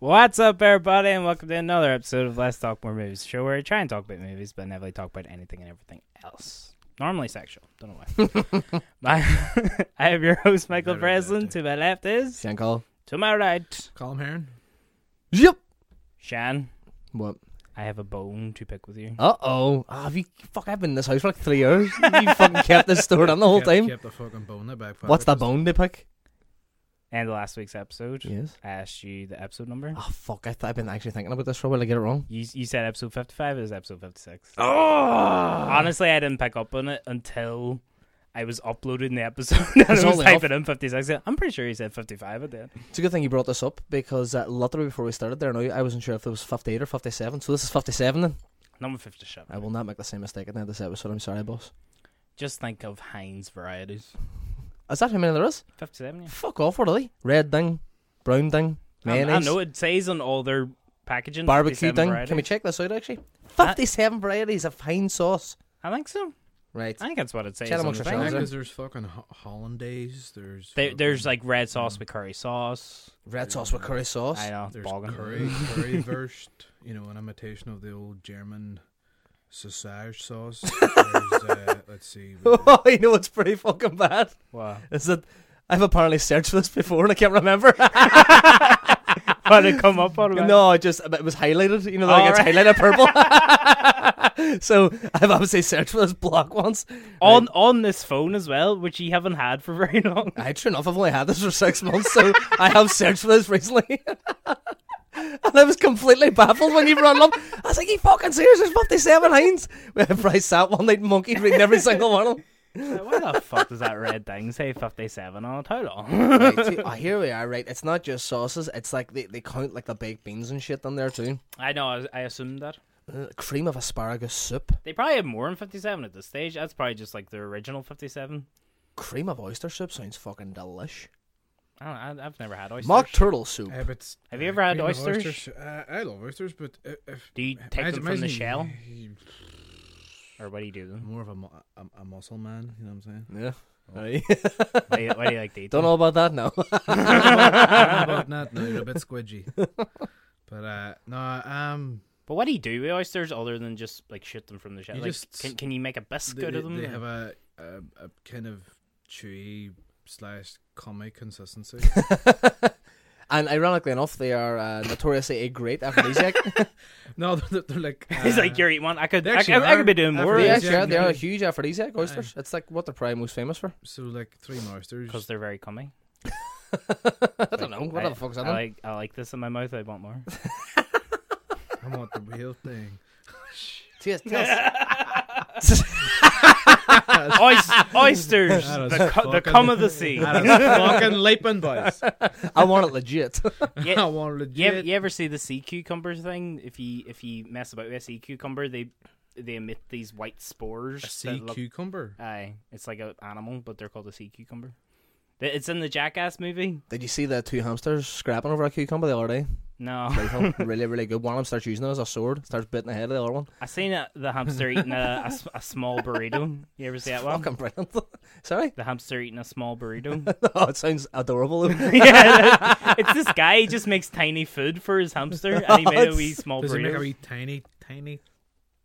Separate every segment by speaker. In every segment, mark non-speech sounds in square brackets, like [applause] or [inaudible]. Speaker 1: What's up, everybody, and welcome to another episode of Let's Talk More Movies, the show where I try and talk about movies, but never really talk about anything and everything else. Normally sexual, don't know why. My- [laughs] I have your host, Michael Breslin. To my left is,
Speaker 2: Can call.
Speaker 1: to my right,
Speaker 3: Colin Heron.
Speaker 2: Yep.
Speaker 1: Shan.
Speaker 2: What?
Speaker 1: I have a bone to pick with you.
Speaker 2: Uh oh. Ah, have you fuck? I've been in this house for like three hours. [laughs] you fucking kept this stored on the whole
Speaker 3: Kept-
Speaker 2: time.
Speaker 3: kept the fucking bone in the back pocket.
Speaker 2: What's that bone they pick?
Speaker 1: And last week's episode,
Speaker 2: Yes.
Speaker 1: I asked you the episode number.
Speaker 2: Oh fuck! I th- I've been actually thinking about this for a while. I get it wrong.
Speaker 1: You, you said episode 55 it was episode 56. Oh! Honestly, I didn't pick up on it until I was uploading the episode. [laughs] and I
Speaker 2: It's
Speaker 1: was
Speaker 2: only off.
Speaker 1: typing in 56. I'm pretty sure he said 55 at the end.
Speaker 2: It's a good thing you brought this up because uh, literally before we started there, now I wasn't sure if it was fifty-eight or fifty-seven. So this is fifty-seven. Then
Speaker 1: Number 57.
Speaker 2: I will not make the same mistake at the end of this episode. I'm sorry, boss.
Speaker 1: Just think of Heinz varieties.
Speaker 2: Is that how many there is?
Speaker 1: 57, yeah.
Speaker 2: Fuck off, really. Red thing, brown thing,
Speaker 1: I,
Speaker 2: mayonnaise,
Speaker 1: I know it says on all their packaging.
Speaker 2: barbecue
Speaker 1: 57
Speaker 2: thing.
Speaker 1: varieties.
Speaker 2: Can we check this out actually? Fifty-seven varieties of fine sauce.
Speaker 1: I think so.
Speaker 2: Right.
Speaker 1: I think that's what it says.
Speaker 2: Chat
Speaker 1: on
Speaker 2: amongst
Speaker 1: the
Speaker 3: Yeah,
Speaker 1: thing.
Speaker 2: yourselves.
Speaker 3: 'cause there's fucking ho- hollandaise. There's
Speaker 1: There, there's
Speaker 3: fucking-
Speaker 1: like red sauce with curry sauce.
Speaker 2: Red sauce with curry sauce. [laughs]
Speaker 1: I know, it's
Speaker 3: there's
Speaker 1: bogging.
Speaker 3: curry, curry versed. You know, an imitation of the old German
Speaker 1: [laughs]
Speaker 3: sausage sauce. There's, uh,
Speaker 2: [laughs]
Speaker 3: let's see. what
Speaker 2: Oh, you know what's pretty fucking bad?
Speaker 1: [laughs] Wow. [laughs]
Speaker 2: Is that I've apparently searched for this before and I can't remember.
Speaker 1: What did it come up on? man?
Speaker 2: no, it just it was highlighted. You know, like it's
Speaker 1: Alright. [laughs]
Speaker 2: highlighted purple. so I've obviously searched for this block once.
Speaker 1: On, on this phone as well, which you haven't had for [laughs] very long.
Speaker 2: I true enough, I've only had this for six months, so I have searched for this recently. [laughs] and I was completely baffled when you run up. I was like, "You fucking serious? There's 57 Heinz." [laughs] We had Bryce sat one night, monkey reading every single one of them.
Speaker 1: Like, Uh, Why the fuck does that red thing say 57 on it? How long?
Speaker 2: Right, see, oh, here we are. Right, it's not just sauces; it's like they, they count like the baked beans and shit on there too.
Speaker 1: [laughs] I know, I, I assumed that.
Speaker 2: Uh, cream of asparagus soup,
Speaker 1: They probably have more than 57 at this stage. That's probably just like their original 57.
Speaker 2: cream of oyster soup sounds fucking delish.
Speaker 1: I don't, I, I've never had oysters.
Speaker 2: Mock turtle soup.
Speaker 3: Yeah, but
Speaker 1: Have you ever had
Speaker 3: cream of
Speaker 1: oysters?
Speaker 3: Uh, I love oysters, but if, if
Speaker 1: Do you take them from
Speaker 3: imagine-
Speaker 1: the
Speaker 3: imagine
Speaker 1: shell?
Speaker 3: you-
Speaker 1: Or what do you do
Speaker 3: [laughs]
Speaker 1: then?
Speaker 3: More of a, mu- a, a muscle man. You know what
Speaker 1: [laughs]
Speaker 3: I'm saying?
Speaker 2: Yeah. Aye. [laughs]
Speaker 1: Why do you, why do you like to eat
Speaker 2: Don't
Speaker 1: them?
Speaker 2: know about that now.
Speaker 3: but not no, you're a bit squidgy. But uh, no, um,
Speaker 1: But what do you do with oysters other than just like shoot them from the shell?
Speaker 3: You
Speaker 1: Like,
Speaker 3: just-
Speaker 1: can, can you make a biscuit
Speaker 3: they,
Speaker 1: out
Speaker 3: they-
Speaker 1: of them?
Speaker 3: they
Speaker 1: or-
Speaker 3: have a, a a kind of chewy slash
Speaker 1: [laughs]
Speaker 3: comic consistency.
Speaker 2: [laughs] and ironically enough, they are uh, notoriously a great aphrodisiac.
Speaker 3: no, they're, they're like uh,
Speaker 1: [laughs] [laughs] He's like, you're eating one. I could,
Speaker 3: they
Speaker 1: I,
Speaker 3: actually
Speaker 1: could- I could be
Speaker 3: are
Speaker 1: doing more
Speaker 2: they
Speaker 3: aphrodisiac.
Speaker 1: because
Speaker 2: actually are. They are a
Speaker 3: Aye.
Speaker 2: huge aphrodisiac oysters. It's like what they're probably most famous for.
Speaker 3: so like three monsters.
Speaker 1: they're very cummy.
Speaker 2: I don't know. What
Speaker 1: I,
Speaker 2: the fuck's
Speaker 1: I
Speaker 2: that? Like,
Speaker 1: like, I like this in my mouth. I want
Speaker 2: [laughs]
Speaker 1: more.
Speaker 3: I want
Speaker 1: [laughs]
Speaker 3: the real thing.
Speaker 2: taste, taste.
Speaker 1: Oys- oysters,
Speaker 3: That is
Speaker 1: the, cu- the
Speaker 3: fucking-
Speaker 1: cum of the sea.
Speaker 3: [laughs] That
Speaker 1: [laughs]
Speaker 3: is fucking leaping, boys.
Speaker 2: I want it legit. [laughs]
Speaker 1: Yeah.
Speaker 3: I want
Speaker 1: You ever,
Speaker 3: legit.
Speaker 1: you ever see the sea cucumber thing? If you if you mess about with a sea cucumber, they they emit these white spores.
Speaker 3: A
Speaker 1: that
Speaker 3: sea
Speaker 1: look-
Speaker 3: cucumber.
Speaker 1: Aye, it's like an animal, but they're called a sea cucumber. Th- It's in the Jackass movie.
Speaker 2: Did you see the two hamsters scrapping over a cucumber the other day?
Speaker 1: No,
Speaker 2: Pretty cool. really, really good. One of them starts using it as a sword. Starts biting the head of the other one.
Speaker 1: I seen a, the hamster eating a, a s- a small burrito. You ever see that one?
Speaker 2: Fucking brilliant. [laughs] Sorry.
Speaker 1: The hamster eating a small
Speaker 3: [laughs]
Speaker 1: burrito. [laughs]
Speaker 2: Oh, it sounds adorable. [laughs]
Speaker 1: yeah, it's this guy. He just makes tiny food for his hamster, and he made a
Speaker 3: [laughs]
Speaker 1: wee small
Speaker 3: Does it make a
Speaker 1: burrito.
Speaker 3: wee tiny, tiny,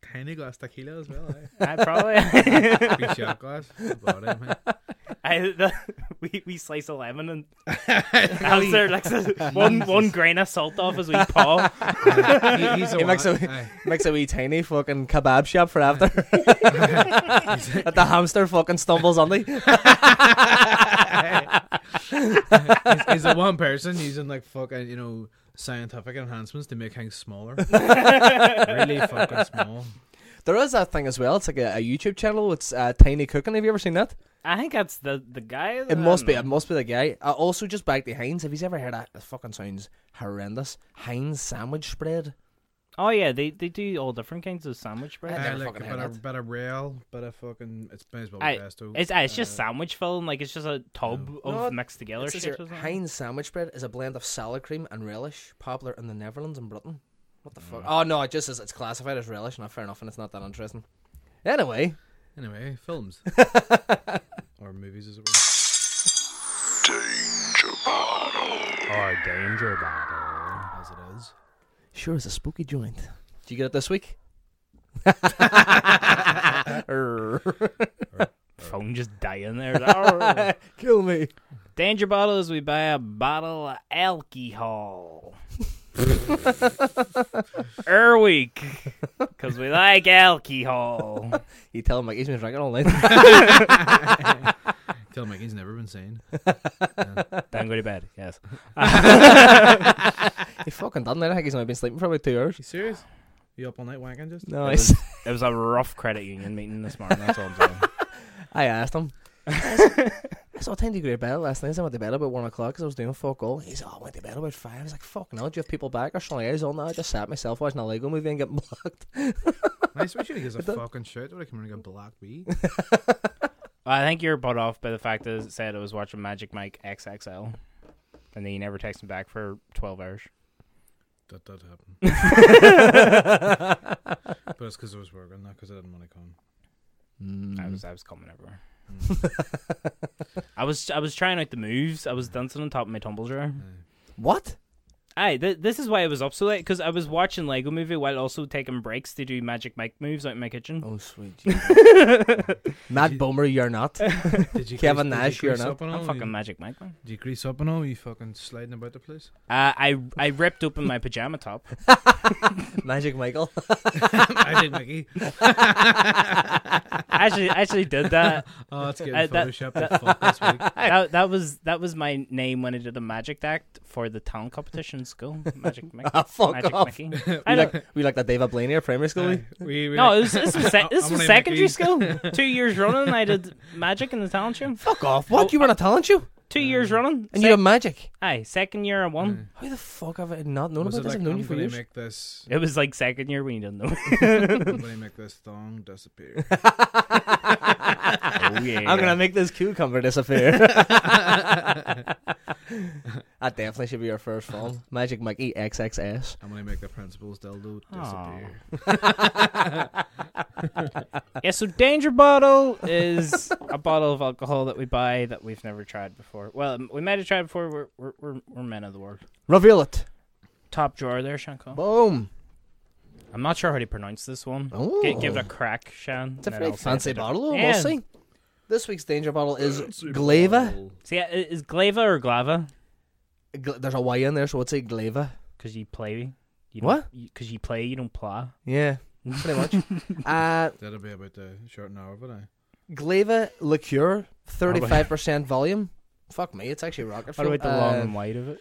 Speaker 1: [laughs]
Speaker 3: tiny glass tequila as well? Eh?
Speaker 1: I probably. [laughs]
Speaker 3: Big shot glass. About it, man.
Speaker 1: I, the, [laughs] we, we slice a lemon and [laughs] after like [laughs] the- one one grain of salt off as we paw.
Speaker 3: [laughs] He- he's the
Speaker 2: He
Speaker 3: one-
Speaker 2: makes a-
Speaker 3: aye.
Speaker 2: Makes a wee tiny fucking kebab shop for after. [laughs] that the hamster fucking stumbles on the.
Speaker 3: he's, he's the one person using like fucking you know scientific enhancements to make things smaller. really fucking small.
Speaker 2: [laughs] There is that thing as well. It's like a, a YouTube channel. It's uh, Tiny Cooking. Have you ever seen that?
Speaker 1: I think that's the the guy. um,
Speaker 2: It must be. It must be the guy. Uh, also, just back to Heinz. Have you ever heard that? It fucking sounds horrendous. Heinz sandwich spread.
Speaker 1: Oh yeah, they they do all different kinds of sandwich bread.
Speaker 2: never
Speaker 3: Aye, Uh, like a
Speaker 2: fucking
Speaker 3: bit
Speaker 2: had
Speaker 3: of,
Speaker 2: that.
Speaker 3: bit of rail, bit of fucking. It's may as well be uh,
Speaker 1: I,
Speaker 3: pesto.
Speaker 1: it's
Speaker 2: uh,
Speaker 1: aye, it's just sandwich filling, like it's just a tub
Speaker 2: No,
Speaker 1: of mixed together
Speaker 2: It says here,
Speaker 1: shit. or something.
Speaker 2: Heinz sandwich bread is a blend of salad cream and relish, popular in the Netherlands and Britain. What the
Speaker 3: Mm.
Speaker 2: fuck? Oh no, it just says it's classified as relish. Not fair enough, and it's not that interesting. Anyway,
Speaker 3: anyway,
Speaker 2: [laughs]
Speaker 3: films or movies as it were. Or danger battle, as it is.
Speaker 2: sure is a spooky joint. Do you get it this week?
Speaker 1: [laughs] Phone just dying
Speaker 2: [laughs]
Speaker 1: there. Arr.
Speaker 2: Kill me.
Speaker 1: Danger bottle is we buy a bottle of
Speaker 2: [laughs]
Speaker 1: alcohol. Er week, because we like alcohol.
Speaker 2: You tell him like he's been drinking all night. [laughs]
Speaker 3: Tell Mike he's never been
Speaker 2: [laughs]
Speaker 3: sane.
Speaker 1: Don't go to bed. Yes.
Speaker 2: he fucking done that. I think he's only been sleeping for about two hours.
Speaker 3: You serious? You up all night wanking just?
Speaker 2: Nice.
Speaker 1: It was a rough credit union meeting this morning. That's all I'm saying.
Speaker 2: [laughs] I asked
Speaker 3: [laughs]
Speaker 2: him. I saw 10 degree bed last night. so I went to bed about 1 o'clock because I was doing fuck all. He's "Oh, all, I went to bed about 5. I was like, fuck no, do you have people back or something? I was all, no, I just sat myself watching a Lego movie and getting [laughs] blocked.
Speaker 3: Nice. We should have given
Speaker 2: [laughs]
Speaker 3: us a fucking shout. Would have come in and got black bee.
Speaker 1: Well, I think you're put off by the fact that it said it was watching Magic Mike XXL, and then you never text him back for 12 hours.
Speaker 3: That did happen.
Speaker 2: [laughs]
Speaker 3: but it's because I was working, not because I didn't want to come.
Speaker 2: Mm-hmm.
Speaker 1: I was I was coming everywhere. I was I was trying out the moves. I was dancing on top of my tumble dryer.
Speaker 2: Mm. What?
Speaker 1: Aye, th- this is why I was up so late because I was watching Lego Movie while also taking breaks to do Magic Mike moves out in my kitchen.
Speaker 2: Oh,
Speaker 3: [laughs]
Speaker 2: sweet. Mad Boomer, you're not.
Speaker 3: Did you
Speaker 2: Kevin
Speaker 3: did you
Speaker 2: Nash, you're
Speaker 3: grease
Speaker 2: not.
Speaker 3: up and all?
Speaker 1: I'm fucking
Speaker 3: You-
Speaker 1: Magic Mike man.
Speaker 3: Did you grease up and all? You fucking sliding about the
Speaker 2: [laughs]
Speaker 3: place?
Speaker 1: Uh, I I ripped open my pajama top.
Speaker 2: Magic Michael.
Speaker 3: I did, Mickey.
Speaker 1: I actually actually did that.
Speaker 2: [laughs]
Speaker 3: Oh, that's getting
Speaker 1: Uh, that-
Speaker 3: photoshopped the fuck this week.
Speaker 1: that. That was that was my name when I did a magic act for the town competition in school.
Speaker 2: [laughs]
Speaker 1: Magic Mike.
Speaker 2: Ah, fuck
Speaker 1: Magic
Speaker 2: off.
Speaker 1: Mickey.
Speaker 2: [laughs] We
Speaker 1: I don't-
Speaker 2: like, we like that David Blaney at primary school. we?
Speaker 3: We, we
Speaker 1: No,
Speaker 3: like-
Speaker 1: this, this was sec- this
Speaker 3: I'm
Speaker 1: was
Speaker 3: gonna
Speaker 1: secondary
Speaker 3: make
Speaker 1: school.
Speaker 3: [laughs]
Speaker 1: Two years running, I did magic in the talent show.
Speaker 2: Fuck off. What? you were on a talent show?
Speaker 1: Two
Speaker 3: Uh,
Speaker 1: years running,
Speaker 2: And you have magic.
Speaker 1: aye, second year I won.
Speaker 2: How the fuck have I not known
Speaker 3: Was
Speaker 2: about
Speaker 3: it
Speaker 2: this?
Speaker 3: like,
Speaker 2: I've known
Speaker 3: I'm
Speaker 2: you for
Speaker 3: going
Speaker 2: years.
Speaker 3: to
Speaker 2: [laughs]
Speaker 3: make this,
Speaker 1: It was like second year when you didn't know.
Speaker 3: I'm going to make this thong disappear.
Speaker 2: [laughs]
Speaker 1: oh, yeah.
Speaker 2: I'm gonna make this cucumber disappear. [laughs] that definitely should be your first film. Magic E Mickey XXS.
Speaker 3: I'm going to make the
Speaker 2: [laughs]
Speaker 3: principal's dildo disappear.
Speaker 1: yeah. So danger bottle is
Speaker 2: [laughs]
Speaker 1: a bottle of alcohol that we buy that we've never tried before. Well, we might have tried before. We're we're we're, we're men of the world.
Speaker 2: Reveal it.
Speaker 1: Top drawer there, Shanko.
Speaker 2: Boom.
Speaker 1: I'm not sure how to pronounce this one.
Speaker 2: Oh.
Speaker 1: Gi- give it a crack, Shan.
Speaker 2: It's a very fancy bottle, though,
Speaker 1: Yeah.
Speaker 2: we'll see. This week's danger bottle is Glava.
Speaker 1: See, i- is Glava or Glava?
Speaker 2: Gl- There's a Y in there, so it's a Glava.
Speaker 1: Because you play. You
Speaker 2: What?
Speaker 1: Because you, play, you don't plow.
Speaker 2: Yeah, pretty
Speaker 1: [laughs]
Speaker 2: much. uh,
Speaker 3: That'll be about the short and hour, but I.
Speaker 2: Glava liqueur, 35% volume. Fuck me, it's actually rocket
Speaker 1: What
Speaker 2: fuel.
Speaker 1: about the
Speaker 2: Uh,
Speaker 1: long and wide of it?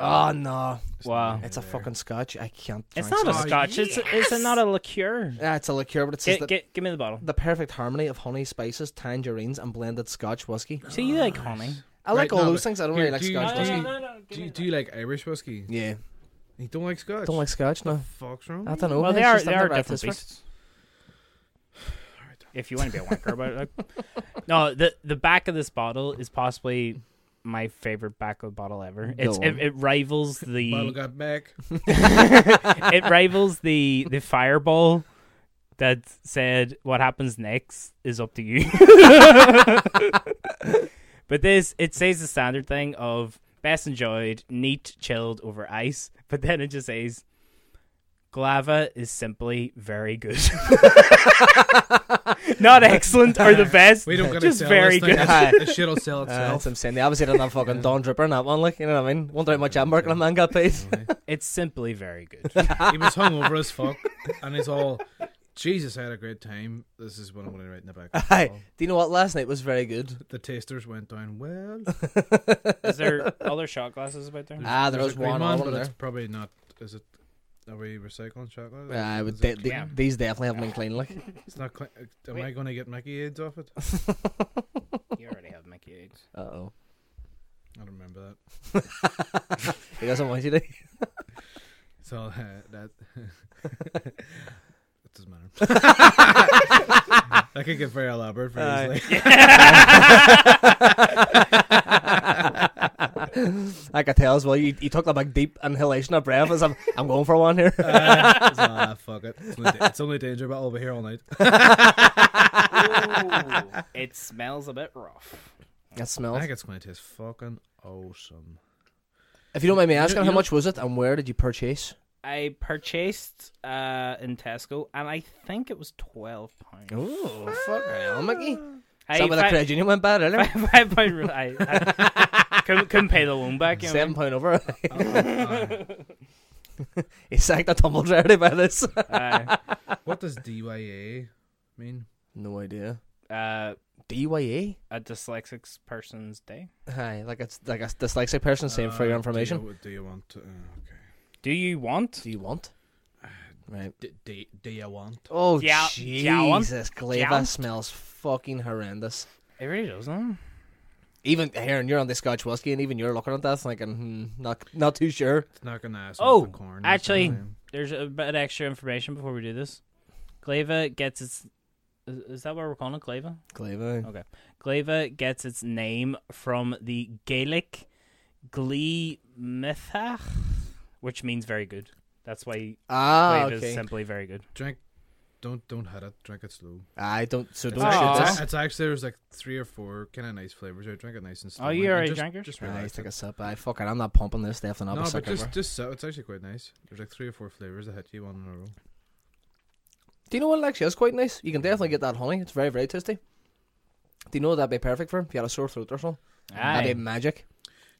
Speaker 2: Oh no,
Speaker 1: Wow.
Speaker 2: it's a fucking scotch. I can't.
Speaker 1: It's
Speaker 2: drink
Speaker 1: not a
Speaker 2: scotch.
Speaker 1: scotch. It's it's a, not a liqueur.
Speaker 2: Yeah, it's a liqueur, but it says
Speaker 1: Get,
Speaker 2: that
Speaker 1: get, give me the bottle.
Speaker 2: the perfect harmony of honey, spices, tangerines, and blended scotch whiskey.
Speaker 1: See, you like honey.
Speaker 2: I like
Speaker 3: Right,
Speaker 2: all
Speaker 3: no,
Speaker 2: those
Speaker 3: but
Speaker 2: things. I don't
Speaker 3: here,
Speaker 2: really like
Speaker 3: do you-
Speaker 2: scotch
Speaker 3: Uh, no, no,
Speaker 2: whiskey.
Speaker 3: no, Do you, do you like Irish whiskey?
Speaker 2: Yeah,
Speaker 3: You don't like Scotch?
Speaker 2: don't like scotch. No,
Speaker 3: Fuck's wrong?
Speaker 2: I don't know.
Speaker 1: Well, they
Speaker 2: it's
Speaker 1: are
Speaker 2: just
Speaker 1: they
Speaker 2: I've
Speaker 1: are
Speaker 2: never had
Speaker 1: different
Speaker 2: this one.
Speaker 1: beasts. If you want to be a wanker about it, like- no, the the back of this bottle is possibly my favorite back of bottle ever. It's,
Speaker 2: Go on.
Speaker 1: it, it rivals
Speaker 2: [laughs]
Speaker 3: Bottle
Speaker 1: the
Speaker 3: got back.
Speaker 1: it rivals the the fireball that said what happens next is up to you. [laughs] but this it says the standard thing of best enjoyed neat chilled over ice, but then it just says Glava is simply very good. [laughs] Not excellent or the best.
Speaker 3: We
Speaker 2: [laughs]
Speaker 3: don't get
Speaker 1: just very good.
Speaker 3: This, this shit'll sell
Speaker 2: Uh, [laughs] that's
Speaker 3: itself.
Speaker 2: what I'm saying. They obviously didn't
Speaker 3: [laughs]
Speaker 2: have fucking Don Draper in that one, like, you know what I mean? Wonder how much I'm working a man got paid.
Speaker 1: It's simply very good.
Speaker 3: he was hungover as fuck, and he's all, Jesus, I had a great time. This is what I'm going to write in the back. [laughs] of
Speaker 2: [laughs]
Speaker 3: the
Speaker 2: Aye.
Speaker 3: bottle."
Speaker 2: Do you know what? Last night was very good.
Speaker 3: The tasters went down
Speaker 2: [laughs]
Speaker 3: well.
Speaker 1: Is there other shot glasses about there?
Speaker 2: Ah, there
Speaker 3: There's
Speaker 2: was
Speaker 3: a green
Speaker 2: one
Speaker 3: one,
Speaker 2: on
Speaker 3: but
Speaker 2: there.
Speaker 3: it's probably not. Is it? Are we recycling chocolate?
Speaker 2: Yeah, I
Speaker 3: Is
Speaker 2: would
Speaker 3: it-
Speaker 2: Ah, de- de-
Speaker 1: Yeah.
Speaker 2: these definitely haven't been clean.
Speaker 3: [laughs]
Speaker 2: Like,
Speaker 3: It's not. Cl- am I
Speaker 1: Wait.
Speaker 3: going to get Mickey AIDS off it?
Speaker 1: You already have Mickey Aids.
Speaker 2: uh oh,
Speaker 3: I don't remember that.
Speaker 2: [laughs] he doesn't want you to.
Speaker 3: So uh, that [laughs] it doesn't matter. that could get very elaborate very
Speaker 2: Aye.
Speaker 3: easily.
Speaker 2: I could tell as well. You, you took a big deep inhalation of breath as I'm, I'm going for one here.
Speaker 3: Uh, it's, [laughs] ah, fuck it. It's only, da- it's only danger, but I'll be here all night.
Speaker 1: it smells a bit rough.
Speaker 2: That
Speaker 3: I
Speaker 2: smells.
Speaker 3: think it's going to taste fucking awesome.
Speaker 2: If you don't mind me asking,
Speaker 3: you
Speaker 2: how
Speaker 3: know-
Speaker 2: much was it and where did you purchase?
Speaker 1: I purchased uh, in Tesco, and I think it was twelve pounds.
Speaker 2: Oh, fuck hell, Mickey. Is
Speaker 1: I,
Speaker 2: that where the
Speaker 1: fi-
Speaker 2: credit union went bad
Speaker 1: [laughs]
Speaker 2: earlier?
Speaker 1: five, five pound. re- I,
Speaker 2: [laughs]
Speaker 1: I couldn't, couldn't pay the loan back. You know what I mean?
Speaker 2: Seven pound over.
Speaker 3: Aye.
Speaker 2: [laughs] he sacked a tumble charity by this.
Speaker 1: Aye.
Speaker 3: what does DYA mean?
Speaker 2: no idea.
Speaker 1: uh,
Speaker 2: DYA?
Speaker 1: a dyslexic person's day.
Speaker 2: Hi, like it's like a dyslexic person saying for
Speaker 3: Uh,
Speaker 2: your information.
Speaker 3: Do you, do you want? To, uh, okay.
Speaker 1: Do you want?
Speaker 2: Do you want? Right.
Speaker 3: D- do, do you want?
Speaker 2: Oh
Speaker 1: Yeah, yeah, want.
Speaker 2: Jesus, Glaive,
Speaker 1: Yeah,
Speaker 2: that
Speaker 1: want.
Speaker 2: smells fucking horrendous.
Speaker 1: It really doesn't.
Speaker 2: Even Aaron, you're on the Scotch whiskey, and even you're looking at that thinking, hmm, not not too sure.
Speaker 3: It's not gonna ask.
Speaker 1: Oh,
Speaker 3: the corn or
Speaker 1: actually,
Speaker 3: something.
Speaker 1: there's a bit extra information before we do this. Glava gets its. Is is that what we're calling it, Glava?
Speaker 2: Glaive.
Speaker 1: Okay. Glava gets its name from the Gaelic gleimithach, which means very good. That's why
Speaker 2: Ah,
Speaker 1: Glava is
Speaker 2: okay.
Speaker 1: simply very good.
Speaker 3: drink. Don't don't hit it. Drink it slow.
Speaker 2: I don't. So
Speaker 3: It's
Speaker 2: don't
Speaker 1: Aw.
Speaker 2: shoot
Speaker 3: actually,
Speaker 2: this.
Speaker 3: it's, it's actually there's like three or four kind of nice flavors. I drink it nice
Speaker 2: Oh,
Speaker 3: and slow.
Speaker 1: you
Speaker 3: like, and
Speaker 1: already
Speaker 3: just,
Speaker 1: drank yours?
Speaker 3: Just
Speaker 2: Nah, he's
Speaker 3: relax.
Speaker 2: take a
Speaker 3: it.
Speaker 2: sip. I fucking, I'm not pumping this. Definitely, I'll
Speaker 3: No,
Speaker 2: be
Speaker 3: but
Speaker 2: sick
Speaker 3: just
Speaker 2: over.
Speaker 3: just so it's actually quite nice. There's like three or four flavors that hit you one in a row.
Speaker 2: Do you know what actually is quite nice? You can definitely get that honey. It's very, very tasty. Do you know what that'd be perfect for? If you had a sore throat or something, that'd be
Speaker 1: Aye.
Speaker 2: magic.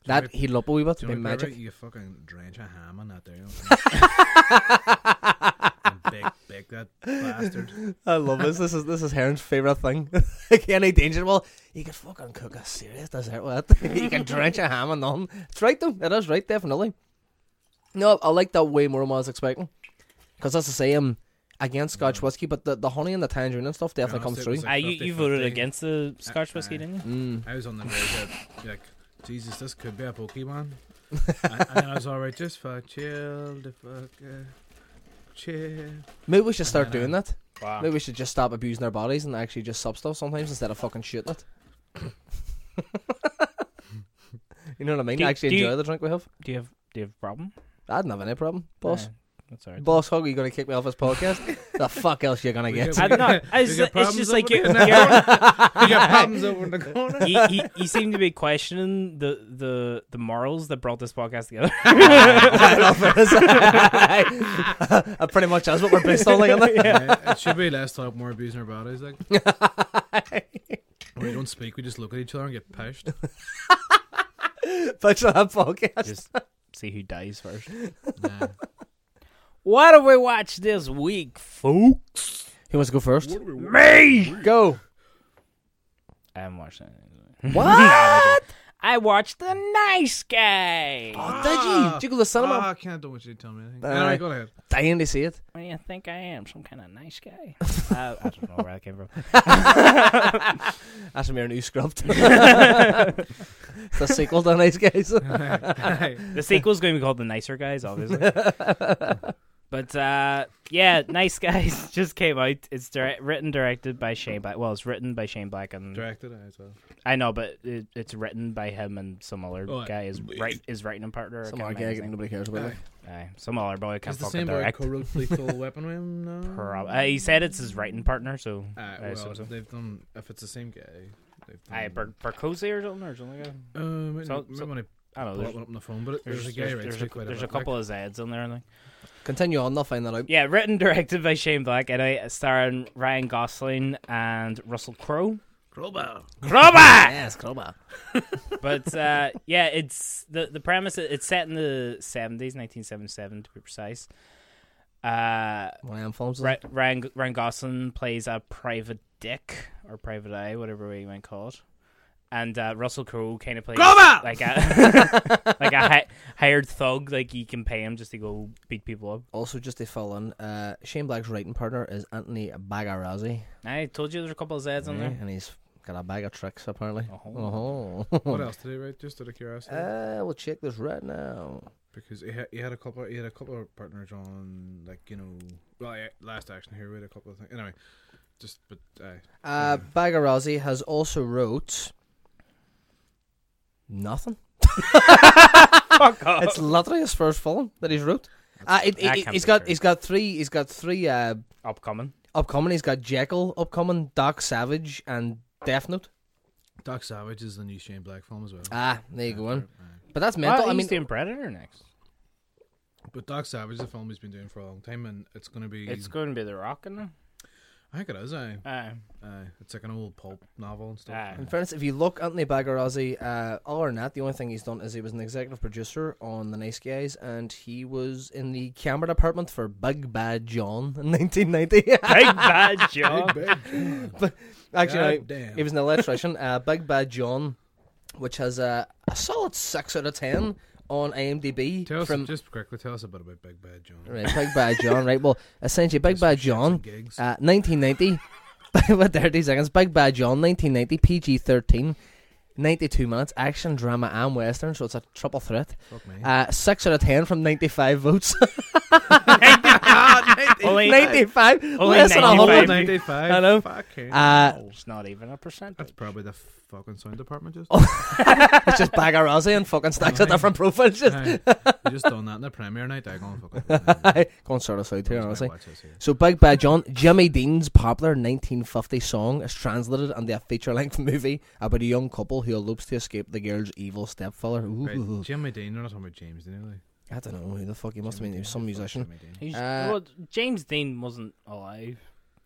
Speaker 3: you know
Speaker 2: That he'll up a wee bit.
Speaker 3: Do
Speaker 2: Be
Speaker 3: you know what,
Speaker 2: magic.
Speaker 3: Barry? You fucking drench a ham in that there.
Speaker 2: [laughs]
Speaker 3: and bake, bake that bastard.
Speaker 2: I love this. This is this is Heron's favorite thing. [laughs] like any danger, well, you can fucking cook a serious dessert with [laughs] it. you can drench a ham and none. It's right though. It is right, definitely. No, I like that way more than what I was expecting. Because that's the same against Scotch whiskey, but the, the honey and the tangerine and stuff definitely
Speaker 3: Yeah,
Speaker 2: comes
Speaker 3: so it
Speaker 2: through.
Speaker 3: was like
Speaker 1: Aye, ah, you,
Speaker 3: 50,
Speaker 1: you voted
Speaker 3: 50.
Speaker 1: against the Scotch whiskey,
Speaker 3: Aye.
Speaker 1: didn't you?
Speaker 2: mm.
Speaker 3: I was on the verge of like, Jesus, this could be a Pokemon. and, and then I was alright, just for chill, the fuck, uh, chill.
Speaker 2: Maybe we should start
Speaker 3: I
Speaker 2: doing that.
Speaker 1: Wow.
Speaker 2: Maybe we should just stop abusing our bodies and actually just sub stuff sometimes instead of fucking shooting it. [laughs] you know what I mean?
Speaker 1: Do-
Speaker 2: actually
Speaker 1: do you-
Speaker 2: enjoy the drink we have.
Speaker 1: Do you have do you have a problem?
Speaker 2: I didn't have any problem, boss.
Speaker 1: Aye. That's alright.
Speaker 2: Boss Hog, are you gonna kick me off this [laughs] podcast? the fuck else you gonna
Speaker 3: We
Speaker 2: get? [laughs]
Speaker 3: get-
Speaker 1: I don't know.
Speaker 3: We
Speaker 1: It's,
Speaker 3: got
Speaker 1: it's
Speaker 3: problems
Speaker 1: just like
Speaker 3: over
Speaker 1: you're,
Speaker 3: there.
Speaker 1: you're, [laughs]
Speaker 3: You got problems over in the corner.
Speaker 1: you, you, you seem to be questioning the, the, the morals that brought this podcast
Speaker 2: [laughs]
Speaker 1: together. [laughs]
Speaker 2: I love this. That Uh, pretty much is what we're based on, like, [laughs] isn't it?
Speaker 3: Yeah, it should be less talk, more abusing our bodies. Like Oh, we don't speak, we just look at each other and get pushed.
Speaker 2: Picture that podcast.
Speaker 1: just see who dies first.
Speaker 3: Nah.
Speaker 1: What do we watch this week, folks?
Speaker 2: Who wants to go first?
Speaker 1: Me.
Speaker 2: Go.
Speaker 1: I haven't watched anything. [laughs]
Speaker 2: What?
Speaker 1: I watched The Nice Guy.
Speaker 2: Did you? Did you go to the cinema?
Speaker 3: Ah, I can't do what you tell me. Anything.
Speaker 2: Aye.
Speaker 3: anyway, go ahead.
Speaker 2: Dying to see it.
Speaker 1: What do you think I am? Some kind of nice guy? uh, [laughs] I don't know where that came [laughs] from.
Speaker 2: That's from your new [laughs] script. it's the sequel to Nice Guys.
Speaker 3: [laughs]
Speaker 1: [laughs] The sequel's going to be called The Nicer Guys, [laughs] obviously. but uh, yeah, Nice Guys [laughs] just came out. It's direct, written, directed by Shane Black. Well, it's written by Shane Black and
Speaker 3: Directed I as well.
Speaker 1: I know, but it, it's written by him and some other
Speaker 3: Oh,
Speaker 1: guy is right is writing partner. I
Speaker 2: [laughs] Some
Speaker 1: can't
Speaker 2: more
Speaker 1: remember
Speaker 2: gag
Speaker 1: his
Speaker 2: that
Speaker 1: name.
Speaker 2: nobody cares about. like.
Speaker 1: Aye, some other boy can't
Speaker 3: It's the
Speaker 1: fucking
Speaker 3: same boy
Speaker 1: direct.
Speaker 3: co-wrote Lethal Weapon with him, no?
Speaker 1: Prob- uh, he said it's his writing partner, so
Speaker 3: Ah,
Speaker 1: I
Speaker 3: well,
Speaker 1: assume so.
Speaker 3: they've done. If it's the same guy, they've done.
Speaker 1: Aye, Bar- Barcosi or something or something. Like that.
Speaker 3: Um,
Speaker 1: So-
Speaker 3: so,
Speaker 1: so-
Speaker 3: when I
Speaker 1: I don't know. Oh, There's,
Speaker 3: pull it up on the phone, but it-
Speaker 1: there's,
Speaker 3: there's, a guy
Speaker 1: there's,
Speaker 3: right
Speaker 1: there's a,
Speaker 3: quite
Speaker 1: there's a
Speaker 3: bit, like-
Speaker 1: couple of Zeds in there. I think.
Speaker 2: Continue on. They'll find that out.
Speaker 1: Yeah, written and directed by Shane Black and uh, starring Ryan Gosling and Russell Crowe.
Speaker 3: Crowbar.
Speaker 1: Robot!
Speaker 2: Yes, Crowbar.
Speaker 1: [laughs] but uh, yeah, it's the the premise. It's set in the seventies, nineteen seventy seven to be precise. Uh,
Speaker 2: One of them films.
Speaker 1: Ra- Ryan, Ryan Gosling plays a private dick or private eye, whatever way you might call it. And uh, Russell Crowe kind of plays
Speaker 3: Grover!
Speaker 1: like a [laughs]
Speaker 2: [laughs]
Speaker 1: like a hi- hired thug, like you can pay him just to go beat people up.
Speaker 2: Also, just to fill in, uh, Shane Black's writing partner is Anthony Bagarazzi,
Speaker 1: I told you there's a couple of Z's on
Speaker 2: eh?
Speaker 1: there.
Speaker 2: and he's got a bag of tricks apparently.
Speaker 1: Uh-huh.
Speaker 2: [laughs] Oh.
Speaker 3: What else did he write? Just out of curiosity,
Speaker 2: Uh, we'll check this right now.
Speaker 3: because he had, he had a couple. He had a couple of partners on, like you know, well, yeah, last action here. with a couple of things. Anyway, just but uh,
Speaker 2: Uh, Bagarazzi has also wrote nothing. [laughs]
Speaker 1: Fuck off.
Speaker 2: It's literally his first film that he's wrote. Uh, it,
Speaker 1: that
Speaker 2: it-
Speaker 1: can't
Speaker 2: he's
Speaker 1: be
Speaker 2: got
Speaker 1: true.
Speaker 2: he's got three he's got three uh,
Speaker 1: Upcoming.
Speaker 2: upcoming. He's got Jekyll upcoming, Doc Savage, and Death Note.
Speaker 3: Doc Savage is the new Shane Black film as well.
Speaker 2: Ah, there you go. On.
Speaker 3: Aye.
Speaker 2: But that's
Speaker 1: Well,
Speaker 2: mental. I
Speaker 1: he's
Speaker 2: mean,
Speaker 1: doing Predator next.
Speaker 3: But Doc Savage is a film he's been doing for a long time, and it's gonna be.
Speaker 2: Mm.
Speaker 1: It's going to be The Rock, isn't
Speaker 3: I think it is. Aye.
Speaker 1: it? Uh,
Speaker 3: Aye. It's like an old pulp novel and stuff.
Speaker 1: Aye.
Speaker 2: in fairness, if you look Anthony Bagarazzi, uh, all or not, the only thing he's done is he was an executive producer on The Nice Guys, and he was in the camera department for Big Bad John in [laughs] 1990.
Speaker 1: big [laughs] bad job.
Speaker 2: Actually, no,
Speaker 3: Goddamn.
Speaker 2: he was an electrician. uh, Big Bad John, which has a, a solid six out of ten on IMDb.
Speaker 3: Tell us
Speaker 2: from
Speaker 3: just quickly. Tell us a bit about Big Bad John.
Speaker 2: right, Big Bad John. Right, well, essentially, Big Bad John,
Speaker 3: gigs.
Speaker 2: uh, [laughs] 1990. About 30 seconds. Big Bad John, 1990, PG 13, 92 minutes, action, drama, and western, so it's a triple threat.
Speaker 3: Fuck me.
Speaker 2: Uh, 6 out of 10 from 95 votes. [laughs]
Speaker 1: [laughs] Only,
Speaker 2: 95?
Speaker 1: only
Speaker 2: Less than
Speaker 1: 95.
Speaker 2: 100.
Speaker 3: Ninety-five.
Speaker 2: Hello.
Speaker 3: Fuck him.
Speaker 2: Uh,
Speaker 1: [laughs] It's not even a percentage.
Speaker 3: That's probably the fucking sound department just.
Speaker 2: Oh, it's just Bagarazzi and fucking stacks of different profiles. Just [laughs]
Speaker 3: [laughs] Aye. You just done that in the premiere night. I gone fucking.
Speaker 2: going sort of side here, honestly.
Speaker 3: Watch this here.
Speaker 2: So Big Bad John, Jimmy Dean's popular 1950 song is translated into a feature-length [laughs] movie about a young couple who elopes to escape the girl's evil stepfather. Ooh, [laughs]
Speaker 3: Right, Jimmy Dean. They're not talking about James Dean, are they?
Speaker 2: I don't know who the fuck he must have been. He was some
Speaker 3: Fuck
Speaker 2: musician.
Speaker 3: Jimmy Dean.
Speaker 1: He's,
Speaker 2: Uh,
Speaker 1: well, James Dean wasn't alive.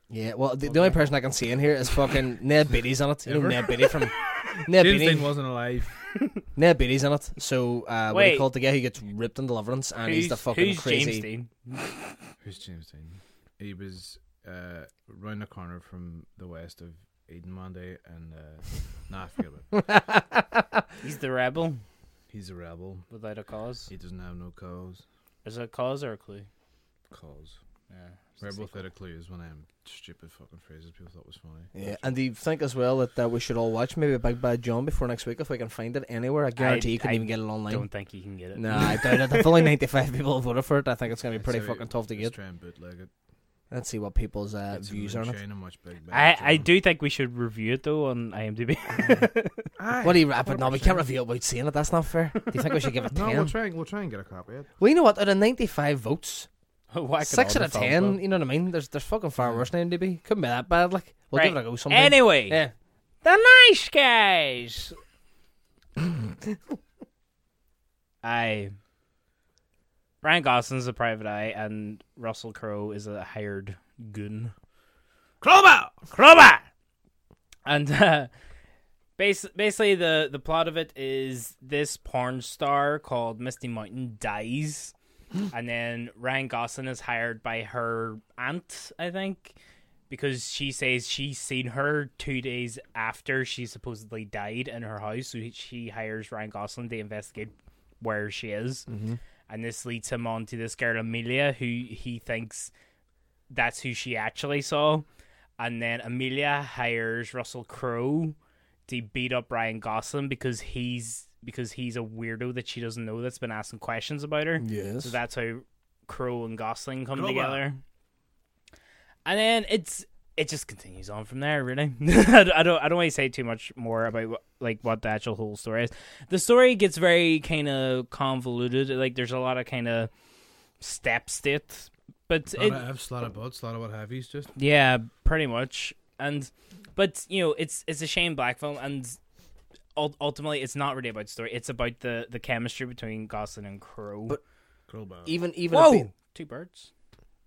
Speaker 2: Yeah, well, the, the only person I can see in here is
Speaker 3: [laughs]
Speaker 2: fucking Ned Beatty's in it. You know Ned Beatty from Ned
Speaker 3: James
Speaker 2: Beatty.
Speaker 3: Dean wasn't alive.
Speaker 2: Ned Beatty's in it. So uh, what do you
Speaker 1: Wait.
Speaker 2: call it? The guy who gets ripped in Deliverance, and he's the fucking
Speaker 1: who's
Speaker 2: crazy.
Speaker 1: James Dean?
Speaker 3: Who's James Dean? He was uh, round the corner from the west of Eden Monday, and uh, nah, I forget about.
Speaker 2: [laughs]
Speaker 3: it.
Speaker 1: He's the rebel
Speaker 3: He's a rebel.
Speaker 1: without a cause.
Speaker 3: He doesn't have no cause.
Speaker 1: Is it a cause or a clue?
Speaker 3: Cause.
Speaker 1: Yeah. it's a
Speaker 3: Rebel
Speaker 1: sequel.
Speaker 3: without a clue is one of them stupid fucking phrases people thought was funny.
Speaker 2: Yeah, and do you think as well that uh, we should all watch maybe Big Bad John before next week if we can find it anywhere? I guarantee you couldn't
Speaker 1: I
Speaker 2: even get it online.
Speaker 1: Don't think you can get it. [laughs]
Speaker 2: No, I doubt it. If only 95 people have voted for it, I think it's going to be
Speaker 3: I'd
Speaker 2: pretty
Speaker 3: say
Speaker 2: fucking tough to
Speaker 3: let's
Speaker 2: get.
Speaker 3: Try and bootleg it.
Speaker 2: Let's see what people's uh,
Speaker 3: Get some
Speaker 2: views are on it.
Speaker 3: moonshine and watch Big
Speaker 1: I,
Speaker 3: Bad
Speaker 1: I
Speaker 3: John.
Speaker 1: do think we should review it though on IMDb.
Speaker 2: What are you rapping? No, we can't reveal without seeing it. That's not fair. Do you think we should
Speaker 1: [laughs]
Speaker 2: give it 10?
Speaker 3: No, we'll try and we'll try and get a copy. Of it.
Speaker 2: Well, you know what? Out of 95 votes,
Speaker 1: [laughs] Whack it
Speaker 2: 6
Speaker 1: on
Speaker 2: out
Speaker 1: the
Speaker 2: of
Speaker 1: phone,
Speaker 2: 10,
Speaker 1: bro.
Speaker 2: you know what I mean? There's there's fucking far worse than NDB. Couldn't be that bad. Like, we'll give it a
Speaker 1: Right.
Speaker 2: go sometime.
Speaker 1: Anyway,
Speaker 2: Yeah.
Speaker 1: the nice guys. I. Ryan Gosling's a private eye, and Russell Crowe is a hired goon.
Speaker 3: Crowbar.
Speaker 1: Crowbar. And uh, bas- basically, the the plot of it is this porn star called Misty Mountain dies, [gasps] and then Ryan Gosling is hired by her aunt, I think, because she says she's seen her two days after she supposedly died in her house. So she hires Ryan Gosling to investigate where she is. And this leads him on to this girl Amelia, who he thinks that's who she actually saw. And then Amelia hires Russell Crowe to beat up Ryan Gosling because he's because he's a weirdo that she doesn't know that's been asking questions about her.
Speaker 2: Yes.
Speaker 1: So that's how Crowe and Gosling come
Speaker 3: Crowe.
Speaker 1: together. And then it's it just continues on from there. Really, [laughs] I don't I don't want to say too much more about what, like what the actual whole story is. The story gets very kind of convoluted. Like there's a lot of kind of steps to it, but
Speaker 3: It,
Speaker 1: it,
Speaker 3: I've slot of butts, slot of what have yous. Just
Speaker 1: yeah, pretty much. And but you know, it's it's a Shane Black film, and ul- ultimately, it's not really about the story. It's about the the chemistry between Gosling and Crow.
Speaker 2: But
Speaker 3: crowbar.
Speaker 2: Even, even,
Speaker 1: Whoa!
Speaker 2: If they,
Speaker 1: Two birds.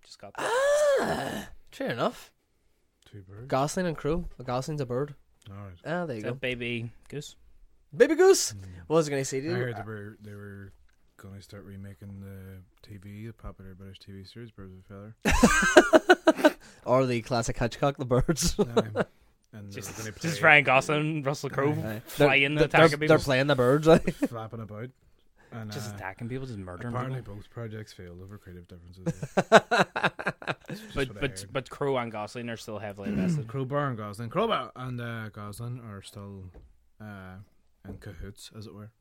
Speaker 1: Just got
Speaker 2: Ah, true enough.
Speaker 3: Two birds.
Speaker 2: Gosling and Crew. A Gosling's a bird.
Speaker 3: All right.
Speaker 2: Ah, there you
Speaker 1: Is
Speaker 2: go.
Speaker 1: that baby goose.
Speaker 2: Baby Goose. What was I gonna say?
Speaker 3: I
Speaker 2: Dude?
Speaker 3: heard they were they were going to start remaking the TV, the popular British TV series Birds of a
Speaker 1: [laughs]
Speaker 3: Feather,
Speaker 2: [laughs] Or the classic Hitchcock, the birds.
Speaker 3: um, and they were
Speaker 1: Just,
Speaker 3: gonna play
Speaker 1: just Ryan Gosling, Russell Crowe
Speaker 2: Aye.
Speaker 1: flying the
Speaker 2: they're,
Speaker 1: attack
Speaker 2: they're,
Speaker 1: of people.
Speaker 2: they're playing the birds. [laughs] like.
Speaker 3: flapping about. And,
Speaker 1: just
Speaker 3: uh,
Speaker 1: attacking people, just murdering
Speaker 3: Apparently,
Speaker 1: people.
Speaker 3: both projects failed over
Speaker 1: [laughs]
Speaker 3: creative differences. It's just
Speaker 1: But
Speaker 3: what
Speaker 1: but
Speaker 3: I
Speaker 1: [clears throat]
Speaker 3: heard.
Speaker 1: but Crowe and Gosling are still heavily
Speaker 3: [clears throat]
Speaker 1: invested.
Speaker 3: Crowbar and Gosling, Crowbar and uh, Gosling are still uh, in cahoots, as it were.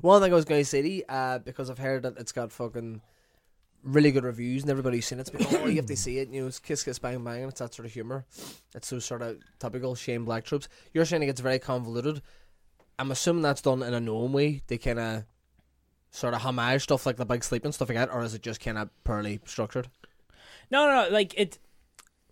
Speaker 2: One thing I was going to say, to you, uh, because I've heard that it's got fucking really good reviews and everybody's seen it. It's been, oh, you have to see it. You know, it's kiss, kiss, bang, bang, and it's that sort of humor. It's so sort of topical. Shane Black tropes. You're saying it gets very convoluted. I'm assuming that's done in a known way. They kind of sort of homage stuff like the big sleep and stuff like that, or is it just kind of poorly structured?
Speaker 1: No, no, no, like it,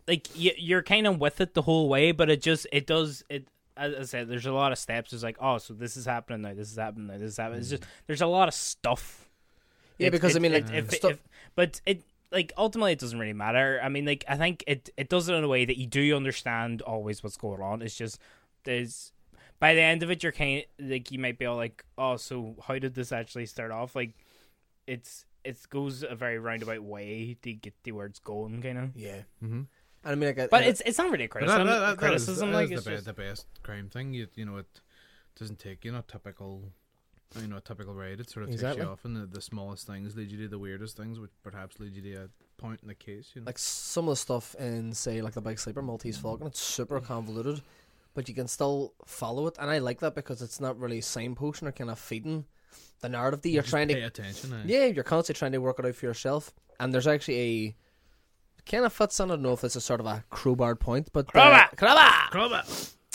Speaker 1: like y- you're kind of with it the whole way, but it just it does it. As I said, there's a lot of steps. It's like, oh, so this is happening now. This is happening now. This is happening. It's just there's a lot of stuff.
Speaker 2: Mm. Yeah,
Speaker 1: It- it-
Speaker 2: because, I mean,
Speaker 1: it-
Speaker 2: like,
Speaker 1: if-
Speaker 2: stu-
Speaker 1: if- but it like ultimately it doesn't really matter. I mean, like I think it it does it in a way that you do understand always what's going on. It's just there's by the end of it, you're kind like you might be all like, oh, so how did this actually start off? Like it's it goes a very roundabout way to get the words going, kind of.
Speaker 2: Yeah. Mm-hmm. And I mean, like, uh, I-
Speaker 1: But
Speaker 2: I-
Speaker 1: it's it's not really a
Speaker 3: But
Speaker 1: criticism. criticism,
Speaker 3: that
Speaker 1: like
Speaker 3: is
Speaker 1: it's
Speaker 3: the,
Speaker 1: just,
Speaker 3: be- the best crime thing. You, you know, it doesn't take you know typical, you know, typical raid. It sort of
Speaker 2: Exactly.
Speaker 3: takes you off, and the, the smallest things lead you to the weirdest things, which perhaps lead you to a point in the case. You know,
Speaker 2: like some of the stuff in say like the big sleeper Maltese Falcon, it's super convoluted, but you can still follow it, and I like that because it's not really signposting or kind of feeding the narrative that you're
Speaker 3: Just
Speaker 2: trying
Speaker 3: pay
Speaker 2: to.
Speaker 3: attention. eh?
Speaker 2: Yeah, you're constantly trying to work it out for yourself, and there's actually a kind of fits. in, I don't know if it's a sort of a crowbar point, but uh,
Speaker 1: Crowbar!
Speaker 2: crowbar!
Speaker 3: Crowbar!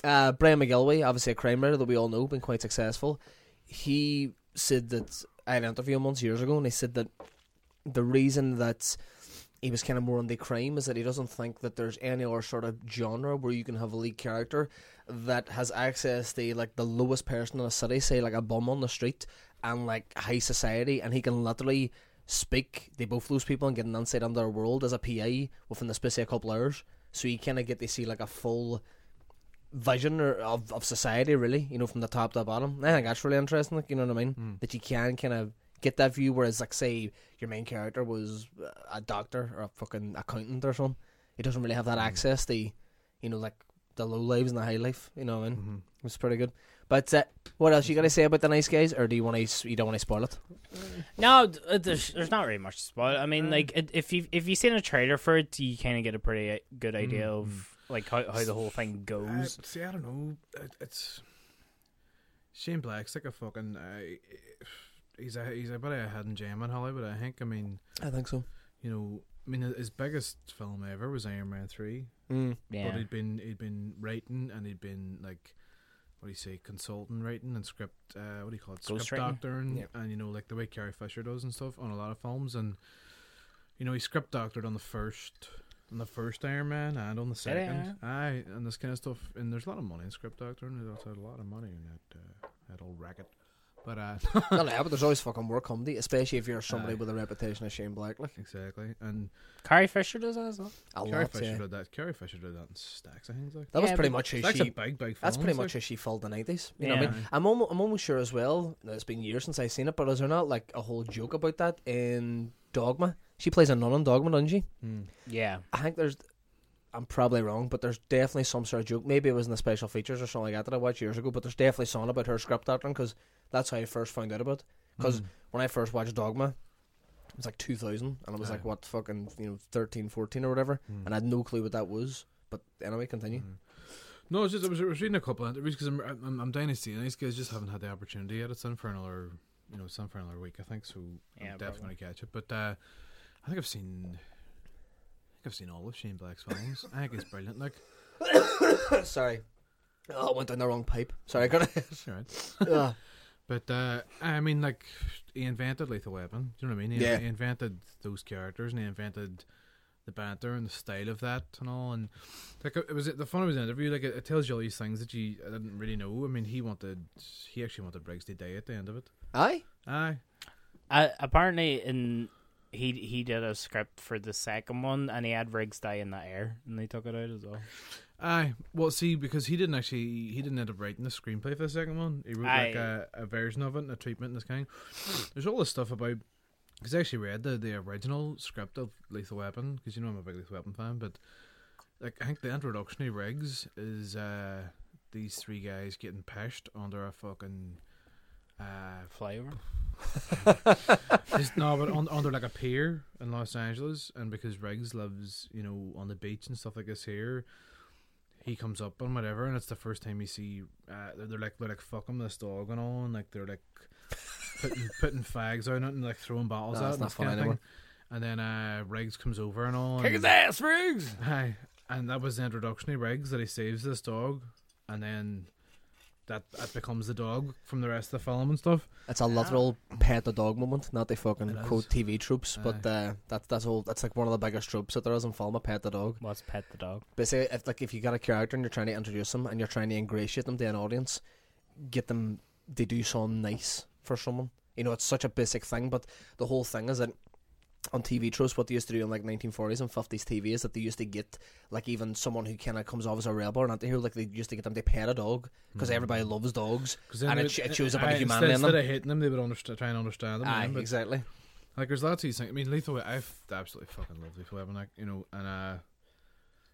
Speaker 2: uh, Brian McGilway, obviously a crime writer that we all know, been quite successful. He said that I had an interview him months years ago, and he said that the reason that he was kind of more on the crime is that he doesn't think that there's any other sort of genre where you can have a lead character that has access to like the lowest person in a city, say like a bum on the street, and like high society, and he can literally speak to both those people and get an insight into their world as a PI within the space of a couple hours. So you kind of get to see like a full vision or of, of society really you know from the top to the bottom i think that's really interesting like you know what i mean that you can kind of get that view whereas like say your main character was uh, a doctor or a fucking accountant or something it doesn't really have that access to you know like the low lives and the high life you know what i
Speaker 3: Mm.
Speaker 2: mean
Speaker 3: mm-hmm.
Speaker 2: it's pretty good but uh, what else you gotta say about the nice guys or do you want to you don't want to spoil it
Speaker 1: no, d- uh, there's there's not really much to spoil. I mean, like it, if you if you've seen a trailer for it, you kind of get a pretty uh, good idea
Speaker 3: Mm-hmm.
Speaker 1: of like how, how the whole thing
Speaker 3: Uh,
Speaker 1: goes.
Speaker 3: but see, I don't know. It, it's Shane Black's like a fucking. Uh, he's a he's a bit of a hidden gem in Hollywood. I think. I mean,
Speaker 2: i think so
Speaker 3: you know, I mean, his biggest film ever was Iron Man three.
Speaker 2: mm.
Speaker 1: yeah,
Speaker 3: But he'd been he'd been writing and he'd been like what do you say, consultant writing and script uh, what do you call it? Script
Speaker 1: Ghostwriting?
Speaker 3: doctoring
Speaker 2: Yeah.
Speaker 3: and you know, like the way Carrie Fisher does and stuff on a lot of films and you know, he script doctored on the first on the first Iron Man and on the
Speaker 1: Did he,
Speaker 3: second. Aye, and this kind of stuff and there's a lot of money in script doctoring, there's also a lot of money in that uh, that old racket. But uh
Speaker 2: [laughs]
Speaker 3: [laughs]
Speaker 2: no, no, but there's always fucking work comedy especially if you're somebody
Speaker 3: Aye.
Speaker 2: with a reputation of shane black like
Speaker 3: Exactly. And
Speaker 1: Carrie Fisher does that as well.
Speaker 2: a
Speaker 3: Carrie
Speaker 2: lot
Speaker 3: Fisher
Speaker 2: yeah.
Speaker 3: did that Carrie Fisher did that in stacks, I think like
Speaker 2: that was
Speaker 1: Yeah,
Speaker 2: pretty
Speaker 1: but
Speaker 2: much who
Speaker 3: Stacks
Speaker 2: she
Speaker 3: of big, big
Speaker 2: That's pretty
Speaker 3: films, like.
Speaker 2: much how she filled the nineties. You know what I
Speaker 1: Yeah.
Speaker 2: mean? I'm almost, I'm almost sure as well. now It's been years since I've seen it, but is there not like a whole joke about that in Dogma? She plays a nun in Dogma, doesn't she?
Speaker 3: hmm.
Speaker 1: Yeah,
Speaker 2: I think there's. I'm probably wrong, but there's definitely some sort of joke. Maybe it was in the special features or something like that that I watched years ago. But there's definitely something about her script doctoring because that's how I first found out about. Because when I first watched Dogma, it was like 2000, and I was
Speaker 3: Aye.
Speaker 2: like what fucking you know 13, 14 or whatever, and I had no clue what that was. But anyway, continue.
Speaker 3: No, it's just I was, I was reading a couple of interviews because I'm, I'm I'm dying to see. it, And these guys just haven't had the opportunity yet. It's in for another, you know, it's in for another week, I think. So
Speaker 1: Yeah,
Speaker 3: I'm definitely going to catch it. But uh, I think I've seen, I think I've seen all of Shane Black's films. I think he's brilliant. Like,
Speaker 2: [coughs] Sorry, oh, I went down the wrong pipe. Sorry, I got it.
Speaker 3: it's all right.
Speaker 2: Ugh.
Speaker 3: But uh, I mean, like, he invented Lethal Weapon. Do you know what I mean? He,
Speaker 2: Yeah.
Speaker 3: he invented those characters and he invented the banter and the style of that and all. And like, it was the fun of his interview. Like, it, it tells you all these things that you uh, I didn't really know. I mean, he wanted, he actually wanted Briggs to die at the end of it.
Speaker 2: [laughs] Aye.
Speaker 3: Aye.
Speaker 1: uh, apparently in he he did a script for the second one and he had Riggs die in the air and they took it out as well.
Speaker 3: Aye, well, see, because he didn't actually, he didn't end up writing the screenplay for the second one. He wrote like
Speaker 1: Aye.
Speaker 3: a, a version of it and a treatment and this kind. There's all this stuff about. Because I actually read the, the original script of Lethal Weapon, because you know I'm a big Lethal Weapon fan, but like I think the introduction of Riggs is uh, these three guys getting peshed under a fucking. Uh,
Speaker 1: Flyover.
Speaker 3: just, no, but on, under like a pier in Los Angeles, and because Riggs lives, you know, on the beach and stuff like this here, he comes up and whatever, and it's the first time you see. Uh, they're, they're like they're like fucking this dog and all, and like they're
Speaker 2: [laughs]
Speaker 3: like putting putting fags on it and like throwing bottles
Speaker 2: No,
Speaker 3: out
Speaker 2: that's
Speaker 3: and
Speaker 2: not
Speaker 3: this kind
Speaker 2: funny
Speaker 3: of thing.
Speaker 2: anymore.
Speaker 3: And then uh, Riggs comes over and all.
Speaker 2: Kick
Speaker 3: and-
Speaker 2: his ass, Riggs.
Speaker 3: Aye, and that was the introduction of Riggs that he saves this dog, and then that that becomes the dog from the rest of the film and stuff.
Speaker 2: It's a literal pet the dog moment, not the fucking
Speaker 3: It is.
Speaker 2: quote TV tropes, but uh, that's that's all. That's like one of the biggest tropes that there is in film. A pet the dog.
Speaker 1: What's pet the dog?
Speaker 2: Basically, if like if you got a character and you're trying to introduce them and you're trying to ingratiate them to an audience, get them they do something nice for someone. You know, it's such a basic thing, but the whole thing is that on TV tropes, what they used to do in like 1940s and 50s TV is that they used to get like even someone who kind of comes off as a rebel or not to like they used to get them to pet a dog because everybody loves dogs
Speaker 3: Mm-hmm. 'Cause then
Speaker 2: and
Speaker 3: they
Speaker 2: it, sh-
Speaker 3: would- uh,
Speaker 2: it shows a bit of
Speaker 3: aye,
Speaker 2: humanity in
Speaker 3: instead,
Speaker 2: them.
Speaker 3: Instead of hating them, they would understand, try and understand them.
Speaker 2: Aye,
Speaker 3: man, but,
Speaker 2: exactly.
Speaker 3: Like there's lots of these things. I mean, Lethal Weapon. I f- absolutely fucking love Lethal Weapon. Like you know, and uh,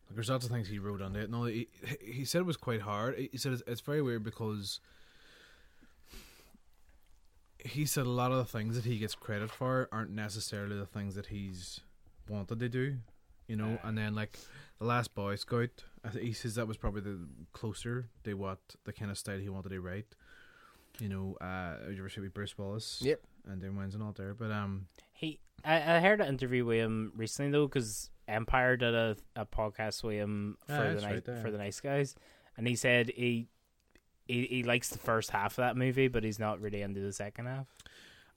Speaker 3: like there's lots of things he wrote on it. No, he he said it was quite hard. He said it's, it's very weird because he said a lot of the things that he gets credit for aren't necessarily the things that he's wanted to do. You know, and then like the last Boy Scout, I th- he says that was probably the closer to what the kind of style he wanted to write. You know, uh, you ever see with Bruce Willis?
Speaker 2: Yep.
Speaker 3: and then wins and all there. But um,
Speaker 1: He I, I heard an interview with him recently though because Empire did a, a podcast with him for
Speaker 3: Ah,
Speaker 1: the
Speaker 3: that's
Speaker 1: night
Speaker 3: right, yeah.
Speaker 1: for the nice guys and he said he. He, he likes the first half of that movie, but he's not really into the second half.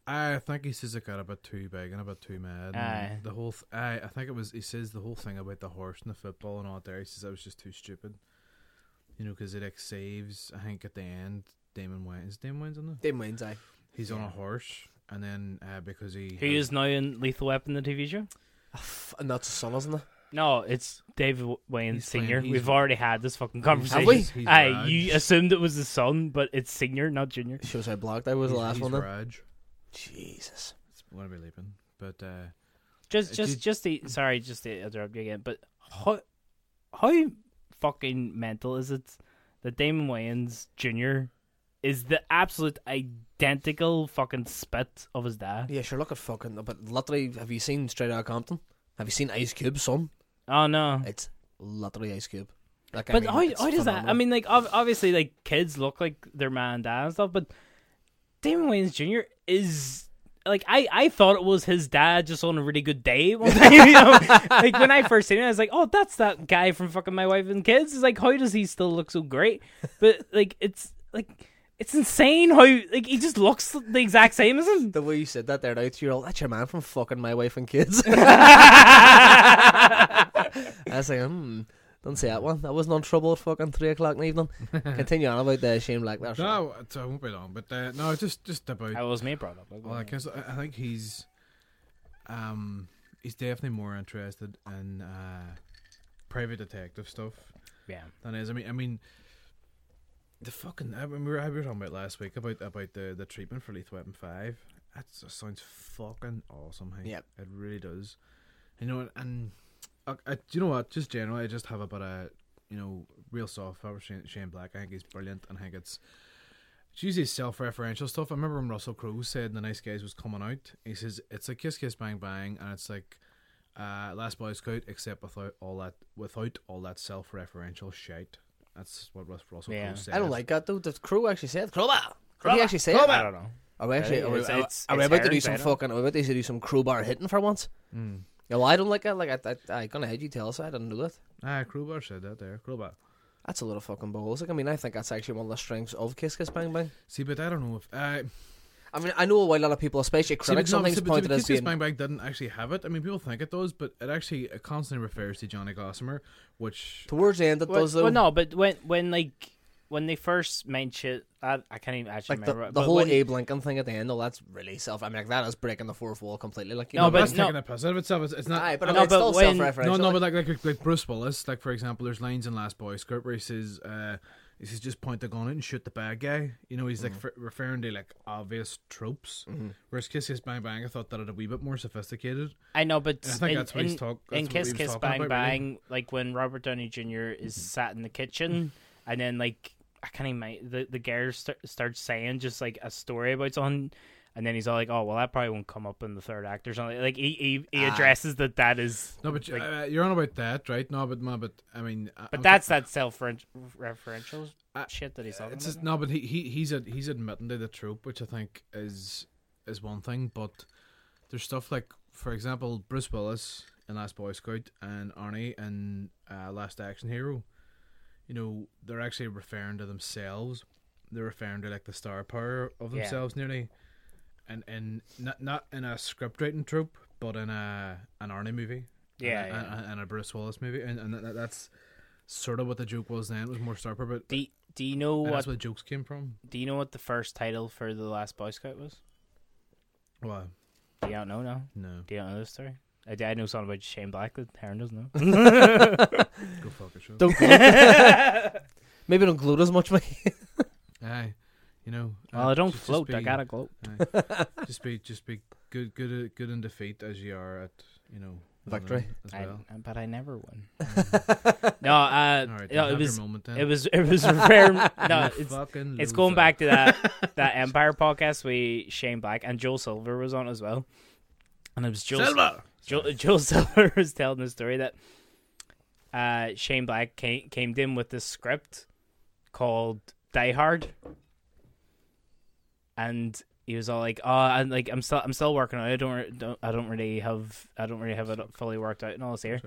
Speaker 3: I think he says it got a bit too big and a bit too mad. and
Speaker 1: Aye.
Speaker 3: The whole th- I I think it was he says the whole thing about the horse and the football and all that there. He says that was just too stupid. You know, because it like saves. I think at the end, Damon Wayne's Damon Wayne's on it.
Speaker 2: They minds I.
Speaker 3: He's on a horse, and then uh, because he
Speaker 1: Who is now in Lethal Weapon, the TV show?
Speaker 2: And that's the son, isn't it?
Speaker 1: No, it's David Wayne
Speaker 3: He's
Speaker 1: Senior.
Speaker 3: playing- he's-
Speaker 1: We've already had this fucking conversation.
Speaker 2: Have we?
Speaker 3: He's- he's
Speaker 1: Aye,
Speaker 3: Raj.
Speaker 1: you assumed it was the son, but it's Senior, not Junior.
Speaker 2: Shows how blocked I was
Speaker 3: he's,
Speaker 2: the last
Speaker 3: he's
Speaker 2: one. Then.
Speaker 3: Raj.
Speaker 2: Jesus.
Speaker 3: It's gonna be leaping, but uh,
Speaker 1: Just,
Speaker 3: Uh,
Speaker 1: just,
Speaker 3: did-
Speaker 1: just the. Sorry, just to interrupt you again. But how, how fucking mental is it that Damon Wayans Junior is the absolute identical fucking spit of his dad?
Speaker 2: Yeah, sure. Look at fucking. But literally, have you seen Straight Outta Compton? Have you seen Ice Cube, son?
Speaker 1: Oh no.
Speaker 2: It's literally Ice Cube. Like,
Speaker 1: But
Speaker 2: I mean,
Speaker 1: how,
Speaker 2: it's
Speaker 1: how does that? I
Speaker 2: phenomenal.
Speaker 1: mean, like ob- obviously, like kids look like their man and dad and stuff, but Damon Wayans Jr. is like I, I thought it was his dad just on a really good day. One [laughs] day you know? like when I first seen it, I was like, oh, that's that guy from fucking My Wife and Kids. It's like, how does he still look so great? But like, it's like. It's insane how like he just looks the exact same as
Speaker 2: [laughs]
Speaker 1: him.
Speaker 2: the way you said that there, now two year old, that's your man from fucking my wife and kids.
Speaker 1: [laughs]
Speaker 2: I was like, hmm, don't say that one. That was not trouble at fucking three o'clock in the
Speaker 1: [laughs]
Speaker 2: evening. Continue on about the shame like that.
Speaker 3: no, it's- it won't be long. But uh, no, just just about.
Speaker 1: That was me brought up.
Speaker 3: Well, I guess I, I think he's, um, he's definitely more interested in uh, private detective stuff
Speaker 1: yeah.
Speaker 3: than is. I mean, I mean, the fucking. I mean, we were, we were talking about last week about about the the treatment for Lethal Weapon Five. That s- sounds fucking awesome. Hey?
Speaker 2: Yep.
Speaker 3: it really does. You know, and I, I, do you know what? Just generally, I just have a bit of you know real soft power Shane, Shane Black. I think he's brilliant, and I think it's. It's usually self-referential stuff. I remember when Russell Crowe said in The Nice Guys was coming out. He says it's like Kiss Kiss Bang Bang, and it's like uh, Last Boy Scout, except without all that without all that self-referential shite. That's what Rus- Russell
Speaker 1: Yeah.
Speaker 3: Crowe said.
Speaker 2: I don't like that though. The crew actually said, crowbar. Did he actually say it?
Speaker 1: I don't know.
Speaker 2: Are we actually?
Speaker 1: Yeah,
Speaker 2: Are we,
Speaker 1: it's-
Speaker 2: are,
Speaker 1: it's-
Speaker 2: are we
Speaker 1: it's
Speaker 2: about to do
Speaker 1: Aaron's
Speaker 2: some
Speaker 1: item.
Speaker 2: fucking? Are we about to do some crowbar hitting for once?
Speaker 1: Hmm.
Speaker 2: Yeah, well, I don't like that. Like, I, I, I gonna head you tell us. I didn't do that.
Speaker 3: Ah, Crowbar said that there. Crowbar.
Speaker 2: That's a little fucking balls. Like, I mean, I think that's actually one of the strengths of Kiss Kiss Bang Bang.
Speaker 3: See, but I don't know if I.
Speaker 2: I mean, I know a lot of people, especially
Speaker 3: See, but
Speaker 2: critics,
Speaker 3: no,
Speaker 2: sometimes
Speaker 3: see, but-
Speaker 2: pointed
Speaker 3: but
Speaker 2: as
Speaker 3: Kiss Kiss
Speaker 2: being.
Speaker 3: Bang Bang didn't actually have it. I mean, people think it does, but it actually it constantly refers to Johnny Gossamer, which
Speaker 2: Towards the end, it
Speaker 1: Well,
Speaker 2: does though.
Speaker 1: well, no, but when when like when they first made shit, I, I can't even actually
Speaker 2: Like the,
Speaker 1: remember.
Speaker 2: the
Speaker 1: but
Speaker 2: whole
Speaker 1: when-
Speaker 2: Abe Lincoln thing at the end, though, that's really self. I mean, like that is breaking the fourth wall completely. Like, you
Speaker 1: No,
Speaker 2: know,
Speaker 3: but
Speaker 1: but
Speaker 3: that's
Speaker 1: no-
Speaker 3: taking the piss out of itself. It's, it's not.
Speaker 2: Aye, but,
Speaker 3: I
Speaker 2: I mean,
Speaker 1: No,
Speaker 2: it's
Speaker 1: but
Speaker 2: still
Speaker 1: when-
Speaker 2: self-referential.
Speaker 3: No, no,
Speaker 2: like-
Speaker 3: but like, like like Bruce Willis, like for example, there's lines in Last Boy Scout where he says, uh, he says just point the gun at and shoot the bad guy. You know, he's
Speaker 1: Mm-hmm.
Speaker 3: like fr- referring to like obvious tropes. Whereas Kiss Kiss Bang Bang, I thought that it a wee bit more sophisticated.
Speaker 1: I know, but
Speaker 3: I think
Speaker 1: in,
Speaker 3: that's what he's
Speaker 1: in-
Speaker 3: talk-
Speaker 1: in
Speaker 3: that's what
Speaker 1: Kiss
Speaker 3: he was
Speaker 1: Kiss
Speaker 3: talking
Speaker 1: Bang
Speaker 3: about, really.
Speaker 1: Bang, like when Robert Downey Jr. is sat in the
Speaker 2: Mm.
Speaker 1: kitchen, and then like I can't even ma- the the girl st- starts saying just like a story about something. And then he's all like, "Oh well, that probably won't come up in the third act or something." Like he he, he
Speaker 2: Ah.
Speaker 1: addresses that that is,
Speaker 3: No, but you- uh, you're on about that, right? No, but no, but I mean, I-
Speaker 1: but
Speaker 3: I'm-
Speaker 1: that's that self-referential
Speaker 3: I-
Speaker 1: shit that he's talking
Speaker 3: Uh, It's
Speaker 1: about.
Speaker 3: just, no, but he, he he's ad, he's admitting to the trope, which I think is is one thing. But there's stuff like, for example, Bruce Willis in Last Boy Scout and Arnie in uh, Last Action Hero. You know, they're actually referring to themselves. They're referring to like the star power of
Speaker 1: Yeah.
Speaker 3: themselves, nearly, and and not not in a script writing trope, but in a an Arnie movie. and
Speaker 1: Yeah,
Speaker 3: a-
Speaker 1: yeah.
Speaker 3: and, and a Bruce Willis movie, and, and that, that's sort of what the joke was then. It was more star power, but
Speaker 1: Do, y- do you know
Speaker 3: and
Speaker 1: what
Speaker 3: that's where the jokes came from.
Speaker 1: Do you know what the first title for the last Boy Scout was?
Speaker 3: Why?
Speaker 1: Do you not know now?
Speaker 3: No.
Speaker 1: Do you not know this story? I, I know something about Shane Black that Heron doesn't know. [laughs]
Speaker 3: Go fuck yourself.
Speaker 2: don't gloat. maybe don't gloat as much. Mate.
Speaker 3: Aye. You know.
Speaker 1: well,
Speaker 3: uh,
Speaker 1: I don't
Speaker 3: just- just
Speaker 1: float. I
Speaker 3: be-
Speaker 1: gotta gloat.
Speaker 3: aye. just be, just be good, good, at, good in defeat as you are at, you know, winning
Speaker 2: Victory.
Speaker 3: as
Speaker 1: I,
Speaker 3: well.
Speaker 1: I- but I never
Speaker 3: [laughs]
Speaker 1: won. no, uh,
Speaker 3: All right.
Speaker 1: no, it
Speaker 3: have
Speaker 1: was
Speaker 3: your moment then.
Speaker 1: it was it was
Speaker 3: [laughs]
Speaker 1: rare. no,
Speaker 3: You
Speaker 1: it's
Speaker 3: fucking
Speaker 1: it's
Speaker 3: loser.
Speaker 1: going back to that that Empire podcast we Shane Black and Joel Silver was on as well, and it was Joel
Speaker 3: Silver!
Speaker 1: Joel, [laughs] Joel Silver was telling the story that uh, Shane Black came came to him with this script called Die Hard, and he was all like, "Oh, I'm like I'm still I'm still working on it. I don't, re- don't I don't really have I don't really have it fully worked out and all this here."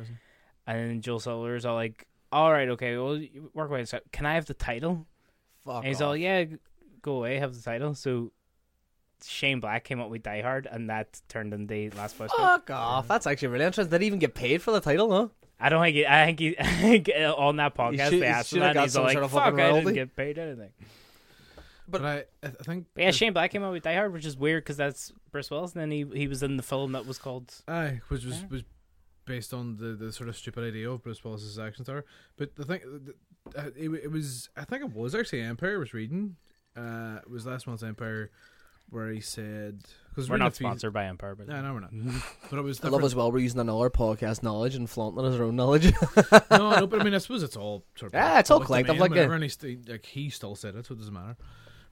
Speaker 1: And then Joel Silver was all like, "All right, okay, well you work away. So can I have the title?"
Speaker 2: [laughs] Fuck.
Speaker 1: And he's
Speaker 2: off.
Speaker 1: all, yeah, g- go away, have the title. So Shane Black came up with Die Hard, and that turned into Last Boy Scout.
Speaker 2: Fuck off. That's actually really interesting. Did he even get paid for the title, no?
Speaker 1: I don't think he, I think he [laughs] I think uh, on that podcast
Speaker 2: should-
Speaker 1: they
Speaker 2: he
Speaker 1: asked him that. And
Speaker 2: should have got
Speaker 1: he's
Speaker 2: some
Speaker 1: like,
Speaker 2: sort of
Speaker 1: "Fuck,
Speaker 2: fucking
Speaker 1: I didn't
Speaker 2: royalty."
Speaker 1: get paid anything."
Speaker 3: But I, I think.
Speaker 1: But yeah, Shane Black came out with Die Hard, which is weird because that's Bruce Willis, and then he he was in the film that was called.
Speaker 3: Aye, which was was based on the, the sort of stupid idea of Bruce Willis's action star. But the thing, the, uh, it, wa- it was I think it was actually Empire I was reading. Uh, it was last month's Empire where he said because
Speaker 1: We're not sponsored by Empire, but
Speaker 3: No, no, we're not. but it was
Speaker 2: Mm-hmm. I love
Speaker 3: different-
Speaker 2: as well. We're using another podcast knowledge and flaunting it as our own knowledge. [laughs]
Speaker 3: no, no, but I mean, I suppose it's all sort of
Speaker 2: Yeah, it's all
Speaker 3: public
Speaker 2: collective,
Speaker 3: domain,
Speaker 2: like,
Speaker 3: whatever,
Speaker 2: uh,
Speaker 3: and he st- like he still said it, so it doesn't matter.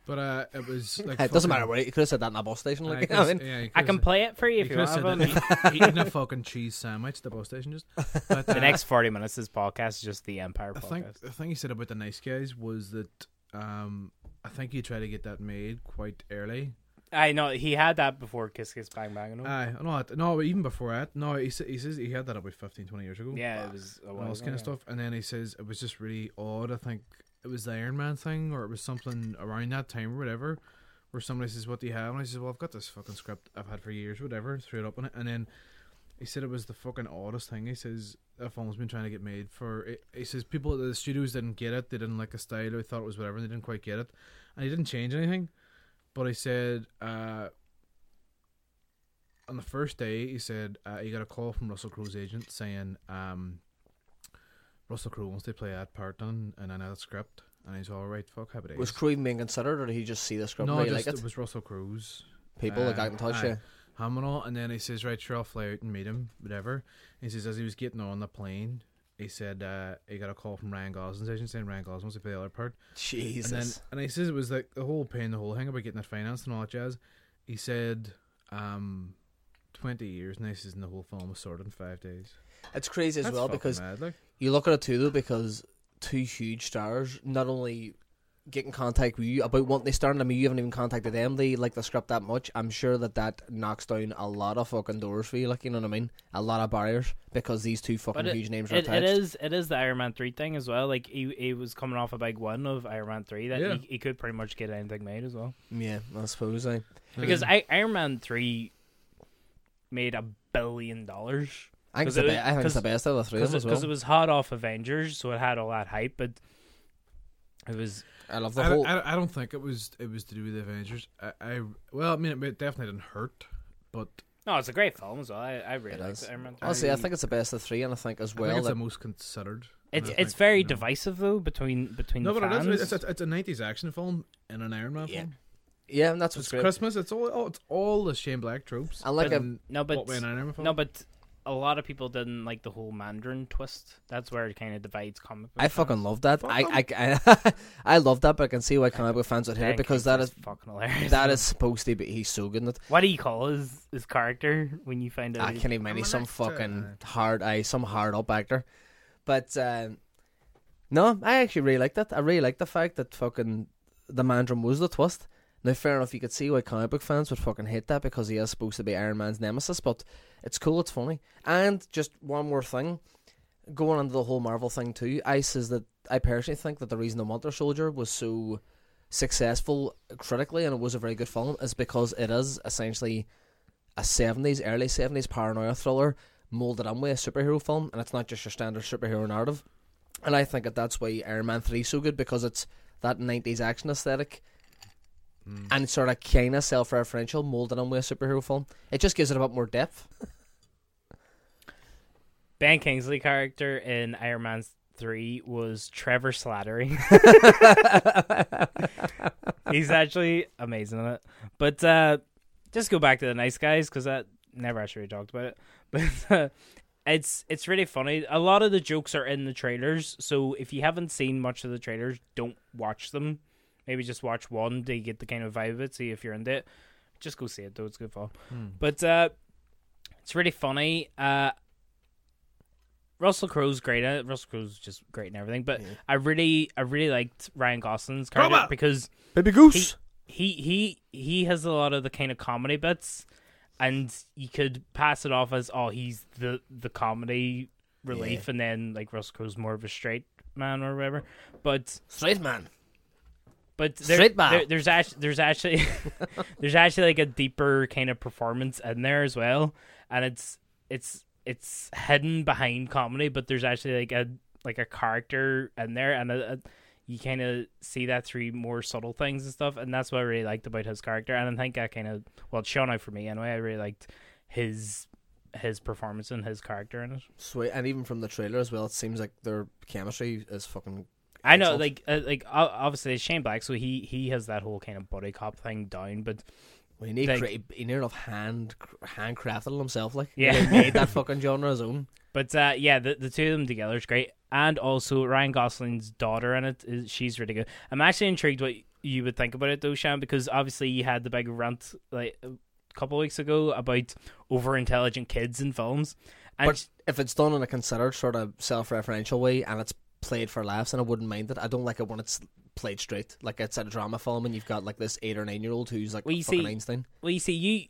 Speaker 3: But uh,
Speaker 2: [laughs]
Speaker 3: it was like
Speaker 2: it doesn't matter
Speaker 3: fucking-
Speaker 2: where you could have said that in a bus station. [laughs]
Speaker 3: Aye,
Speaker 2: Like, I
Speaker 3: 'cause-
Speaker 2: mean,
Speaker 3: yeah, he
Speaker 1: I
Speaker 3: could've
Speaker 1: can
Speaker 3: said-
Speaker 1: play it for you
Speaker 3: he
Speaker 1: if you
Speaker 3: could've
Speaker 1: want.
Speaker 3: said
Speaker 1: Evan.
Speaker 3: that he- eating a fucking cheese sandwich at the bus
Speaker 2: [laughs]
Speaker 3: station just.
Speaker 1: [laughs]
Speaker 3: But,
Speaker 1: the
Speaker 3: uh,
Speaker 1: next forty minutes of this podcast is just the Empire
Speaker 3: I think
Speaker 1: podcast.
Speaker 3: the thing he said about the nice guys was that um, I think you try to get that made quite early.
Speaker 1: I know he had that before Kiss Kiss Bang Bang.
Speaker 2: Oh.
Speaker 1: And all.
Speaker 3: Aye, no, that- no, even before that, no, he, sa- he says he had that about 15, 20 years ago.
Speaker 1: yeah, it was a
Speaker 3: and
Speaker 1: while
Speaker 3: all this kind of
Speaker 1: ago,
Speaker 3: stuff. And then he says it was just really odd. I think it was the Iron Man thing, or it was something around that time, or whatever. Where somebody says, "What do you have?" And I says, "Well, I've got this fucking script I've had for years, whatever." Threw it up on it, and then he said it was the fucking oddest thing. He says that film's been trying to get made for. He- He says people at the studios didn't get it. They didn't like the style. They thought it was whatever. and They didn't quite get it, and he didn't change anything. But he said uh, on the first day, he said uh, he got a call from Russell Crowe's agent saying um, Russell Crowe wants to play that part done in another script, and he's all right. Fuck, happy days.
Speaker 2: was Crew even being considered, or did he just see the script
Speaker 3: no,
Speaker 2: and really
Speaker 3: just,
Speaker 2: like
Speaker 3: it
Speaker 2: it?
Speaker 3: was Russell Crowe's
Speaker 2: People that got
Speaker 3: uh,
Speaker 2: in touch,
Speaker 3: aye.
Speaker 2: yeah.
Speaker 3: Haminal, and then he says, "Right, sure, I'll fly out and meet him, whatever." He says as he was getting on the plane, he said uh, he got a call from Ryan Gosling's agent saying Ryan Gosling wants to play the other part,
Speaker 2: Jesus.
Speaker 3: and then and he says it was like the whole pain, the whole thing about getting that finance and all that jazz. He said, um, twenty years, and he says, and the whole film was sorted in five days.
Speaker 2: it's crazy as
Speaker 3: That's
Speaker 2: well
Speaker 3: fucking
Speaker 2: because
Speaker 3: mad, like.
Speaker 2: you look at it too, though, because two huge stars not only get in contact with you about wanting to start, I mean, you haven't even contacted them. They like the script that much. I'm sure that that knocks down a lot of fucking doors for you. Like, you know what I mean? A lot of barriers because these two fucking
Speaker 1: But it-
Speaker 2: huge names are
Speaker 1: it, it
Speaker 2: attached.
Speaker 1: is it is the Iron Man three thing as well. Like he, he was coming off a big one of Iron Man three that
Speaker 3: Yeah.
Speaker 1: he, he could pretty much get anything made as well.
Speaker 2: Yeah, I suppose. I.
Speaker 1: Because I, Iron Man three made a billion dollars
Speaker 2: I think, it's
Speaker 1: 'Cause it
Speaker 2: the be-
Speaker 1: was-
Speaker 2: I think it's the best out of the three
Speaker 1: because
Speaker 2: of them as
Speaker 1: it,
Speaker 2: well.
Speaker 1: was hot off Avengers, so it had all that hype. But It was
Speaker 2: I love the
Speaker 3: I,
Speaker 2: whole.
Speaker 3: I, I don't think it was it was to do with the Avengers. I, I well, I mean, it, it definitely didn't hurt, but
Speaker 1: no, it's a great film as well. I, I really
Speaker 2: It
Speaker 1: like
Speaker 2: is.
Speaker 1: it. I remember-
Speaker 2: Honestly, I think it's the best of three, and I think as
Speaker 3: I
Speaker 2: well
Speaker 3: think it's the
Speaker 2: that
Speaker 3: most considered.
Speaker 1: It's
Speaker 3: And I
Speaker 1: it's
Speaker 3: think,
Speaker 1: very
Speaker 3: you know-
Speaker 1: divisive though between between
Speaker 3: No,
Speaker 1: the
Speaker 3: but it
Speaker 1: fans.
Speaker 3: is. It's, it's, it's a '90s action film and an Iron Man
Speaker 2: Yeah.
Speaker 3: film.
Speaker 2: yeah, and that's
Speaker 3: It's
Speaker 2: what's great.
Speaker 3: Christmas. It's all. Oh, it's all the Shane Black tropes.
Speaker 2: And like a
Speaker 3: and
Speaker 1: no, but
Speaker 3: what way an Iron Man film.
Speaker 1: no, but a lot of people didn't like the whole Mandarin twist. That's where it kind of divides comic. book
Speaker 2: I fucking
Speaker 1: fans.
Speaker 2: love that.
Speaker 3: Fuck
Speaker 2: I I, I [laughs] I love that, but I can see why comic book fans would hate
Speaker 1: Dan
Speaker 2: it because
Speaker 1: King's
Speaker 2: that is
Speaker 1: just fucking hilarious.
Speaker 2: that is supposed to be he's so good in it.
Speaker 1: what do you call his his character when you find out?
Speaker 2: I
Speaker 1: he-
Speaker 2: can't even. He's
Speaker 3: an
Speaker 2: some
Speaker 3: actor.
Speaker 2: fucking hard eye, some hard up actor. But um, no, I actually really liked it. I really liked the fact that fucking the Mandarin was the twist. Now, fair enough, you could see why comic book fans would fucking hate that because he is supposed to be Iron Man's nemesis. But it's cool. It's funny. And just one more thing, going into the whole Marvel thing too. I says that I personally think that the reason the Winter Soldier was so successful critically and it was a very good film is because it is essentially a 70s, early 70s paranoia thriller molded in with a superhero film, and it's not just your standard superhero narrative. And I think that that's why Iron Man 3 is so good because it's that 90s action aesthetic
Speaker 3: Hmm.
Speaker 2: and sort of kind of self referential molded in with a superhero film. It just gives it a bit more depth.
Speaker 1: Ben Kingsley character in Iron Man three was Trevor Slattery. [laughs] He's actually amazing in it. But uh, just go back to the nice guys because that never actually talked about it. [laughs] But uh, it's it's really funny. A lot of the jokes are in the trailers, so if you haven't seen much of the trailers, don't watch them. Maybe just watch one to get the kind of vibe of it. See if you're into it. Just go see it though; it's good fun. But uh, it's really funny. Uh, Russell Crowe's great at it. Russell Crowe's just great and everything. But I really, I really liked Ryan Gosling's character
Speaker 3: Robot!
Speaker 1: because
Speaker 2: Baby
Speaker 1: he, he he he has a lot of the kind of comedy bits, and you could pass it off as oh he's the the comedy relief, and then like Russell Crowe's more of a straight man or whatever. But
Speaker 2: Straight man.
Speaker 1: but there,
Speaker 2: Straight man.
Speaker 1: there- there's actually there's actually [laughs] there's actually like a deeper kind of performance in there as well, and it's it's it's hidden behind comedy, but there's actually like a like a character in there, and a, a, you kind of see that through more subtle things and stuff, and that's what I really liked about his character, and I think I kind of well, it's shown out for me anyway. I really liked his his performance and his character in it.
Speaker 2: Sweet. And even from the trailer as well, it seems like their chemistry is fucking.
Speaker 1: I know,
Speaker 2: Excellent.
Speaker 1: like, uh, like o- obviously it's Shane Black, so he he has that whole kind of buddy cop thing down, but
Speaker 2: We need
Speaker 1: Like-
Speaker 2: cre- he near enough hand handcrafted himself, like
Speaker 1: Yeah.
Speaker 2: he made
Speaker 1: [laughs]
Speaker 2: that fucking genre his own.
Speaker 1: But uh, yeah, the, the two of them together is great, and also Ryan Gosling's daughter in it is she's really good. I'm actually intrigued what you would think about it though, Shan, because obviously you had the big rant like a couple of weeks ago about over intelligent kids in films, and
Speaker 2: But if it's done in a considered sort of self-referential way and it's played for laughs, and I wouldn't mind it. I don't like it when it's played straight. Like it's a drama film, and you've got like this eight or nine year old who's like
Speaker 1: Well, you
Speaker 2: fucking
Speaker 1: see-
Speaker 2: Einstein.
Speaker 1: well, you see, you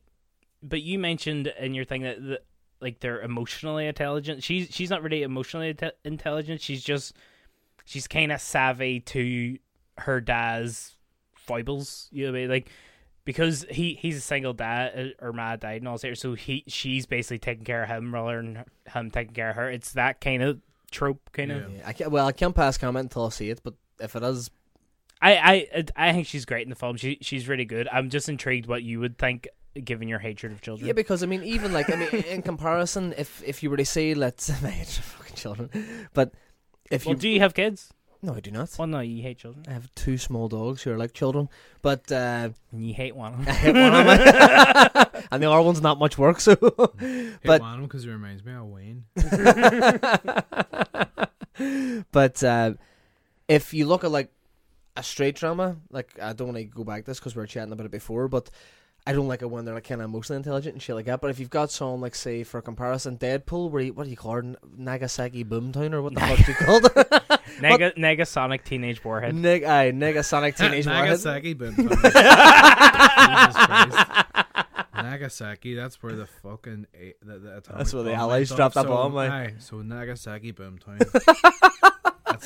Speaker 1: but you mentioned in your thing that, that like they're emotionally intelligent. She's she's not really emotionally inte- intelligent. She's just she's kind of savvy to her dad's foibles. You know what I mean? Like because he he's a single dad, uh, her ma died and all that. So he she's basically taking care of him rather than him taking care of her. It's that kind of trope, kind of.
Speaker 3: Yeah.
Speaker 2: Yeah, I can't, well, I can't pass comment until I see it, but if it is,
Speaker 1: I, I I think she's great in the film. She she's really good. I'm just intrigued what you would think given your hatred of children.
Speaker 2: yeah, because I mean, even like I mean, in comparison, if if you were to say, let's [laughs] fucking children, but if
Speaker 1: well,
Speaker 2: you
Speaker 1: do you have kids?
Speaker 2: no, I do not.
Speaker 1: Well, no, you hate children.
Speaker 2: I have two small dogs who are like children, but
Speaker 1: [laughs]
Speaker 2: uh, [laughs]
Speaker 1: And you hate one.
Speaker 2: I hit one of them. and the other one's not much work, so [laughs] but-
Speaker 3: but because he reminds me of Wayne.
Speaker 2: [laughs] but uh, if you look at like a straight drama, like I don't want to go back to this because we were chatting about it before, but I don't like it when they're like kind of emotionally intelligent and shit like that. But if you've got someone like say for comparison, Deadpool, where he, what do you call her, N- Nagasaki Boomtown or what the
Speaker 3: [laughs]
Speaker 2: fuck do you call it?
Speaker 1: [laughs] Nega, Nega Sonic Teenage Warhead.
Speaker 2: Neg- aye,
Speaker 3: [laughs]
Speaker 2: [laughs] Negasonic Teenage Warhead.
Speaker 3: Nagasaki, but [laughs] Jesus Christ. Nagasaki. That's where the fucking a- the, the atomic
Speaker 2: That's where the
Speaker 3: bomb
Speaker 2: Allies
Speaker 3: went off.
Speaker 2: dropped that
Speaker 3: so,
Speaker 2: bomb, aye.
Speaker 3: Aye, so Nagasaki
Speaker 2: [laughs]
Speaker 3: boom time. That's-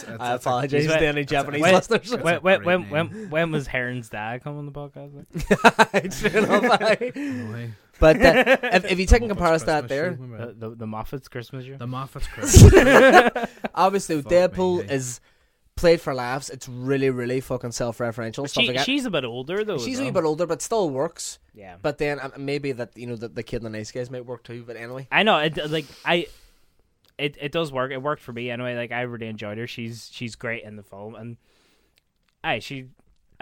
Speaker 3: that's-
Speaker 2: I
Speaker 3: that's a-
Speaker 2: apologize
Speaker 1: He's
Speaker 2: to
Speaker 1: wet.
Speaker 2: any Japanese
Speaker 1: Wet.
Speaker 2: listeners.
Speaker 3: That's
Speaker 1: When,
Speaker 3: a
Speaker 1: when,
Speaker 3: great
Speaker 1: when,
Speaker 3: name.
Speaker 1: when, when was Heron's dad come on the podcast?
Speaker 2: [laughs] True enough,
Speaker 3: [laughs]
Speaker 2: aye.
Speaker 3: No way.
Speaker 2: but uh, if, if you take in
Speaker 3: Moffat's
Speaker 2: comparison that
Speaker 3: Christmas
Speaker 2: there,
Speaker 3: show, remember
Speaker 1: The,
Speaker 3: that?
Speaker 2: [laughs]
Speaker 1: the, the Moffat's Christmas year?
Speaker 3: the Moffat's Christmas.
Speaker 2: obviously
Speaker 3: Fuck me,
Speaker 2: Deadpool
Speaker 3: mate.
Speaker 2: is played for laughs. It's really, really fucking self-referential stuff
Speaker 1: She,
Speaker 2: like that.
Speaker 1: she's a bit older though.
Speaker 2: She's a
Speaker 1: though.
Speaker 2: wee bit older, but still works.
Speaker 3: Mm.
Speaker 1: Yeah.
Speaker 2: But then um, maybe that you know the, the kid and the nice guys might work too. But anyway,
Speaker 3: [laughs]
Speaker 1: I know. It, like I, it it does work. It worked for me anyway. Like I really enjoyed her. She's she's great in the film, and I she.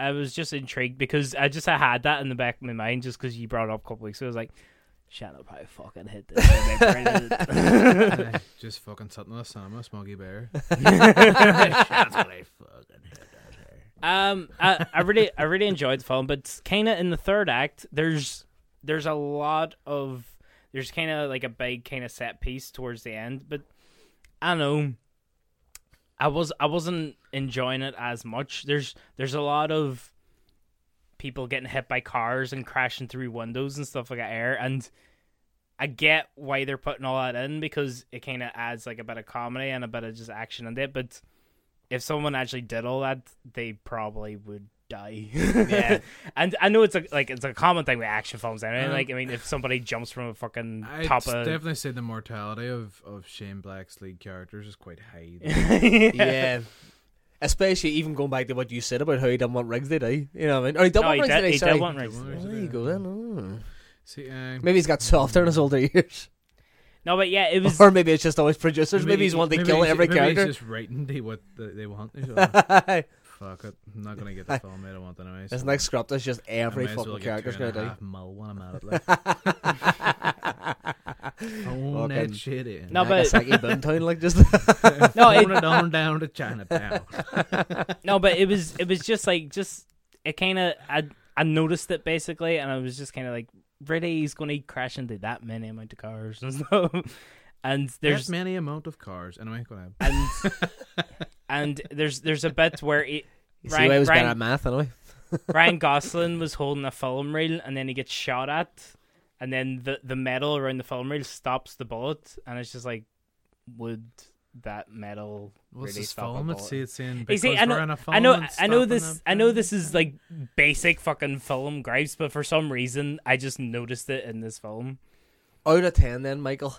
Speaker 1: I was just intrigued because I just I had that in the back of my mind just because you brought it up a couple weeks ago. I was like, Shannon probably fucking hit this. They're [laughs] brilliant.
Speaker 3: Eh, just fucking sitting on a salmon,
Speaker 2: [laughs]
Speaker 3: smoggy bear.
Speaker 1: um, I, I really I really enjoyed the film, but kind of in the third act, there's there's a lot of there's kind of like a big kind of set piece towards the end, but I don't know. I was I wasn't enjoying it as much. There's there's a lot of people getting hit by cars and crashing through windows and stuff like that air and I get why they're putting all that in because it kind of adds like a bit of comedy and a bit of just action in it. But if someone actually did all that, they probably would die. yeah, [laughs] and I know it's a like it's a common thing with action films. Anyway,
Speaker 3: Um,
Speaker 1: like I mean, if somebody jumps from a fucking
Speaker 3: I'd
Speaker 1: top of
Speaker 3: definitely say the mortality of, of Shane Black's lead characters is quite high.
Speaker 1: [laughs]
Speaker 2: [laughs] yeah. Especially even going back to what you said about how he didn't want Riggs to die. You know what I mean? Or he didn't
Speaker 1: no,
Speaker 2: want
Speaker 1: he
Speaker 2: Riggs
Speaker 1: did,
Speaker 2: to die,
Speaker 1: he
Speaker 2: sorry.
Speaker 1: did want racism.
Speaker 3: Where's
Speaker 2: There
Speaker 3: the-
Speaker 2: you go then. oh.
Speaker 3: See, uh,
Speaker 2: Maybe he's got softer in his older [laughs] years.
Speaker 1: No, but yeah, it was.
Speaker 2: Or maybe it's just always producers. Maybe, he's
Speaker 3: he-
Speaker 2: wanting to
Speaker 3: maybe
Speaker 2: kill
Speaker 3: he's-
Speaker 2: every
Speaker 3: maybe
Speaker 2: character.
Speaker 3: He's just writing they what th- they want.
Speaker 2: [laughs]
Speaker 3: He's like, Fuck it, I'm not gonna get the film made I want anyway.
Speaker 2: this
Speaker 3: so
Speaker 2: next script is just
Speaker 3: I
Speaker 2: every
Speaker 3: might as
Speaker 2: fucking
Speaker 3: well get
Speaker 2: character's
Speaker 3: two and
Speaker 2: going to
Speaker 3: a
Speaker 2: die.
Speaker 3: half mil when I'm at
Speaker 2: [laughs]
Speaker 3: it, like. Own
Speaker 2: Fucking-
Speaker 3: that shit in.
Speaker 1: No, but
Speaker 2: Nagasaki Boomtown, like
Speaker 1: [laughs]
Speaker 2: just.
Speaker 1: no,
Speaker 3: Own
Speaker 1: it,
Speaker 3: it on down
Speaker 2: [laughs]
Speaker 3: to Chinatown.
Speaker 1: no, but it was it was just like just it kind of I I noticed it basically, and I was just kind of like, really, he's going to crash into that many amount of cars and stuff. [laughs] And
Speaker 3: There's
Speaker 1: there's
Speaker 3: many amount of cars. Anyway, go ahead.
Speaker 1: and and there's there's a bit where it,
Speaker 2: You see
Speaker 1: Ryan,
Speaker 2: why he was bad
Speaker 1: Ryan,
Speaker 2: at math, anyway.
Speaker 1: Ryan Gosling was holding a film reel, and then he gets shot at, and then the the metal around the film reel stops the bullet, and it's just like, would that metal
Speaker 3: What's
Speaker 1: really
Speaker 3: this
Speaker 1: stop a
Speaker 3: film?
Speaker 1: bullet?
Speaker 3: Let's see it's saying
Speaker 1: You
Speaker 3: because
Speaker 1: see, I know,
Speaker 3: we're in a film
Speaker 1: I know,
Speaker 3: and
Speaker 1: I know
Speaker 3: stopping
Speaker 1: this,
Speaker 3: a-
Speaker 1: I know this is like basic fucking film gripes, but for some reason, I just noticed it in this film.
Speaker 2: Out of 10, then, Michael.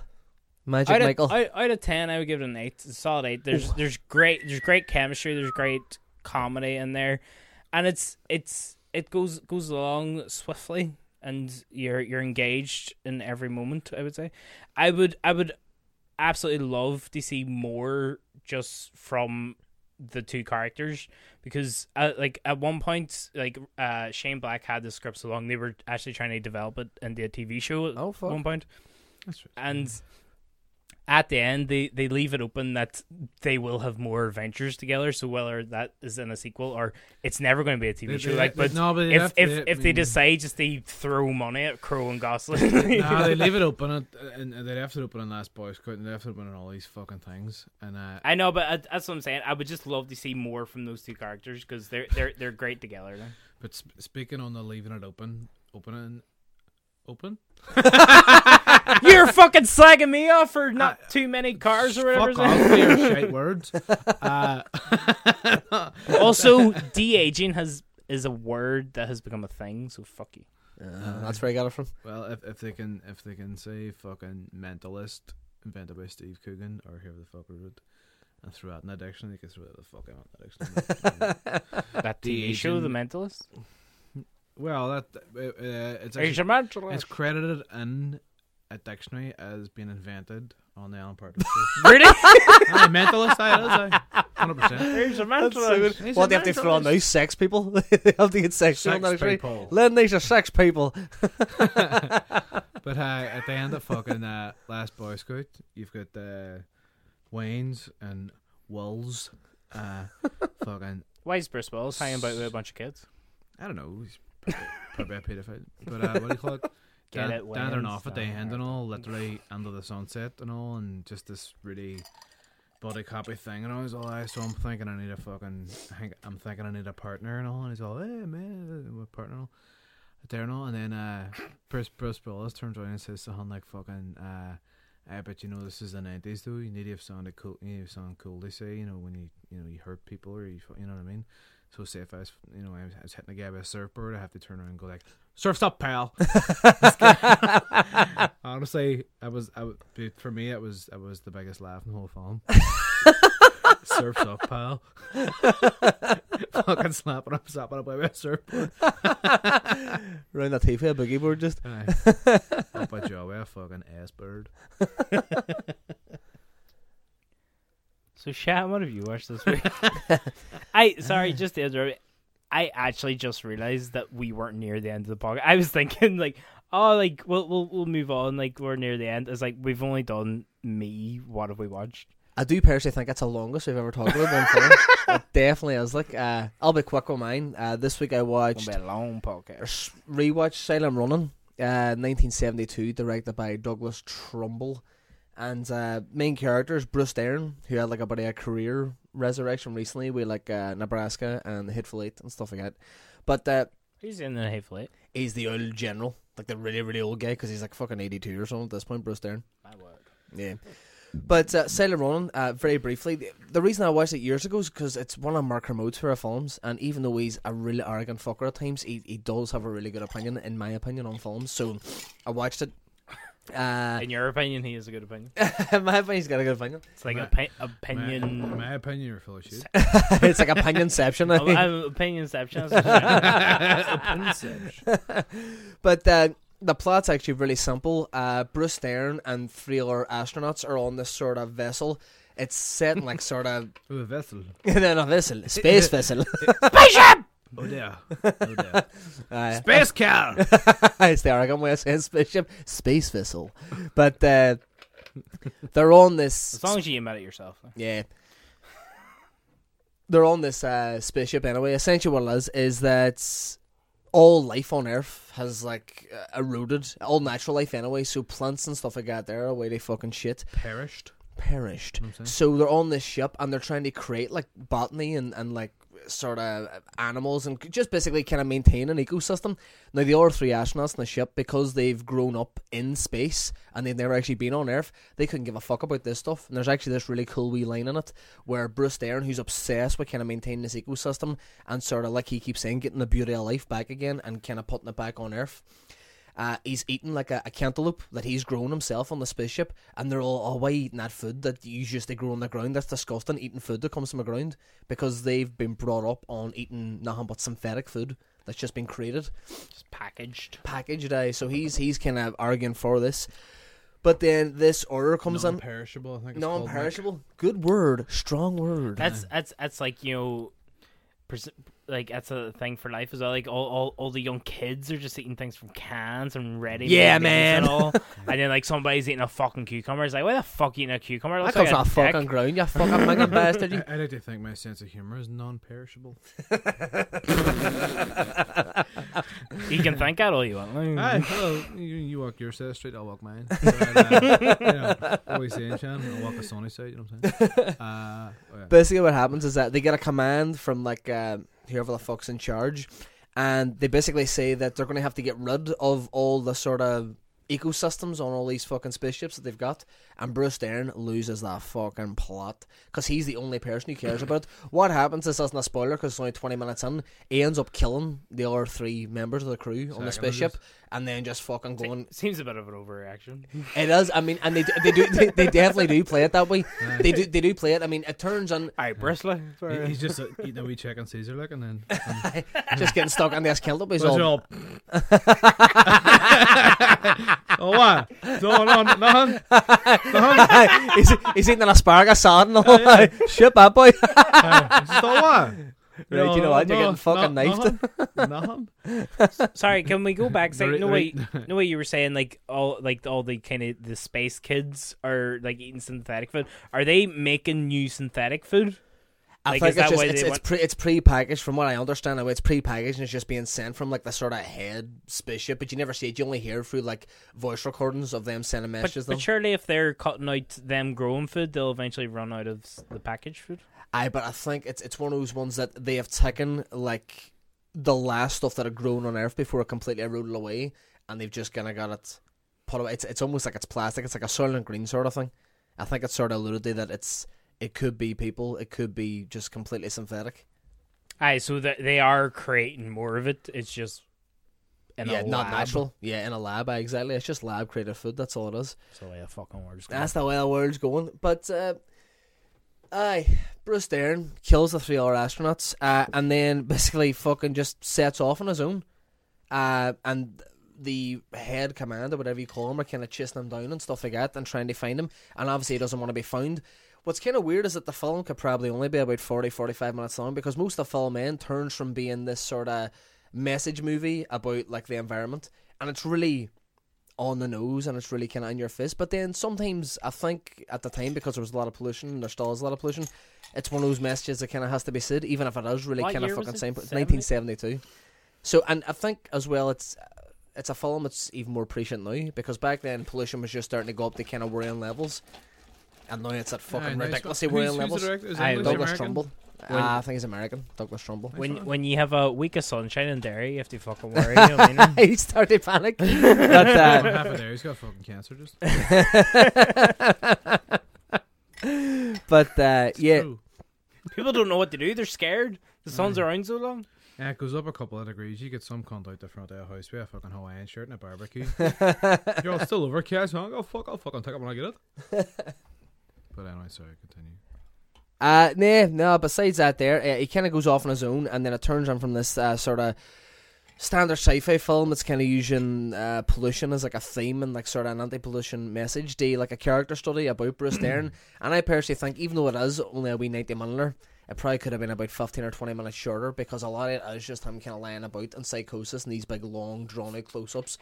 Speaker 2: Magic
Speaker 1: out, of,
Speaker 2: Michael.
Speaker 1: Out, out of ten, I would give it an eight, It's a solid eight. There's, there's great, there's great chemistry, there's great comedy in there, and it's, it's, it goes, goes along swiftly, and you're, you're engaged in every moment. I would say, I would, I would absolutely love to see more just from the two characters because uh, like at one point like uh Shane Black had the script so long they were actually trying to develop it into a TV show at
Speaker 2: Oh, fuck.
Speaker 1: one point
Speaker 3: That's right. [laughs]
Speaker 1: and at the end they they leave it open that they will have more adventures together so whether that is in a sequel or it's never going to be a TV
Speaker 3: They-
Speaker 1: show
Speaker 3: they-
Speaker 1: like
Speaker 3: they-
Speaker 1: but,
Speaker 3: no, but they
Speaker 1: if
Speaker 3: left
Speaker 1: if,
Speaker 3: it,
Speaker 1: if they
Speaker 3: mm.
Speaker 1: decide just to throw money at Crow and Gosling
Speaker 3: [laughs]
Speaker 1: [laughs]
Speaker 3: no, they leave it open, at, and and they left it open on Last Boy Scout, and they left it open on all these fucking things. And uh,
Speaker 1: I know, but uh, that's what I'm saying. I would just love to see more from those two characters because they're they're they're great together.
Speaker 3: but sp- speaking on the leaving it open, opening, open,
Speaker 1: [laughs] You're fucking slagging me off for not too many cars or
Speaker 3: fuck
Speaker 1: whatever.
Speaker 3: off, your
Speaker 2: [laughs]
Speaker 3: shite words. Uh, [laughs]
Speaker 1: [laughs] also, de aging has is a word that has become a thing. So fuck you.
Speaker 2: Uh, that's where I got it from.
Speaker 3: well, if if they can if they can say fucking mentalist invented by Steve Coogan or whoever the fuck wrote it, and throw out in that dictionary, they can throw out the fuck out in that [laughs] Um, dictionary.
Speaker 1: That TV show, The Mentalist.
Speaker 3: well, that uh, it's
Speaker 1: He's a
Speaker 3: actually,
Speaker 1: mentalist.
Speaker 3: it's credited in a dictionary as being invented on the island part.
Speaker 2: [laughs]
Speaker 1: Really?
Speaker 3: Aye, mentalist, aye, it is, aye. 100%. [laughs]
Speaker 1: He's a mentalist.
Speaker 3: He's
Speaker 2: Well,
Speaker 3: a
Speaker 2: they have to throw on
Speaker 3: mentalist.
Speaker 2: those sex people. [laughs] they have to get sexual.
Speaker 3: Sex
Speaker 2: now, sorry.
Speaker 3: people.
Speaker 2: Lynn, these are sex people.
Speaker 3: [laughs] But uh, at the end of fucking uh, Last Boy Scout, you've got the Waynes and Wills. Uh, fucking,
Speaker 1: Why is Bruce Willis hanging about with a bunch of kids?
Speaker 3: I don't know, he's probably, probably a pedophile. But uh, what do
Speaker 1: [laughs]
Speaker 3: you call it?
Speaker 1: Get
Speaker 3: Dan-
Speaker 1: it,
Speaker 3: Dandering
Speaker 1: Wayans,
Speaker 3: off at the
Speaker 1: Dan.
Speaker 3: end and all, literally under the sunset and all, and just this really body copy thing and all. He's all, aye, so I'm thinking I need a fucking, I think- I'm thinking I need a partner and all, and he's all, hey man, what partner and all. There and all, and then uh, Bruce, Bruce Willis turns around and says something like fucking, uh, I bet you know this is the nineties though. You need to have sounded cool. You need to have sound cool. They say you know when you you know you hurt people or you fu- you know what I mean. So say if I was you know I was, I was hitting a guy with a surfboard, I have to turn around and go like, "Surf's up, [laughs] pal." Honestly, I was I w- for me it was it was the biggest laugh in the whole film. Surf's up, [laughs] pal. Fucking slapping up, slapping up with a surfboard.
Speaker 2: Round that teeth with a boogie board just.
Speaker 3: Aye. up a jaw, a fucking ass bird.
Speaker 1: So, Shat, what have you watched this
Speaker 3: [laughs]
Speaker 1: week? I sorry, just to interrupt. I actually just realized that we weren't near the end of the podcast. I was thinking like, oh, like we'll we'll, we'll move on. Like we're near the end. It's like we've only done me. What have we
Speaker 3: [laughs]
Speaker 1: watched?
Speaker 2: I do personally think that's the longest we've ever talked about one
Speaker 1: [laughs]
Speaker 2: thing. It definitely is. Like, uh, I'll be quick with mine. Uh, this week I
Speaker 1: It's
Speaker 2: watched
Speaker 1: gonna be a long podcast.
Speaker 2: rewatch Silent Running, uh, 1972, directed by Douglas Trumbull, and uh, main characters Bruce Dern, who had like a bit of a career resurrection recently with like uh, Nebraska and the Hateful Eight and stuff like that. But uh,
Speaker 1: He's in the hateful eight.
Speaker 2: he's the old general, like the really really old guy, because he's like fucking 82 or something at this point. Bruce Dern.
Speaker 1: My word.
Speaker 2: Yeah. But uh, Sailor Ronan, uh, very briefly, the, the reason I watched it years ago is because it's one of Mark Kermode's favorite films, and even though he's a really arrogant fucker at times, he, he does have a really good opinion, in my opinion, on films. So I watched it. Uh,
Speaker 1: In your opinion, he is a good opinion.
Speaker 2: [laughs] in my opinion, he's got a good opinion.
Speaker 1: It's
Speaker 3: [laughs]
Speaker 1: like
Speaker 3: My-
Speaker 1: opi-
Speaker 3: My,
Speaker 1: opinion. [laughs]
Speaker 3: my opinion, you're full of [laughs] shit.
Speaker 2: it's like opinionception. I
Speaker 1: I'm,
Speaker 2: think.
Speaker 1: I'm opinionception.
Speaker 3: [laughs]
Speaker 1: That's what I'm saying.
Speaker 2: But uh, the plot's actually really simple. Uh, Bruce Dern and three other astronauts are on this sort of vessel. It's set in like
Speaker 1: [laughs]
Speaker 2: sort of [laughs]
Speaker 3: With a vessel.
Speaker 2: no, no, vessel, space vessel.
Speaker 3: Oh dear. Oh dear.
Speaker 2: Aye.
Speaker 3: [laughs]
Speaker 2: [laughs]
Speaker 3: Space car.
Speaker 2: it's the Aragon West End spaceship, space vessel. But uh, they're on this.
Speaker 1: as long as you admit it yourself.
Speaker 2: Yeah. They're on this uh, spaceship anyway. Essentially, what it is is that all life on Earth has like uh, eroded, all natural life anyway. So plants and stuff like that, they're a way they fucking shit
Speaker 3: Perished.
Speaker 2: perished. So they're on this ship and they're trying to create like botany and, and like sort of animals and just basically kind of maintain an ecosystem. Now the other three astronauts on the ship, because they've grown up in space and they've never actually been on Earth, they couldn't give a fuck about this stuff. And there's actually this really cool wee line in it where Bruce Dern, who's obsessed with kind of maintaining this ecosystem and sort of like he keeps saying, getting the beauty of life back again and kind of putting it back on Earth. Uh, he's eating like a, a cantaloupe that he's grown himself on the spaceship, and they're all, oh, why are you eating that food that you usually grow on the ground? That's disgusting, eating food that comes from the ground, because they've been brought up on eating nothing but synthetic food that's just been created,
Speaker 1: Just packaged.
Speaker 2: packaged. Uh, so he's he's kind of arguing for this. But then this order comes in.
Speaker 3: Perishable, I think it's called,
Speaker 2: Non
Speaker 3: Mike.
Speaker 2: perishable. Good word. Strong word.
Speaker 1: That's that's that's like you know, pres- like that's a thing for life as well. Like all, all, all the young kids are just eating things from cans and ready.
Speaker 2: Yeah,
Speaker 1: meals
Speaker 2: man.
Speaker 1: And,
Speaker 2: [laughs]
Speaker 1: all. and then like somebody's eating a fucking cucumber. It's like why the fuck eating a cucumber? It
Speaker 2: That
Speaker 1: looks
Speaker 2: comes
Speaker 1: like
Speaker 2: from the
Speaker 1: a
Speaker 2: fucking
Speaker 1: dick.
Speaker 2: ground, you
Speaker 1: [laughs]
Speaker 2: fucking minging bastard. You.
Speaker 3: I, I like to think my sense of humor is non-perishable.
Speaker 1: You can think that all you want.
Speaker 3: [laughs]
Speaker 2: Mm.
Speaker 3: Hi, hello. You, you walk your side of the street, I'll walk
Speaker 2: [laughs]
Speaker 3: mine. But, uh, you know, what are you saying, Sean? I'll walk a sunny side, you know what I'm
Speaker 2: [laughs]
Speaker 3: saying? Uh, oh yeah.
Speaker 2: basically what happens is that they get a command from like uh, whoever the fuck's in charge and they basically say that they're going to have to get rid of all the sort of ecosystems on all these fucking spaceships that they've got and Bruce Dern loses that fucking plot because he's the only person who cares about it. what happens this isn't a spoiler because it's only 20 minutes in he ends up killing the other three members of the crew on the
Speaker 3: Sacrilegious.
Speaker 2: spaceship and then just fucking going
Speaker 1: Seems a bit of an overreaction.
Speaker 2: it is I mean and they, do- they do they, they definitely do play it that way they do they do play it I mean it turns on
Speaker 1: All right, Bristol.
Speaker 3: He- He's just uh, eating a wee chicken Caesar like,
Speaker 2: [laughs]
Speaker 3: and then
Speaker 2: just getting stuck on this kilter. He's [laughs]
Speaker 3: Those
Speaker 2: all,
Speaker 3: are all-
Speaker 2: [laughs]
Speaker 3: [laughs] oh what? No, no, no, no.
Speaker 2: he's, he's eating an asparagus
Speaker 1: [laughs]
Speaker 2: salad and all. [laughs] Shit, bad boy.
Speaker 3: Just all what?
Speaker 2: Right, you know what? You're getting fucking
Speaker 3: Nothing. nothing.
Speaker 1: Sorry, can we go back? Say,
Speaker 3: The re-
Speaker 1: no
Speaker 3: the
Speaker 1: way,
Speaker 3: re-
Speaker 1: no way. You were saying like all like all the kind of the space kids are like eating synthetic food. Are they making new synthetic food?
Speaker 2: I
Speaker 1: Like,
Speaker 2: think
Speaker 1: is
Speaker 2: it's
Speaker 1: that
Speaker 2: just
Speaker 1: why
Speaker 2: it's,
Speaker 1: they [laughs]
Speaker 2: it's
Speaker 1: want-
Speaker 2: pre it's pre-packaged from what I understand. now, It's pre-packaged and it's just being sent from like the sort of head spaceship, but you never see it. You only hear through like voice recordings of them sending
Speaker 1: But,
Speaker 2: messages. to
Speaker 1: but
Speaker 2: them.
Speaker 1: surely, if they're cutting out them growing food, they'll eventually run out of s- the packaged food.
Speaker 2: Aye, but I think it's it's one of those ones that they have taken like the last stuff that had grown on Earth before it completely eroded away, and they've just kind of got it put away. It's it's almost like it's plastic. It's like a Soylent Green sort of thing. I think it's sort of alluded to that it's it could be people, it could be just completely synthetic.
Speaker 1: Aye, so that they are creating more of it. It's just in a
Speaker 2: yeah, not
Speaker 1: lab.
Speaker 2: natural. Yeah, in a lab, aye, exactly. It's just lab created food. That's all it is.
Speaker 1: That's the way the fucking words go.
Speaker 2: That's the way the world's going. But uh, Aye, Bruce Dern kills the three other astronauts, uh, and then basically fucking just sets off on his own. Uh, and the head commander, whatever you call him, are kind of chasing him down and stuff like that, and trying to find him. And obviously, he doesn't want to be found. What's kind of weird is that the film could probably only be about 40, 45 minutes long because most of the film end turns from being this sort of message movie about like the environment, and it's really on the nose and it's really kind of in your face. But then sometimes I think at the time because there was a lot of pollution and there still is a lot of pollution, it's one of those messages that kind of has to be said, even if it is really
Speaker 1: What
Speaker 2: kind of
Speaker 1: year was
Speaker 2: fucking
Speaker 1: it?
Speaker 2: same. But
Speaker 1: 70?
Speaker 2: 1972. So and I think as well it's it's a film that's even more prescient now because back then pollution was just starting to go up to kind of worrying levels. And now it's at fucking ridiculously worrying levels.
Speaker 1: Aye,
Speaker 3: Douglas
Speaker 1: Is he
Speaker 2: Douglas Trumbull.
Speaker 1: When-
Speaker 2: Ah, I think he's American. Douglas Trumbull.
Speaker 1: When when you have a week of sunshine and dairy, you have to fucking worry. you know what I [laughs] mean?
Speaker 2: [laughs] he started panic. but, uh, [laughs]
Speaker 3: Half of there, he's got fucking cancer. Just
Speaker 2: but uh, yeah,
Speaker 3: Ooh.
Speaker 1: People don't know what to do. They're scared. The sun's around so long.
Speaker 3: Yeah, it goes up a couple of degrees. You get some cunt out the front of the house with a fucking Hawaiian shirt and
Speaker 2: [laughs]
Speaker 3: a barbecue. You're all still overcast, huh? Go fuck, I'll fucking take it when I get it.
Speaker 2: [laughs]
Speaker 3: but anyway, sorry, continue.
Speaker 2: Uh, nah, no. Besides that, there uh, he kind of goes off on his own, and then it turns on from this uh, sort of standard sci-fi film that's kind of using uh, pollution as like a theme and like sort of an anti-pollution message. Do like a character study about
Speaker 3: [clears throat]
Speaker 2: Bruce Dern, and I personally think even though it is only a wee ninety minute, it probably could have been about fifteen or twenty minutes shorter because a lot of it is just him kind of lying about and psychosis and these big long drawn out close-ups.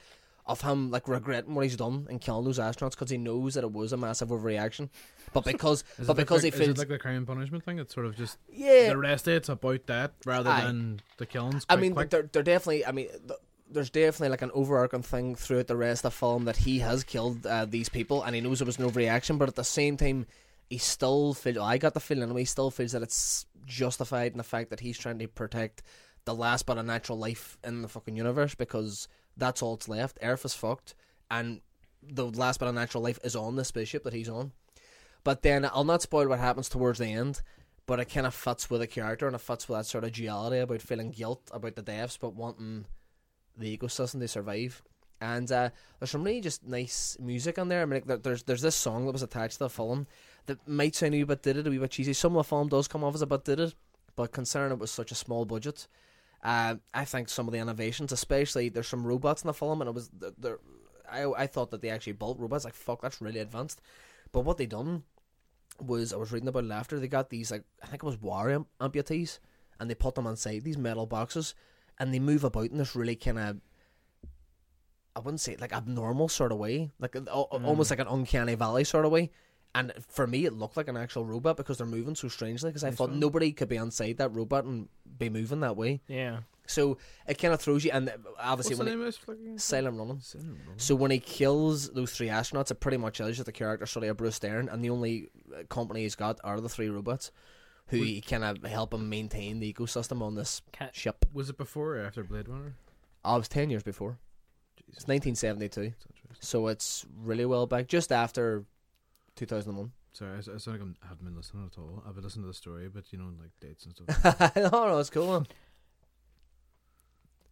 Speaker 2: Of him, like regretting what he's done and killing those astronauts because he knows that it was a massive overreaction,
Speaker 3: [laughs]
Speaker 2: but because but
Speaker 3: Is it like
Speaker 2: because
Speaker 3: the-
Speaker 2: he
Speaker 3: is it
Speaker 2: feels
Speaker 3: like the crime and punishment thing. It's sort of just
Speaker 2: yeah,
Speaker 3: the rest of it's about that rather
Speaker 2: Aye.
Speaker 3: than the killings.
Speaker 2: I
Speaker 3: quite
Speaker 2: mean,
Speaker 3: quick.
Speaker 2: they're, they're definitely. I mean, th- there's definitely like an overarching thing throughout the rest of the film that he has killed uh, these people, and he knows it was an overreaction, but at the same time, he still feels. I got the feeling, anyway, he still feels that it's justified in the fact that he's trying to protect the last but a natural life in the fucking universe because that's all it's left. Earth is fucked, and the last but a natural life is on the spaceship that he's on. But then I'll not spoil what happens towards the end, but it kind of fits with the character and it fits with that sort of duality about feeling guilt about the deaths but wanting the ecosystem to survive. And uh, there's some really just nice music on there. I mean, like, there- there's there's this song that was attached to the film that might sound a wee bit dated, a wee bit cheesy. Some of the film does come off as a bit dated, but considering it was such a small budget, uh, I think some of the innovations, especially there's some robots in the film, and it was th- there. I I thought that they actually built robots. Like fuck, that's really advanced. But what they done was I was reading about it after they got these like I think it was war am- amputees, and they put them inside these metal boxes, and they move about in this really kind of. I wouldn't say like abnormal sort of way, like a- al-
Speaker 3: Mm.
Speaker 2: almost like an uncanny valley sort of way. And for me, it looked like an actual robot because they're moving so strangely. Because I thought nobody could be inside that robot and be moving that way.
Speaker 1: Yeah.
Speaker 2: So it kind of throws you, and uh, obviously
Speaker 3: What's the
Speaker 2: when
Speaker 3: name of this fucking?
Speaker 2: he, Silent Running. So when he kills those three astronauts, it pretty much is just the character study of Bruce Dern, and the only uh, company he's got are the three robots, who he kind of help him maintain the ecosystem on this
Speaker 1: Cat-
Speaker 2: ship.
Speaker 3: Was it before or after Blade Runner?
Speaker 2: I was ten years before. It's 1972, so it's really well back, just after [laughs] 2001.
Speaker 3: Sorry, I, s- I sound like I'm- I haven't been listening at all. I've been listening to the story, but you know, like dates and
Speaker 2: [laughs]
Speaker 3: stuff.
Speaker 2: oh no, it's cool. man.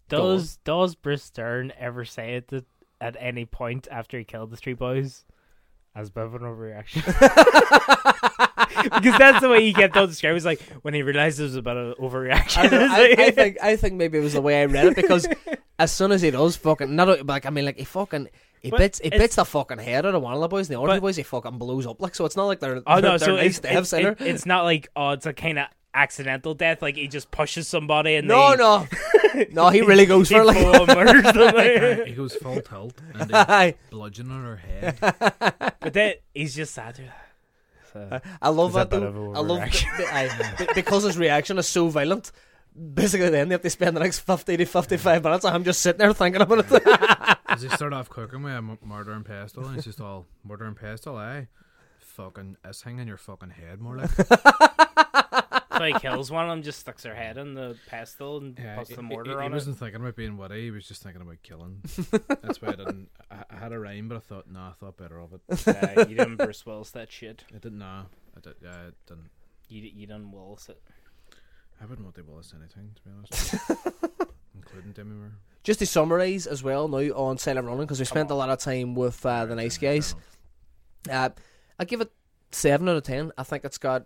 Speaker 2: Go on.
Speaker 1: Does does Bruce Stern ever say it that at any point after he killed the three boys as a bit of an overreaction?
Speaker 2: [laughs]
Speaker 1: because that's the way he kept on describing. it. It's like when he realized it was a bit of an overreaction.
Speaker 2: I, don't know,
Speaker 1: [laughs] It's
Speaker 2: I,
Speaker 1: like-
Speaker 2: I think I think maybe it was the way I read it because as soon as he does fucking not only- like I mean like he fucking he
Speaker 1: But
Speaker 2: bits he
Speaker 1: it's-
Speaker 2: bits the fucking head out of one of the boys and the other
Speaker 1: But-
Speaker 2: boys he fucking blows up like so it's not like they're
Speaker 1: Oh
Speaker 2: they're,
Speaker 1: no!
Speaker 2: they're
Speaker 1: So
Speaker 2: nice
Speaker 1: it's,
Speaker 2: to have
Speaker 1: it's,
Speaker 2: center.
Speaker 1: it- it's not like oh, it's a kind of accidental death. Like he just pushes somebody and
Speaker 2: no
Speaker 1: they, [laughs]
Speaker 2: no no he really goes
Speaker 1: he
Speaker 2: for it, [laughs] like
Speaker 1: full-on murders them. [laughs]
Speaker 2: [laughs]
Speaker 1: like.
Speaker 3: he goes full tilt and they
Speaker 2: I,
Speaker 3: bludgeon on her head.
Speaker 1: but then he's just sad. through that.
Speaker 2: I
Speaker 1: It's
Speaker 2: love
Speaker 1: a
Speaker 2: that
Speaker 1: bit
Speaker 2: though
Speaker 1: of a
Speaker 2: I love
Speaker 1: overreaction.
Speaker 2: the- aye, be- because his reaction is so violent basically then they have to spend the next 50 to 55 minutes I'm just sitting there thinking about it
Speaker 3: Does he start off cooking with a m- murder and pestle? And it's just all murder and pestle, aye? Fucking it's hanging your fucking head more like.
Speaker 1: So he kills one of them, just sticks her head in the pestle and
Speaker 3: [laughs] Yeah,
Speaker 1: puts
Speaker 3: he-
Speaker 1: the
Speaker 3: he-
Speaker 1: mortar
Speaker 3: he,
Speaker 1: on it.
Speaker 3: wasn't thinking about being witty. He was just thinking about killing. That's why I didn't. I, I had a rhyme, but I thought, nah, I thought better of it.
Speaker 1: Uh, you [laughs] done Bruce Willis that shit.
Speaker 3: I didn't. Nah, I, did, yeah, I didn't.
Speaker 1: You d- you done Willis it.
Speaker 3: I wouldn't want to Willis anything, to be honest.
Speaker 1: [laughs]
Speaker 3: Including Demi Moore.
Speaker 2: just to summarize as well now on Silent Running because we spent a lot of time with uh, the nice guys. Uh, I give it seven out of ten. I think it's got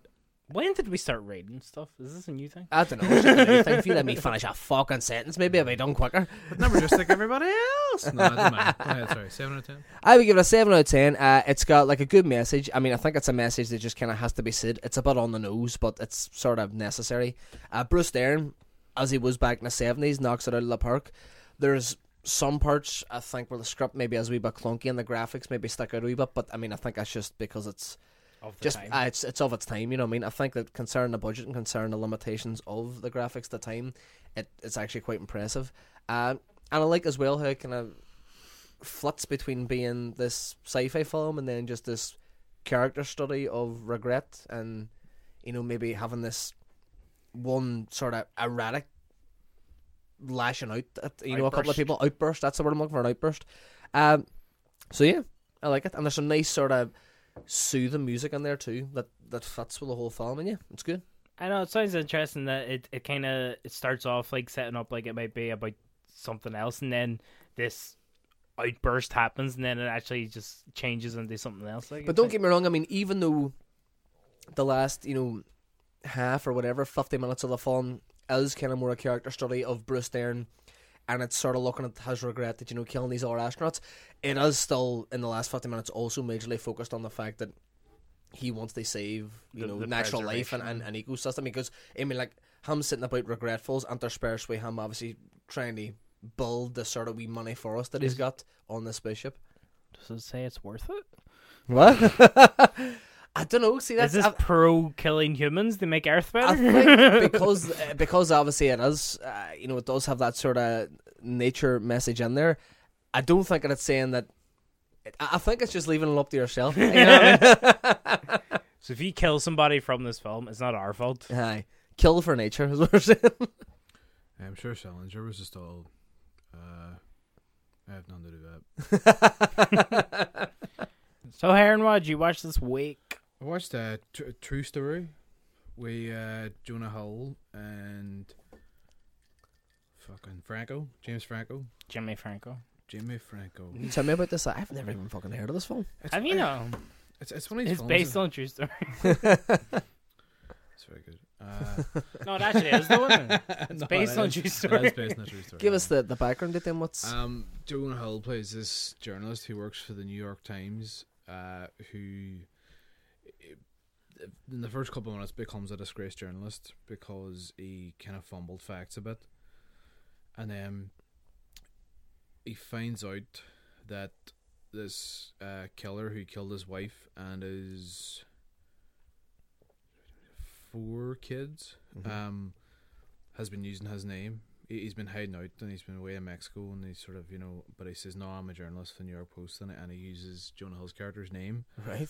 Speaker 1: When did we start rating stuff? Is this a new thing?
Speaker 2: I don't know. It's just a new thing. If you let me finish a fucking sentence, maybe I'll be done quicker.
Speaker 3: But never just like everybody else. No, I don't mind. Go ahead, sorry. Seven out of ten.
Speaker 2: I would give it a 7 out of 10. Uh, it's got like a good message. I mean, I think it's a message that just kind of has to be said. It's a bit on the nose, but it's sort of necessary. Uh, Bruce Dern, as he was back in the 70s, knocks it out of the park. There's some parts, I think, where the script maybe is a wee bit clunky and the graphics maybe stick out a wee bit, but I mean, I think that's just because it's
Speaker 1: Of the
Speaker 2: just
Speaker 1: time.
Speaker 2: uh, it's it's of its time. You know, what I mean, I think that concerning the budget and concerning the limitations of the graphics, at the time, it, it's actually quite impressive. Uh, and I like as well how it kind of flits between being this sci-fi film and then just this character study of regret and you know maybe having this one sort of erratic lashing out at you know a couple of
Speaker 1: Outburst.
Speaker 2: people outburst. That's the word I'm looking for an outburst. Um, so yeah, I like it, and there's some nice sort of soothing music in there too that that fits with the whole film, and yeah, it's good.
Speaker 1: I know it sounds interesting that it, it kind of it starts off like setting up like it might be about something else, and then this outburst happens, and then it actually just changes into something else. Like
Speaker 2: But don't get me wrong. I mean, even though the last you know half or whatever, fifty minutes of the film is kind of more a character study of Bruce Dern, and it's sort of looking at his regret that you know killing these other astronauts. It is still in the last fifty minutes also majorly focused on the fact that he wants to save you
Speaker 1: The-
Speaker 2: know
Speaker 1: the
Speaker 2: natural life and, and
Speaker 1: preservation.
Speaker 2: an ecosystem because I mean like him sitting about regretfuls interspersed with him obviously trying to build the sort of wee money forest that he's got on the spaceship.
Speaker 1: Does it say it's worth it?
Speaker 2: What? [laughs] I don't know. See,
Speaker 1: Is
Speaker 2: that's
Speaker 1: this
Speaker 2: I-
Speaker 1: pro killing humans? They make Earth [laughs]
Speaker 2: I
Speaker 1: better.
Speaker 2: [laughs] think because uh, because obviously it is, uh, you know, it does have that sort of nature message in there. I don't think it's saying that. I I think it's just leaving it up to yourself. You know what
Speaker 1: So if you kill somebody from this film, it's not our fault.
Speaker 2: [laughs] I mean? Aye. Kill for nature is what we're saying.
Speaker 3: I'm sure Salinger was just all. Uh, I have nothing to do with that.
Speaker 1: So Heron, what did you watch this week?
Speaker 3: I watched uh, Tr- True Story with uh, Jonah Hill and fucking Franco, James Franco,
Speaker 1: Jimmy Franco.
Speaker 3: Jimmy Franco.
Speaker 2: [laughs] Tell me about this. I've never even fucking heard of this film.
Speaker 3: It's,
Speaker 1: Have you know?
Speaker 3: It's, it's one of these
Speaker 1: It's
Speaker 3: films
Speaker 1: based
Speaker 3: that-
Speaker 1: on true story.
Speaker 3: It's very good. Uh,
Speaker 1: No, it actually is though. Isn't
Speaker 3: [laughs]
Speaker 1: it?
Speaker 3: it's
Speaker 1: [laughs] based on true story. [laughs]
Speaker 3: It's based on a true story.
Speaker 2: Give
Speaker 3: yeah.
Speaker 2: us the, the background to them. What's
Speaker 3: Um, Jonah Hill plays this journalist who works for the New York Times, uh, who in the first couple of minutes becomes a disgraced journalist because he kind of fumbled facts a bit, and then he finds out that this uh, killer who killed his wife and his four kids um, has been using his name. He- He's been hiding out and he's been away in Mexico and he's sort of, you know, but he says, No, I'm a journalist for the New York Post and, and he uses Jonah Hill's character's name
Speaker 2: right?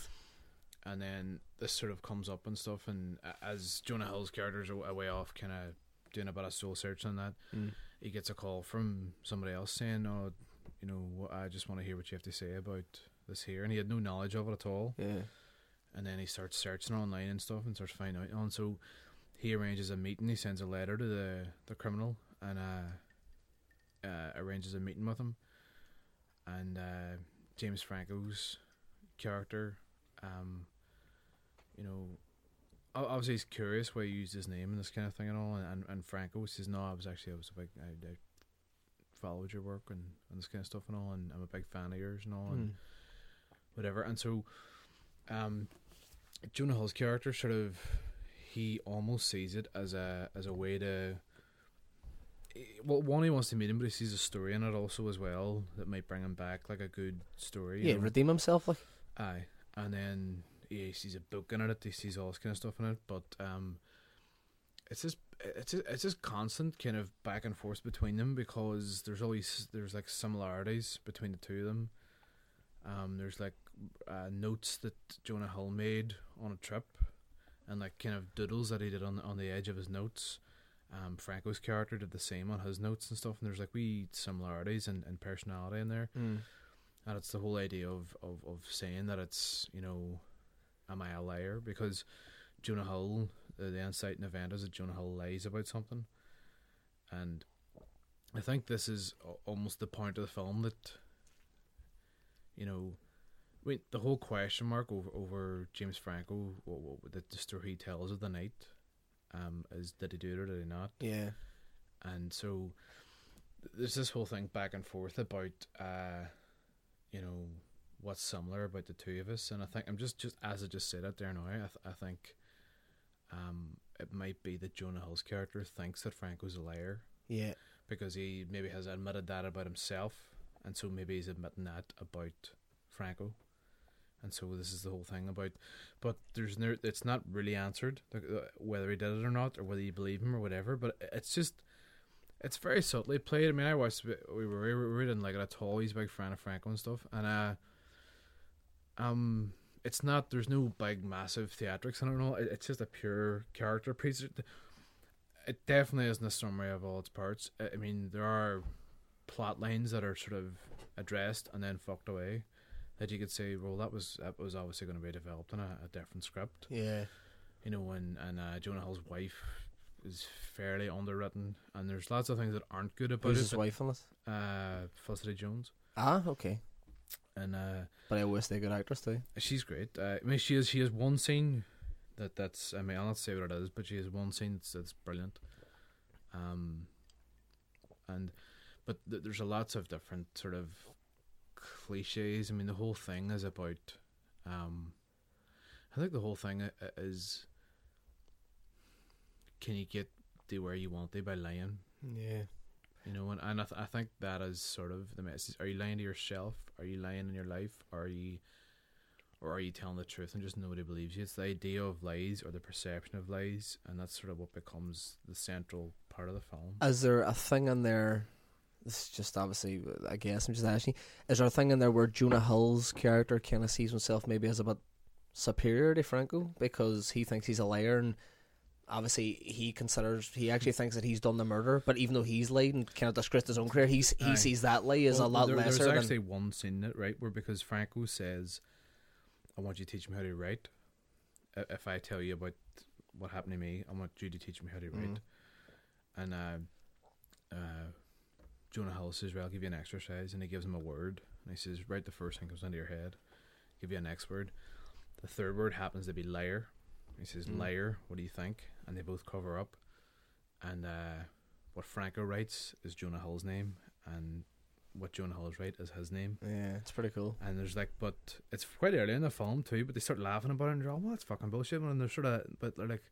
Speaker 3: and then this sort of comes up and stuff and a- as jonah hill's character's a- away off kind of doing a bit of soul search on that he gets a call from somebody else saying oh you know wh- i just want to hear what you have to say about this here and he had no knowledge of it at all
Speaker 2: Yeah.
Speaker 3: and then he starts searching online and stuff and starts finding out and so he arranges a meeting he sends a letter to the, the criminal and uh, uh arranges a meeting with him and uh james franco's character um you know o- obviously he's curious why he used his name and this kind of thing and all and, and, and franco says no i was actually i was a big i, I followed your work and, and this kind of stuff and all and i'm a big fan of yours and all and whatever and so um, Jonah Hill's character sort of he almost sees it as a as a way to eh, well one he wants to meet him but he sees a story in it also as well that might bring him back like a good story you
Speaker 2: Yeah,
Speaker 3: know?
Speaker 2: redeem himself. Like
Speaker 3: Aye, and then yeah, he sees a book in it. He sees all this kind of stuff in it, but um, it's just it's just, it's just constant kind of back and forth between them because there's always there's like similarities between the two of them. Um, there's like uh, notes that Jonah Hill made on a trip, and like kind of doodles that he did on the, on the edge of his notes. Um, Franco's character did the same on his notes and stuff, and there's like wee similarities and, and personality in there and it's the whole idea of, of, of saying that it's you know am i a liar because jonah hill the, the inciting event is that jonah hill lies about something and i think this is a- almost the point of the film that you know Wait, the whole question mark over, over James Franco, what, what, the, the story he tells of the night, um, is did he do it or did he not?
Speaker 2: Yeah.
Speaker 3: and so there's this whole thing back and forth about uh you know what's similar about the two of us and i think i'm just just as i just said it there now i, th- I think um it might be that jonah hill's character thinks that franco's a liar
Speaker 2: Yeah.
Speaker 3: because he maybe has admitted that about himself and so maybe he's admitting that about franco and so this is the whole thing about but there's no it's not really answered like, uh, whether he did it or not or whether you believe him or whatever but it's just it's very subtly played i mean i watched it- we were we were reading like it at all he's a big fan of franco and stuff and uh um it's not there's no big massive theatrics and all it, it's just a pure character piece it definitely isn't a summary of all its parts. I I mean, there are plot lines that are sort of addressed and then fucked away that you could say, well, that was that was obviously going to be developed in a, a different script.
Speaker 2: Yeah.
Speaker 3: You know, and and uh, Jonah Hill's wife is fairly underwritten, and there's lots of things that aren't good about
Speaker 2: Who's
Speaker 3: it.
Speaker 2: his wife on it?
Speaker 3: but, Uh, Felicity Jones,
Speaker 2: Ah, okay.
Speaker 3: and uh,
Speaker 2: But I wish they good actress too.
Speaker 3: she's great. Uh, I mean, she is she has one scene that that's I mean I'll not say what it is, but she has one scene that's, that's brilliant. Um, and but th- there's a lots of different sort of cliches. I mean, the whole thing is about. Um, I think the whole thing i- i- is. Can you get to where you want to by lying?
Speaker 2: Yeah.
Speaker 3: You know, and, and I, th- I think that is sort of the message. Are you lying to yourself? Are you lying in your life? Are you, or are you telling the truth and just nobody believes you? It's the idea of lies or the perception of lies, and that's sort of what becomes the central part of the film.
Speaker 2: Is there a thing in there? This is just obviously, I guess, I'm just asking. Is there a thing in there where Jonah Hill's character kind of sees himself maybe as a bit superior to Franco because he thinks he's a liar and obviously he considers, he actually thinks that he's done the murder, but even though he's lied and kind of disgraced his own career, he's, he
Speaker 3: Aye.
Speaker 2: sees that lie as
Speaker 3: Well,
Speaker 2: a lot
Speaker 3: there-
Speaker 2: lesser
Speaker 3: There's
Speaker 2: than.
Speaker 3: actually one scene in it, right, where because Franco says, "I want you to teach me how to write. I- If I tell you about what happened to me, I want you to teach me how to
Speaker 2: Mm-hmm.
Speaker 3: write." And uh, uh, Jonah Hill says, "Right, I'll give you an exercise," and he gives him a word, and he says, "Write the first thing that comes into your head. Give you an next word. The third word happens to be liar." He says,
Speaker 2: Mm.
Speaker 3: "Liar. What do you think?" And they both cover up. And uh, what Franco writes is Jonah Hill's name, and what Jonah Hill is right is his name.
Speaker 2: yeah, it's pretty cool.
Speaker 3: And there's like, but it's quite early in the film too. But they start laughing about it and they're all, well, that's fucking bullshit. And they're sort of, but they're like,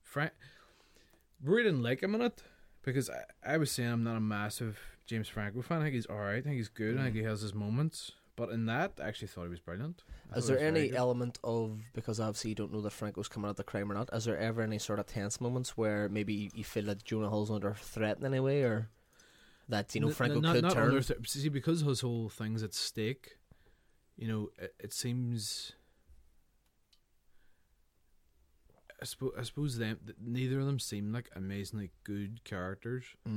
Speaker 3: Frank, we didn't like him in it because I, I was saying I'm not a massive James Franco fan. I think he's all right. I think he's good. I
Speaker 2: Mm.
Speaker 3: think he has his moments. But in that, I actually thought he was brilliant. I
Speaker 2: Is
Speaker 3: thought
Speaker 2: there
Speaker 3: he was very
Speaker 2: any
Speaker 3: good.
Speaker 2: element of because obviously you don't know that Franco's coming at the crime or not? Is there ever any sort of tense moments where maybe you- you feel that Jonah Hill's under threat in any way, or that you know
Speaker 3: N- n-
Speaker 2: Franco
Speaker 3: not-
Speaker 2: could
Speaker 3: not
Speaker 2: turn?
Speaker 3: under th- see, because his whole thing's at stake. You know, it, it seems. I suppose, I suppose them th- neither of them seem like amazingly good characters.
Speaker 2: Mm.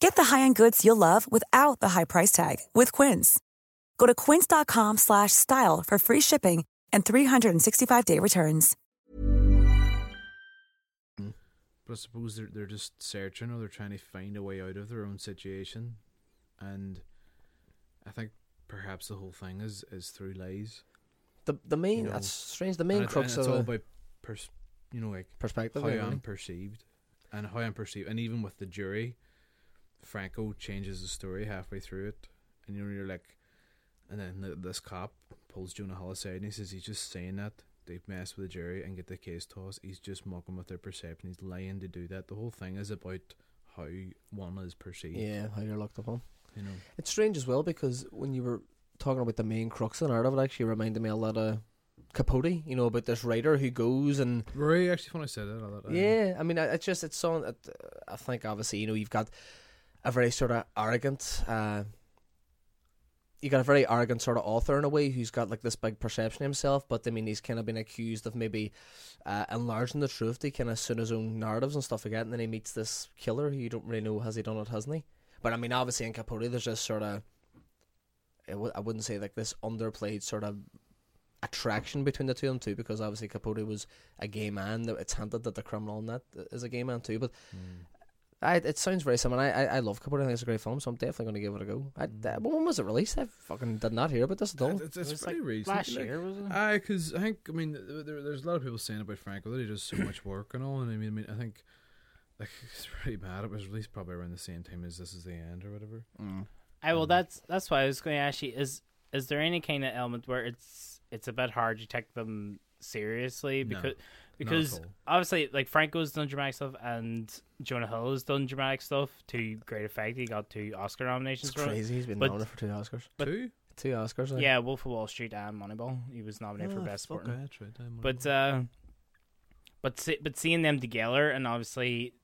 Speaker 4: Get the high-end goods you'll love without the high price tag with Quince. Go to quince.com/style slash style for free shipping and 365-day returns.
Speaker 3: But I suppose they're they're just searching or they're trying to find a way out of their own situation, and I think perhaps the whole thing is is through lies.
Speaker 2: the the main
Speaker 3: you know,
Speaker 2: that's strange. The
Speaker 3: And
Speaker 2: main
Speaker 3: it-
Speaker 2: crux
Speaker 3: and it's
Speaker 2: of
Speaker 3: all
Speaker 2: the
Speaker 3: about, pers- you know, like
Speaker 2: perspective.
Speaker 3: how
Speaker 2: really.
Speaker 3: I'm perceived, and how I'm perceived, and even with the jury, Franco changes the story halfway through it, and you know you're like, and then th- this cop pulls Jonah Hill aside and he says he's just saying that they've messed with the jury and get the case tossed. He's just mocking with their perception. He's lying to do that. The whole thing is about how one is perceived.
Speaker 2: Yeah, how you're looked upon.
Speaker 3: You know.
Speaker 2: It's strange as well because when you were talking about the main crux in art of it, actually reminded me a lot of Capote. You know about this writer who goes and
Speaker 3: Rory actually when I said it, I thought, uh,
Speaker 2: yeah. I mean, I- it's just it's so. it- I think obviously you know you've got a very sort of arrogant. Uh, you got a very arrogant sort of author in a way who's got like this big perception of himself, but I mean he's kind of been accused of maybe uh, enlarging the truth. He kind of soon his own narratives and stuff like that, and then he meets this killer who you don't really know has he done it, hasn't he? But I mean, obviously in Capote, there's this sort of I w- I wouldn't say like this underplayed sort of attraction between the two of them too, because obviously Capote was a gay man. that It's hinted that the criminal in that is a gay man too, but
Speaker 1: Hmm.
Speaker 2: I, it sounds very similar. I, I, I love Capote. I think it's a great film, so I'm definitely going to give it a go.
Speaker 1: Hmm.
Speaker 2: I, uh, when was it released? I fucking did not hear about this at all.
Speaker 3: It's,
Speaker 1: It
Speaker 3: it's
Speaker 1: was,
Speaker 3: pretty
Speaker 1: like,
Speaker 3: recent.
Speaker 1: last
Speaker 3: like,
Speaker 1: year, wasn't it?
Speaker 3: Aye, because I think I mean th- th- there, there's a lot of people saying about Franco that he does so much work and all, and I mean, I mean I think like [laughs] it's pretty bad. It was released probably around the same time as This Is the End or whatever.
Speaker 1: I well, that's that's why I was going to ask you: is is there any kind of element where it's it's a bit hard to take them seriously
Speaker 3: No,
Speaker 1: because
Speaker 3: not at
Speaker 1: because
Speaker 3: all.
Speaker 1: obviously like Franco's done dramatic stuff and Jonah Hill's done dramatic stuff to great effect. He got two Oscar nominations.
Speaker 2: It's
Speaker 1: for it.
Speaker 2: crazy. He's been
Speaker 1: But-
Speaker 2: nominated for two Oscars.
Speaker 1: But-
Speaker 3: Two?
Speaker 2: Two Oscars. I think.
Speaker 1: Yeah, Wolf of Wall Street and Moneyball. He was nominated for
Speaker 3: Ah,
Speaker 1: best
Speaker 3: fuck,
Speaker 1: supporting.
Speaker 3: aye, that's right, I'm on
Speaker 1: But
Speaker 3: it.
Speaker 1: uh, but se- but seeing them together and obviously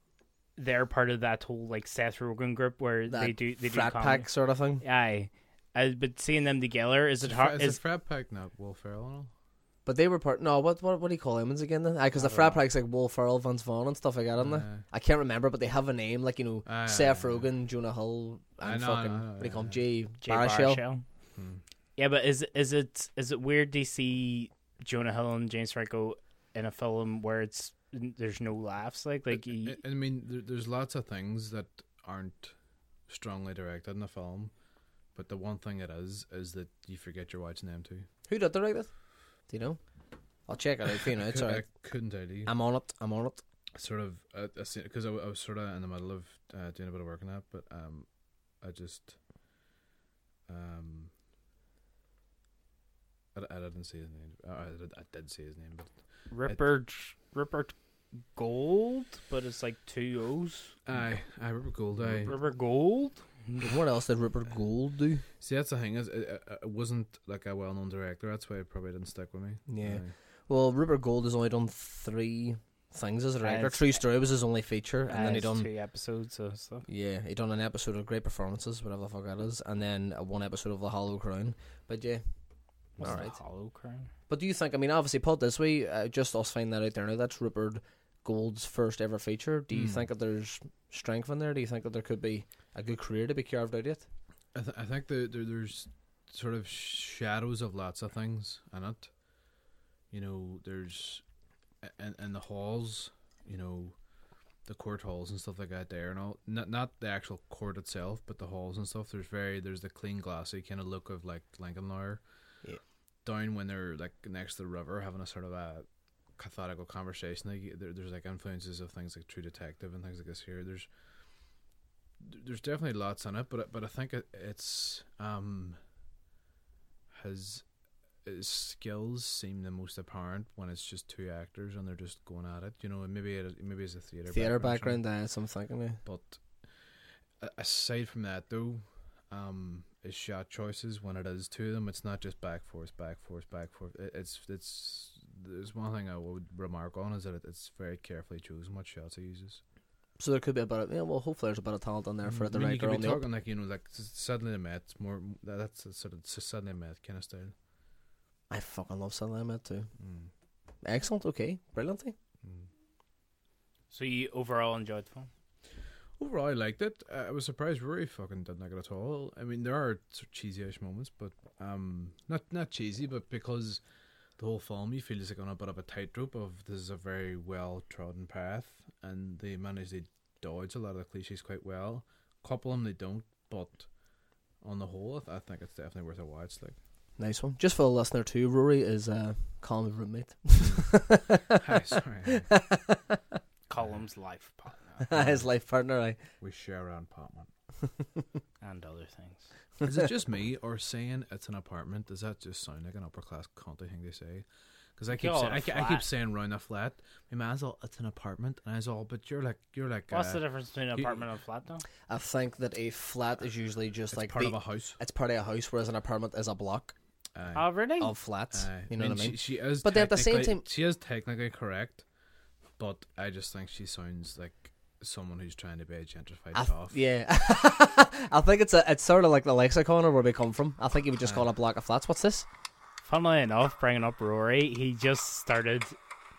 Speaker 1: they're part of that whole like Seth Rogen group where
Speaker 2: That
Speaker 1: they do they
Speaker 2: frat
Speaker 1: do comedy.
Speaker 2: pack sort of thing.
Speaker 1: Aye. Uh, but seeing them together is it
Speaker 3: Fra-
Speaker 1: hard?
Speaker 3: Is,
Speaker 1: Is
Speaker 3: the Frat Pack not Will Ferrell and all?
Speaker 2: But they were part. No, what what what do you call humans again then? Because the frat pack's like Will Ferrell, Vince Vaughn, and stuff like that, aren't they?
Speaker 3: Aye.
Speaker 2: I can't remember, but they have a name like you know
Speaker 3: Aye,
Speaker 2: Seth
Speaker 3: aye, aye.
Speaker 2: Rogen, Jonah Hill,
Speaker 3: Aye,
Speaker 2: and
Speaker 3: no,
Speaker 2: fucking
Speaker 3: no, no,
Speaker 2: what do you
Speaker 3: aye,
Speaker 2: call him?
Speaker 3: aye.
Speaker 2: Jay
Speaker 1: Jay
Speaker 2: Baruchel.
Speaker 1: Baruchel. Yeah, but is is it is it weird to see Jonah Hill and James Franco in a film where it's there's no laughs like like he,
Speaker 3: I, I mean, there, there's lots of things that aren't strongly directed in the film, but the one thing it is is that you forget you're watching them too.
Speaker 2: Who did direct it? Do you know? I'll check it out for you now.
Speaker 3: [laughs]
Speaker 2: It's
Speaker 3: Could-
Speaker 2: alright.
Speaker 3: I couldn't tell you.
Speaker 2: I'm on it. I'm on it.
Speaker 3: sort of uh, because I, w- I was sort of in the middle of uh, doing a bit of work on that, but um, I just um, I, d- I didn't see his name. Uh, I, did, I did see his name, but
Speaker 1: Rupert Rupert Gold, but it's like two O's.
Speaker 3: I I remember Gold. I
Speaker 1: Rupert Gold.
Speaker 2: What else did Rupert
Speaker 3: [laughs]
Speaker 2: Gold do?
Speaker 3: see that's the thing is it, it, it wasn't like a well-known director. That's why it probably didn't stick with me.
Speaker 2: Yeah.
Speaker 3: Aye.
Speaker 2: Well, Rupert Gold has only done three things as a director.
Speaker 1: it's-
Speaker 2: True Story was his only feature, and then he
Speaker 1: It's
Speaker 2: done
Speaker 1: two episodes of stuff.
Speaker 2: Yeah, he done an episode of Great Performances, whatever the fuck that is, and then uh, one episode of The Hollow Crown. But yeah,
Speaker 1: What's
Speaker 2: all
Speaker 1: the
Speaker 2: right.
Speaker 1: Hollow Crown?
Speaker 2: But do you think? I mean, obviously, put this way, uh, just us find that out there now. That's Rupert Gold's first ever feature. Do you
Speaker 3: Hmm.
Speaker 2: think that there's strength in there? Do you think that there could be a good career to be carved out yet?
Speaker 3: I, th- I think the, there, there's sort of shadows of lots of things in it. You know, there's and and the halls, you know, the court halls and stuff like that there and all. Not not the actual court itself, but the halls and stuff. There's very there's the clean glassy kind of look of like Lincoln Lawyer.
Speaker 2: Yeah.
Speaker 3: Down when they're like next to the river, having a sort of a cathartical conversation. Like you- there, there's like influences of things like True Detective and things like this here. There's there's definitely lots on it, but but I think it, it's um his, his skills seem the most apparent when it's just two actors and they're just going at it. You know, and maybe it, maybe it's a theater
Speaker 2: Theater
Speaker 3: background.
Speaker 2: background, uh, so I'm thinking. Yeah.
Speaker 3: But a- aside from that, though, um, his shot choices when it is two of them, it's not just back forth, back forth, back forth. It, it's it's there's one thing I would remark on is that it, it's very carefully chosen what shots he uses.
Speaker 2: So there could be a bit. Of, yeah, well, hopefully there's a bit of talent on there for
Speaker 3: Hmm. I
Speaker 2: the
Speaker 3: mean, you
Speaker 2: right
Speaker 3: could
Speaker 2: girl.
Speaker 3: be
Speaker 2: on the up.
Speaker 3: talking like you know, like s- suddenly the Met. More that- that's a sort of s- suddenly Met kind of style.
Speaker 2: I fucking love Sunlight Met too.
Speaker 3: Mm.
Speaker 2: Excellent. Okay. eh? Brilliantly.
Speaker 3: Mm.
Speaker 1: So you overall enjoyed the film?
Speaker 3: Overall, I liked it. Uh, I was surprised Rory fucking didn't like it at all. I mean, there are sort of cheesy-ish moments, but um, not not cheesy, but because the whole film you feel is like on a bit of a tightrope of this is a very well trodden path, and they manage to dodge a lot of the cliches quite well. Couple of them they don't, but on the whole, I, th- I think it's definitely worth a watch. Like,
Speaker 2: Nice one. Just for the listener too, Rory is uh, calling the roommate.
Speaker 3: Hmm.
Speaker 2: [laughs]
Speaker 3: hi, sorry,
Speaker 1: Columns, life, partner,
Speaker 2: [laughs] His life partner. I.
Speaker 3: we share an apartment.
Speaker 1: and other things.
Speaker 2: [laughs]
Speaker 3: Is it just me or saying it's an apartment? Does that just sound like an upper class cunt thing to say? because I keep
Speaker 1: Call it
Speaker 3: saying,
Speaker 1: a
Speaker 3: I, ke- I
Speaker 1: flat.
Speaker 3: keep saying round a flat. My man's all it's an apartment, and I was all, but you're like you're like.
Speaker 1: What's
Speaker 3: uh,
Speaker 1: the difference between an
Speaker 3: you-
Speaker 1: apartment and a flat, though?
Speaker 2: I think that a flat is usually just
Speaker 3: It's
Speaker 2: like
Speaker 3: part
Speaker 2: the-
Speaker 3: of a house.
Speaker 2: It's part of a house, whereas an apartment is a block
Speaker 3: Aye.
Speaker 1: Oh, really?
Speaker 2: of flats.
Speaker 3: Aye.
Speaker 2: You know what I mean?
Speaker 3: She, she is,
Speaker 2: But then at the same
Speaker 3: technically-
Speaker 2: time-
Speaker 3: she is technically correct, but I just think she sounds like someone who's trying to be a gentrified
Speaker 2: I th-
Speaker 3: toff.
Speaker 2: yeah, [laughs] I think it's a, it's sort of like the lexicon of where we come from. I think you would just call it a block of flats. What's this?
Speaker 1: Funnily enough, bringing up Rory, he just started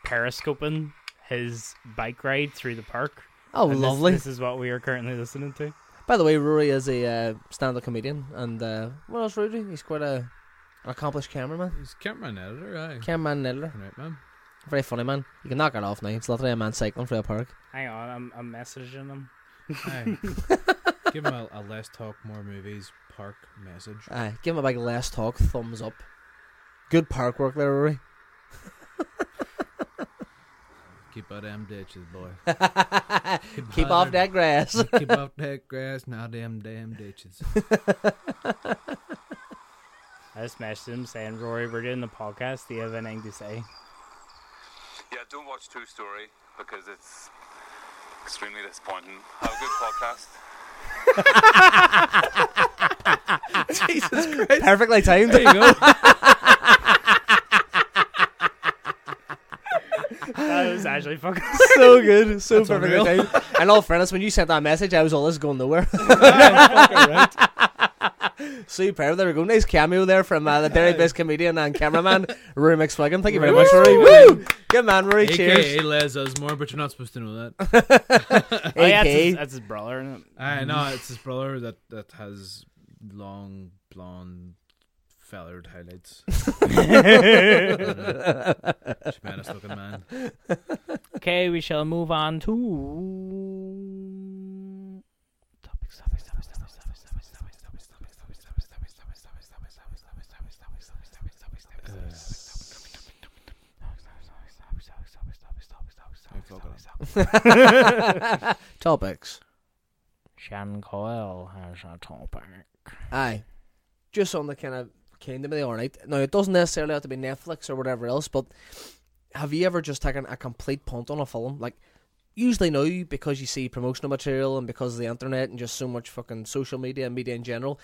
Speaker 1: periscoping his bike ride through the park.
Speaker 2: Oh,
Speaker 1: And this-
Speaker 2: lovely.
Speaker 1: This, is what we are currently listening to.
Speaker 2: By the way, Rory is a uh, stand-up comedian, and uh, what else, Rory? He's quite a an accomplished cameraman,
Speaker 3: He's cameraman editor, aye.
Speaker 2: cameraman and editor,
Speaker 3: right, man.
Speaker 2: very funny man. You can knock it off now. It's literally a man cycling through a park.
Speaker 1: Hang on, I'm, I'm messaging him.
Speaker 3: Aye.
Speaker 2: [laughs]
Speaker 3: Give him a, a less talk, more movies, park message.
Speaker 2: Aye, give him a big last talk, thumbs up. Good park work there, Rory.
Speaker 3: Keep out them ditches, boy.
Speaker 2: [laughs] Keep off that
Speaker 3: [laughs]
Speaker 2: grass.
Speaker 3: Keep off that grass, now them damn ditches.
Speaker 1: I just messaged him saying, Rory, we're doing the podcast. Do you have anything to
Speaker 2: [gasps]
Speaker 1: say?
Speaker 5: Yeah, don't watch True Story because it's extremely disappointing. Have a good [laughs] podcast.
Speaker 2: Perfectly timed.
Speaker 3: [laughs] There you
Speaker 1: [laughs]
Speaker 3: go.
Speaker 1: That was actually
Speaker 2: [laughs]
Speaker 1: fucking.
Speaker 2: [laughs] so good, so
Speaker 3: That's
Speaker 2: perfectly
Speaker 3: unreal.
Speaker 2: timed. And all fairness, when you sent that message, I was all this is going nowhere. [laughs] Superb. There we go. Nice cameo there from uh, the Derry based comedian and cameraman, Rory McSwiggan. Thank you very much, Rory. Woo! Good man, Rory. Cheers.
Speaker 3: AKA Les Osmore, but you're not supposed to know that.
Speaker 1: Oh, yeah, that's
Speaker 2: AKA.
Speaker 1: his, that's his brother. isn't it?
Speaker 3: I know it's his brother that that has long blonde
Speaker 1: [laughs]
Speaker 3: feathered highlights. Tremendous looking man.
Speaker 1: Okay, we shall move on to. Topics, topics, topics, topics, topics, topics, topics, topics, topics, topics, topics, topics, topics, topics, topics, topics, topics, topics, topics, topics, topics, topics, topics,
Speaker 2: [laughs] Topics.
Speaker 1: Shannon Coyle has a topic.
Speaker 2: Aye. Just on the kind of kingdom of the alright. Now, it doesn't necessarily have to be Netflix or whatever else, but have you ever just taken a complete punt on a film? Like, usually no, because you see promotional material and because of the internet and just so much fucking social media and media in general.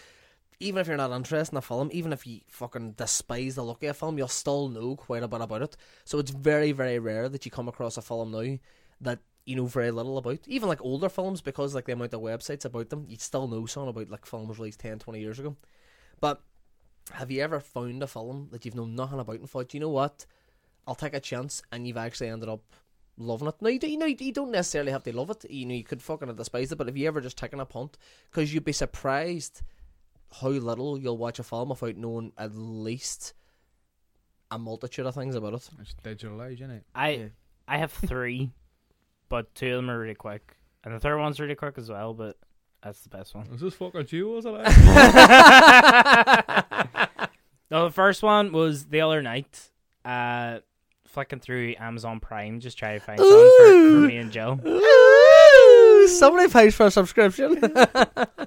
Speaker 2: Even if you're not interested in a film, even if you fucking despise the look of a film, you'll still know quite a bit about it. So it's very, very rare that you come across a film now that you know very little about. Even like older films, because like the amount of websites about them, you still know something about like films released 10, 20 years ago. But have you ever found a film that you've known nothing about and thought, you know what, I'll take a chance, and you've actually ended up loving it? No, you, do, you know you don't necessarily have to love it. You know you could fucking despise it, but have you ever just taken a punt? Because you'd be surprised how little you'll watch a film without knowing at least a multitude of things about it.
Speaker 3: It's digital age, isn't it?
Speaker 1: I I have three, but two of them are really quick, and the third one's really quick as well. But that's the best one.
Speaker 3: Is this fucking you? Was it?
Speaker 1: [laughs] No, the first one was the other night. Uh, flicking through Amazon Prime, just trying to find something for, for me and Jill.
Speaker 2: Ooh, somebody pays for a [laughs] subscription.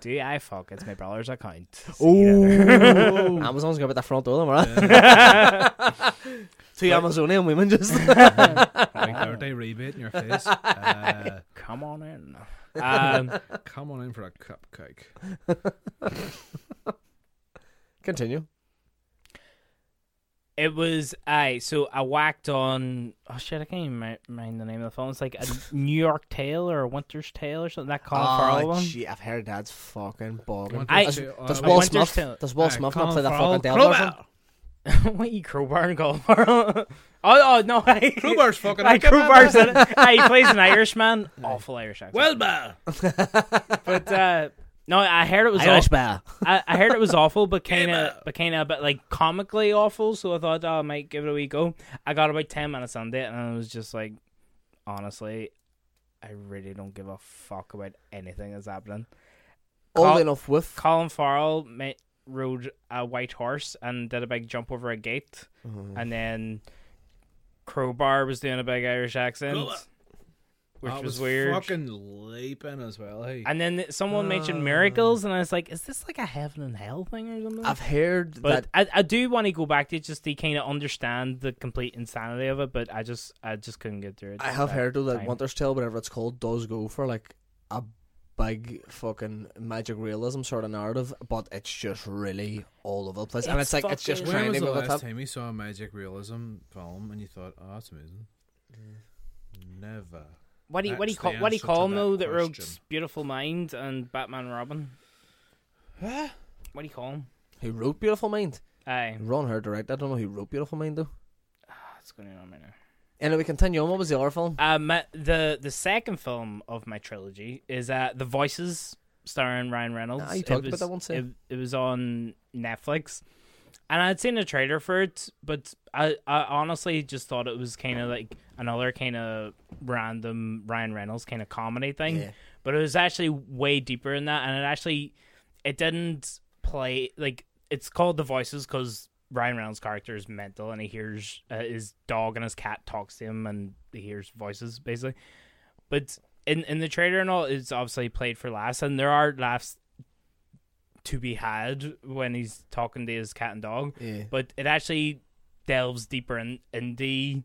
Speaker 1: Do I fuck? It's my brother's account. [laughs] See you later.
Speaker 2: Ooh. Amazon's gonna be at the front door, right? [laughs] Two Amazonian women just.
Speaker 1: [laughs]
Speaker 3: Big birthday rebate in your face. Uh,
Speaker 1: Come on in. Um,
Speaker 3: come on in for a cupcake.
Speaker 2: [laughs] [laughs] Continue.
Speaker 1: it was I. So I whacked on. Oh shit! I can't even mi- mind the name of the film. It's like a New York Tale or a Winter's Tale or something. That Colin Farrell one.
Speaker 2: gee, Ah, I've heard that's fucking bogging.
Speaker 3: I-
Speaker 2: does, does
Speaker 3: I
Speaker 2: Will
Speaker 1: went to-
Speaker 2: Smith? Does Will
Speaker 3: Aye,
Speaker 2: Smith not
Speaker 3: Colin
Speaker 2: play that
Speaker 3: Farrell,
Speaker 2: fucking devil? or
Speaker 3: Crowbar.
Speaker 2: something?
Speaker 1: [laughs] what you crowbar and Colin Farrell? [laughs] oh, oh no! I,
Speaker 3: [laughs] Crowbar's fucking
Speaker 1: I
Speaker 3: like a
Speaker 1: crowbar's in it. Aye, he plays an
Speaker 3: [laughs]
Speaker 1: Irishman. Awful Irish accent.
Speaker 3: Well, bah.
Speaker 1: [laughs] but uh, no, I heard it was aw-
Speaker 2: [laughs] Irish bear.
Speaker 1: I, I heard it was awful, but kind of, but kind of, but like comically awful. So I thought oh, I might give it a wee go. I got about ten minutes on it, and I was just like, honestly, I really don't give a fuck about anything that's happening.
Speaker 2: Old
Speaker 1: Col-
Speaker 2: enough with.
Speaker 1: Colin Farrell ma- rode a white horse and did a big jump over a gate,
Speaker 2: Mm-hmm.
Speaker 1: and then Crowbar was doing a big Irish accent. which
Speaker 3: That
Speaker 1: was, weird.
Speaker 3: Fucking leaping as well. Hey,
Speaker 1: And then th- someone
Speaker 2: Ah.
Speaker 1: mentioned miracles, and I was like, "Is this like a heaven and hell thing or something?"
Speaker 2: I've heard
Speaker 1: but
Speaker 2: that.
Speaker 1: I, I do want to go back to just to kind of understand the complete insanity of it, but I just I just couldn't get through it.
Speaker 2: I have heard though that
Speaker 1: time.
Speaker 2: Winter's Tale, whatever it's called, does go for like a big fucking magic realism sort of narrative, but it's just really all over the place, and
Speaker 1: It's
Speaker 2: it's like it's just
Speaker 1: fucking-
Speaker 3: when
Speaker 2: trying
Speaker 3: was
Speaker 2: to
Speaker 3: the
Speaker 2: move it
Speaker 3: last
Speaker 2: up.
Speaker 3: time you saw a magic realism film and you thought, "Oh, that's amazing"? Never.
Speaker 1: what do you, what do you
Speaker 3: That's
Speaker 1: call
Speaker 3: the
Speaker 1: what do you
Speaker 3: answer
Speaker 1: call
Speaker 3: to
Speaker 1: them though
Speaker 3: that
Speaker 1: that wrote
Speaker 3: question.
Speaker 1: Beautiful Mind and Batman and Robin?
Speaker 3: Huh?
Speaker 1: What do you call them?
Speaker 2: Who wrote Beautiful Mind?
Speaker 1: Aye,
Speaker 2: Ron Howard directed. I don't know who wrote Beautiful Mind though.
Speaker 1: that's going on right now.
Speaker 2: Anyway, continue on. What was the other film?
Speaker 1: Uh, my, the the second film of my trilogy is uh, The Voices, starring Ryan Reynolds.
Speaker 2: Ah, you
Speaker 1: It
Speaker 2: talked about
Speaker 1: was-
Speaker 2: that one,
Speaker 1: It,
Speaker 2: Sam.
Speaker 1: it was on Netflix, and I'd seen a trailer for it, but I, I honestly just thought it was kind of like another kind of random Ryan Reynolds kind of comedy thing.
Speaker 2: Yeah.
Speaker 1: But it was actually way deeper than that, and it actually it didn't play like it's called the voices because ryan reynolds character is mental and he hears uh, his dog and his cat talks to him and he hears voices basically but in in the trailer and all it's obviously played for laughs and there are laughs to be had when he's talking to his cat and dog
Speaker 2: Yeah.
Speaker 1: but it actually delves deeper in into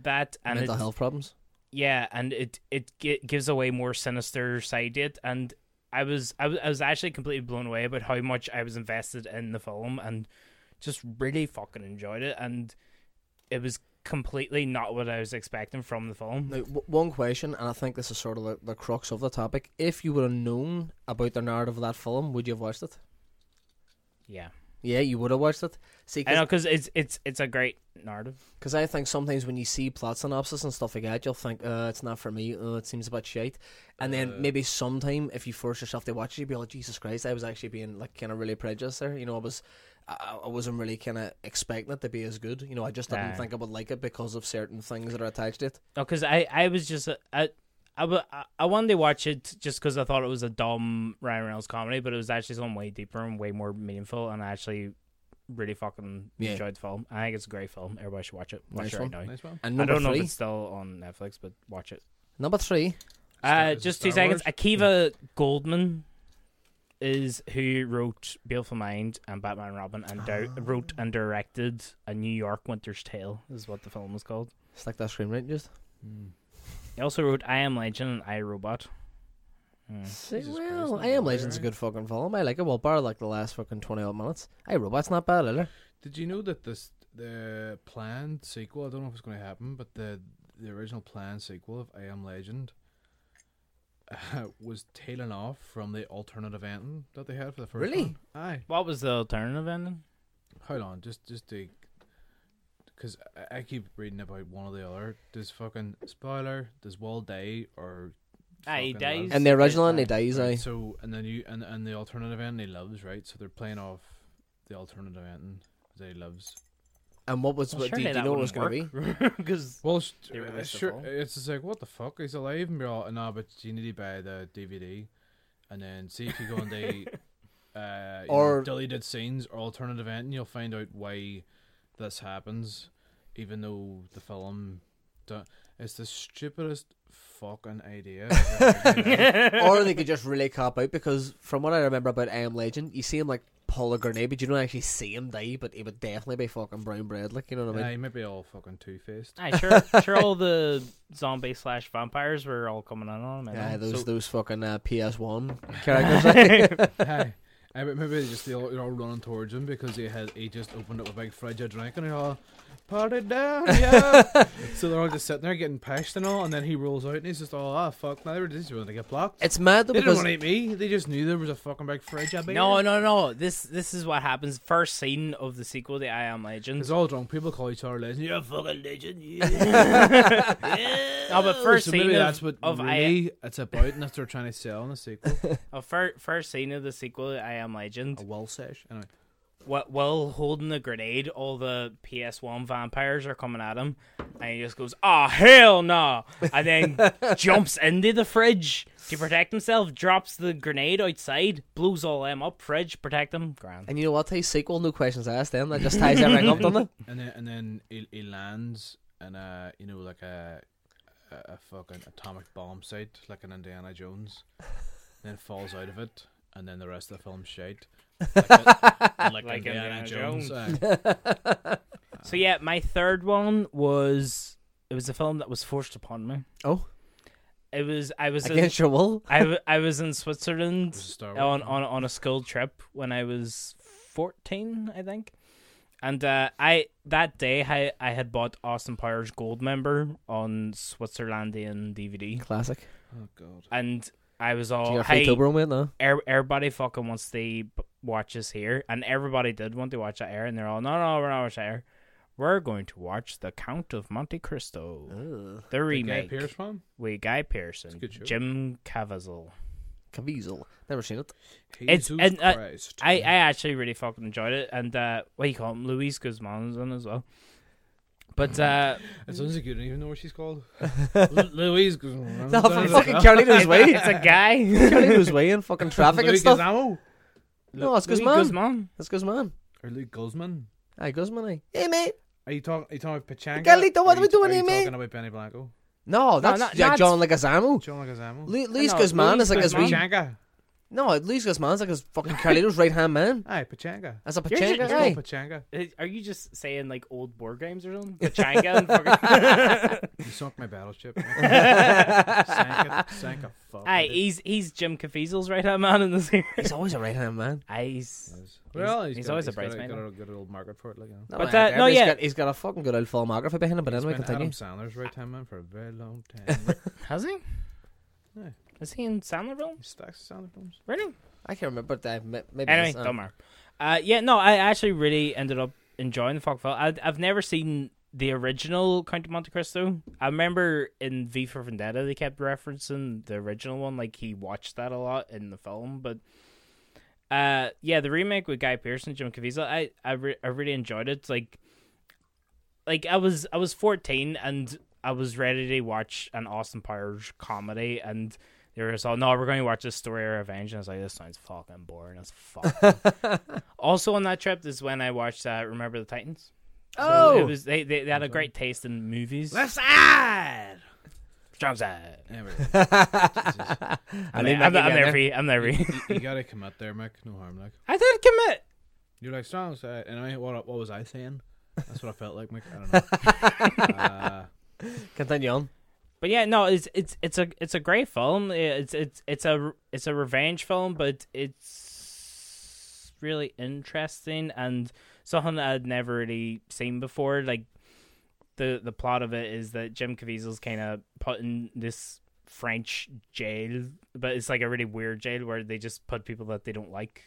Speaker 1: that and
Speaker 2: Mental
Speaker 1: it's-
Speaker 2: health problems.
Speaker 1: yeah, and it it gi- gives away more sinister side to it, and I was I was I was actually completely blown away about how much I was invested in the film, and just really fucking enjoyed it, and it was completely not what I was expecting from the film.
Speaker 2: Now, w- one question, and I think this is sort of the, the crux of the topic. If you would have known about the narrative of that film, would you have watched it?
Speaker 1: Yeah,
Speaker 2: Yeah, you would have watched it. See,
Speaker 1: I know because it's it's it's a great narrative.
Speaker 2: because I think sometimes when you see plot synopsis and stuff like that, you'll think, uh, it's not for me. Uh, it seems a bit shite. And
Speaker 1: Uh.
Speaker 2: then maybe sometime, if you force yourself to watch it, you'll be like, Jesus Christ, I was actually being like kind of really prejudiced there. You know, I was, I, I wasn't really kind of expecting it to be as good. You know, I just didn't
Speaker 1: Aye.
Speaker 2: think I would like it because of certain things that are attached to it.
Speaker 1: No, because I, I was just uh, I, I, wa- I- I wanted to watch it just because I thought it was a dumb Ryan Reynolds comedy, but it was actually something way deeper and way more meaningful, and I actually really fucking
Speaker 2: Yeah.
Speaker 1: enjoyed the film. I think it's a great film. Everybody should watch it. Watch
Speaker 2: Nice
Speaker 1: it
Speaker 2: one.
Speaker 1: right now.
Speaker 3: Nice one.
Speaker 2: And
Speaker 1: I
Speaker 2: number
Speaker 1: don't know if
Speaker 2: three,
Speaker 1: it's still on Netflix, but watch it.
Speaker 2: number three,
Speaker 3: Star-
Speaker 1: Uh,
Speaker 3: is it
Speaker 1: just two
Speaker 3: Star
Speaker 1: seconds.
Speaker 3: Wars?
Speaker 1: Akiva Goldman is who wrote Beautiful Mind and Batman and Robin and di-
Speaker 3: Oh.
Speaker 1: wrote and directed A New York Winter's Tale is what the film was called.
Speaker 2: stick that screen right just.
Speaker 1: He also wrote I Am Legend and I Robot. Hmm.
Speaker 2: See,
Speaker 3: Jesus
Speaker 2: well,
Speaker 3: Christ,
Speaker 2: I Am
Speaker 3: no,
Speaker 2: Legend's a
Speaker 3: right?
Speaker 2: good fucking film. I like it. Well, bar like the last fucking twenty odd minutes. Hey, Robot's not bad eh? either.
Speaker 3: Did you know that this the planned sequel? I don't know if it's going to happen, but the the original planned sequel of I Am Legend [laughs] uh, was tailing off from the alternative ending that they had for the first
Speaker 2: Really?
Speaker 3: one. Aye.
Speaker 1: What was the alternative ending?
Speaker 3: Hold on, just just to, because I, I keep reading about one or the other. Does fucking spoiler? Does Wall die or?
Speaker 1: Aye, he
Speaker 3: fucking
Speaker 1: dies.
Speaker 3: lives?
Speaker 2: And the
Speaker 1: Yes,
Speaker 2: original
Speaker 1: aye.
Speaker 2: and he dies. eh?
Speaker 3: Right,
Speaker 2: I
Speaker 3: So and then you and and the alternative ending he loves right. So they're playing off the alternative ending that he loves.
Speaker 2: and what was
Speaker 1: Well,
Speaker 2: what, do,
Speaker 1: surely
Speaker 2: you- do you
Speaker 1: that
Speaker 2: know what it was going to
Speaker 1: wouldn't
Speaker 2: be?
Speaker 1: [laughs] Because
Speaker 3: Well, sh-
Speaker 1: They
Speaker 3: uh,
Speaker 1: released the
Speaker 3: sure.
Speaker 1: film.
Speaker 3: It's just like what the fuck? He's alive and you're all no, but you need to buy the DVD, and then see if you
Speaker 1: [laughs]
Speaker 3: go and they, uh, you know,
Speaker 2: Or-
Speaker 3: deleted scenes or alternative ending, you'll find out why this happens, even though the film, do- it's the stupidest fucking idea. I've ever heard in my life.
Speaker 2: or they could just really cop out because from what I remember about I Am Legend, you see him like pull a grenade, but you don't actually see him die. But he would definitely be fucking brown bread, like you know what I mean.
Speaker 3: yeah, you might be all fucking two faced.
Speaker 1: aye, [laughs] sure, sure, all the zombie slash vampires were all coming in on him.
Speaker 2: Yeah,
Speaker 1: Yeah,
Speaker 2: those
Speaker 1: so,
Speaker 2: those fucking uh, PS One characters.
Speaker 1: [laughs]
Speaker 3: Hey, I remember just they all, they're all running towards him because he had he just opened up a big fridge of drink and they're all party down,
Speaker 1: [laughs]
Speaker 3: yeah. so they're all just sitting there getting pashed and all, and then he rolls out and he's just all ah fuck, now they were just going to get blocked.
Speaker 2: it's mad though
Speaker 3: they didn't
Speaker 2: because
Speaker 3: want to eat me. They just knew there was a fucking big fridge up
Speaker 1: no, no, no. This this is what happens. First scene of the sequel, the I Am Legend.
Speaker 3: It's all drunk. People call each other legend. You're a fucking
Speaker 1: [laughs]
Speaker 3: legend. Yeah.
Speaker 1: No, but first
Speaker 3: so
Speaker 1: scene
Speaker 3: maybe
Speaker 1: of,
Speaker 3: that's what
Speaker 1: of I
Speaker 3: really it's about, and that's what they're trying to sell in
Speaker 1: [laughs]
Speaker 3: the sequel.
Speaker 1: of fir- first scene of the sequel, I Am
Speaker 3: a
Speaker 1: Legend.
Speaker 3: well sesh. Anyway,
Speaker 1: What while holding the grenade, all the PS One vampires are coming at him, and he just goes, "Ah, hell no!" and then jumps into the fridge to protect himself. Drops the grenade outside, blows all them up. Fridge, protect them. Grand.
Speaker 2: and you know what? Hey, sequel, no questions asked. Then that just ties everything up, doesn't it?
Speaker 3: and then and then he, he lands in a you know like a a, a fucking atomic bomb site, like an
Speaker 2: [laughs]
Speaker 3: Indiana Jones, then falls out of it, and then the rest of the film's shite. Like, a- [laughs] like
Speaker 1: Like
Speaker 3: Indiana,
Speaker 1: Indiana
Speaker 3: Jones. uh,
Speaker 2: [laughs]
Speaker 1: Jones.
Speaker 3: aye.
Speaker 1: So yeah, my third one was it was a film that was forced upon me.
Speaker 2: Oh,
Speaker 1: It was I was in,
Speaker 2: against your will.
Speaker 1: I, w- I was in Switzerland
Speaker 3: Was it Star Wars?
Speaker 1: on, on on a school trip when I was fourteen, I think. And uh, I that day I, I had bought Austin Powers Gold Member on Switzerlandian DVD,
Speaker 2: Classic.
Speaker 3: Oh god.
Speaker 1: and I was
Speaker 2: Do you
Speaker 1: all
Speaker 2: have
Speaker 1: Oh, hey,
Speaker 2: free Toblerone with it now?
Speaker 1: er- everybody fucking wants to b- watch us here, and everybody did want to watch that air, and they're all, no, no, we're not watching that air. We're going to watch The Count of Monte Cristo, the
Speaker 3: The Guy
Speaker 1: remake
Speaker 3: Pearce one.
Speaker 1: with Guy Pearson,
Speaker 3: good show.
Speaker 1: Jim Caviezel.
Speaker 2: Caviezel. Never seen it.
Speaker 1: It's-
Speaker 3: Jesus
Speaker 1: and, uh,
Speaker 3: Christ.
Speaker 1: I, I actually really fucking enjoyed it, and uh, what do you call him, Luis Guzman's on as well. But uh,
Speaker 3: It sounds like you don't even know what
Speaker 2: [laughs]
Speaker 3: she's called. Lu- Louise.
Speaker 2: No, from fucking Charlie
Speaker 3: [laughs]
Speaker 2: Lewis Way.
Speaker 1: it's a guy,
Speaker 2: Charlie
Speaker 1: [laughs]
Speaker 2: Lewis Way in fucking [laughs] traffic and
Speaker 3: Louis
Speaker 2: stuff.
Speaker 3: Guzmano.
Speaker 2: No, that's
Speaker 1: Luis
Speaker 2: Guzman.
Speaker 1: Guzman.
Speaker 2: That's Guzman.
Speaker 3: Or Luke Guzman.
Speaker 2: Aye, Guzman. Aye. Hey, mate.
Speaker 3: Are you talking? Are you talking about Pachanga?
Speaker 2: Carlito, what are we
Speaker 3: you-
Speaker 2: doing
Speaker 3: are
Speaker 2: here,
Speaker 3: you
Speaker 2: mate?
Speaker 3: Talking about Benny Blanco.
Speaker 2: No, that's
Speaker 1: not-
Speaker 2: yeah,
Speaker 1: not-
Speaker 2: John Leguizamo.
Speaker 3: John Leguizamo.
Speaker 2: Lu- Luis
Speaker 1: No,
Speaker 2: Guzman
Speaker 1: Luis
Speaker 2: is like his
Speaker 1: Guzman.
Speaker 2: wee.
Speaker 3: Pachanga.
Speaker 2: No, Luis Guzman's like his fucking Carlito's right hand man.
Speaker 3: Aye, Pachanga.
Speaker 2: That's a
Speaker 1: You're just-
Speaker 2: Pachanga
Speaker 1: it's
Speaker 2: guy.
Speaker 3: Pachanga.
Speaker 1: Are you just saying like old board games or [laughs] something? Pachanga and fucking.
Speaker 3: You sunk my battleship.
Speaker 1: [laughs]
Speaker 3: sank a, sank a fuck.
Speaker 1: Aye, he's he's Jim Caviezel's right hand man in this series.
Speaker 2: He's always a right hand man.
Speaker 1: Aye, he's,
Speaker 3: well,
Speaker 1: he's always a
Speaker 3: got,
Speaker 1: bridesmaid,
Speaker 3: Got
Speaker 1: huh?
Speaker 3: a good old market for it, like you know.
Speaker 2: No,
Speaker 1: But,
Speaker 2: aye,
Speaker 1: uh, no,
Speaker 2: he's
Speaker 1: yeah.
Speaker 2: got- he's got a fucking good old filmography behind him. But anyway,
Speaker 3: Been
Speaker 2: continue.
Speaker 3: Adam Sandler's right hand man for a
Speaker 1: [laughs]
Speaker 3: very long time.
Speaker 1: has he?
Speaker 3: Yeah.
Speaker 1: Is he in Sandler films?
Speaker 3: Stacks of Sandler films.
Speaker 1: Really?
Speaker 2: I can't remember. But, uh, ma- maybe
Speaker 1: Anyway,
Speaker 2: it's, uh,
Speaker 1: don't matter. Uh, yeah, no, I actually really ended up enjoying the fuck film. I, I've never seen the original Count of Monte Cristo. I remember in V for Vendetta they kept referencing the original one, like he watched that a lot in the film. But uh, yeah, the remake with Guy Pearce and Jim Caviezel, I I, re- I really enjoyed it. Like like I was I was 14 and I was ready to watch an Austin Powers comedy and they were just all, no, we're going to watch this story of revenge. And I was like, this sounds fucking boring as fuck.
Speaker 2: [laughs]
Speaker 1: also on that trip is when I watched uh, Remember the Titans. So
Speaker 2: Oh!
Speaker 1: it was they, they, they had a great taste in movies.
Speaker 3: side.
Speaker 1: Strong side.
Speaker 3: There we
Speaker 1: [laughs]
Speaker 3: go.
Speaker 1: I'm,
Speaker 2: need
Speaker 1: I'm, I'm,
Speaker 2: that to get in
Speaker 1: there
Speaker 2: there.
Speaker 1: for you. I'm there for you. [laughs]
Speaker 3: You gotta commit there, Mick. No harm, like
Speaker 1: I did commit.
Speaker 3: you're like strong side. And I mean, what what was I saying? That's what I felt like, Mick. I don't know.
Speaker 1: [laughs]
Speaker 3: uh,
Speaker 2: Continue on.
Speaker 1: But yeah, no, it's it's it's a it's a great film. It's it's it's a it's a revenge film, but it's really interesting and something that I'd never really seen before. Like the the plot of it is that Jim Caviezel's kind of put in this French jail, but it's like a really weird jail where they just put people that they don't like.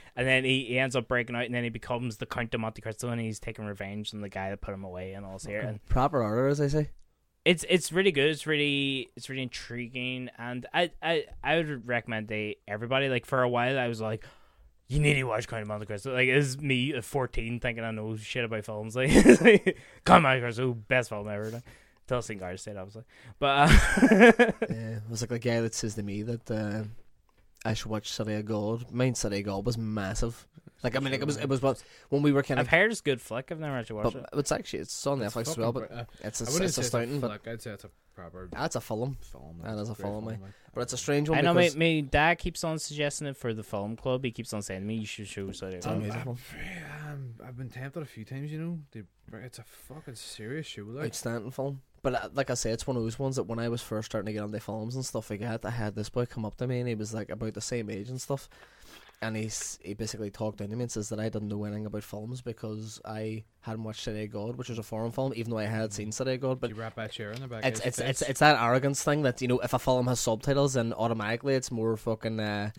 Speaker 1: [laughs] And then he, he ends up breaking out, and then he becomes the Count of Monte Cristo, and he's taking revenge on the guy that put him away and all's here. And
Speaker 2: Proper order, as I say.
Speaker 1: it's it's really good. It's really it's really intriguing, and I I I would recommend they everybody. Like for a while, I was like, you need to watch Count of Monte Cristo. Like it's me at fourteen thinking I know shit about films. [laughs] Like Count of Monte Cristo, best film ever. Like, Till Sinclair said, obviously, but uh,
Speaker 2: Yeah, it was like a guy that says to me that uh, I should watch City of God. Mine City of God was massive. Like I mean, like, it was it was what when we were
Speaker 1: [laughs]
Speaker 2: kind
Speaker 1: I've
Speaker 2: of.
Speaker 1: heard it's a good flick. I've never actually watched
Speaker 2: But
Speaker 1: it.
Speaker 2: it's actually it's on Netflix as well, but
Speaker 3: fucking br- uh,
Speaker 2: it's
Speaker 3: I
Speaker 2: a,
Speaker 3: wouldn't
Speaker 2: it's
Speaker 3: say a
Speaker 2: astounding. But
Speaker 3: flick, I'd say it's a proper
Speaker 2: that's a film.
Speaker 3: film.
Speaker 2: That is a
Speaker 3: great
Speaker 2: film,
Speaker 3: like.
Speaker 2: But it's a strange one.
Speaker 1: I know my,
Speaker 2: because
Speaker 1: my dad keeps on suggesting it for the film club. He keeps on saying to me, "You should show Saudi
Speaker 2: it's a
Speaker 1: Arabia."
Speaker 2: musical.
Speaker 3: Um, I've been tempted a few times, you know. They, it's a fucking serious show, like.
Speaker 2: outstanding film. But uh, like I say, it's one of those ones that when I was first starting to get into films and stuff like that, I had this boy come up to me and he was like about the same age and stuff, and he's he basically talked down to me and says that I didn't know anything about films because I hadn't watched City of God, which was a foreign film, even though I had seen City of God. But
Speaker 3: you wrap that chair in the back. of
Speaker 2: it's
Speaker 3: his
Speaker 2: it's it's
Speaker 3: face.
Speaker 2: it's that arrogance thing that you know if a film has subtitles then automatically it's more fucking uh,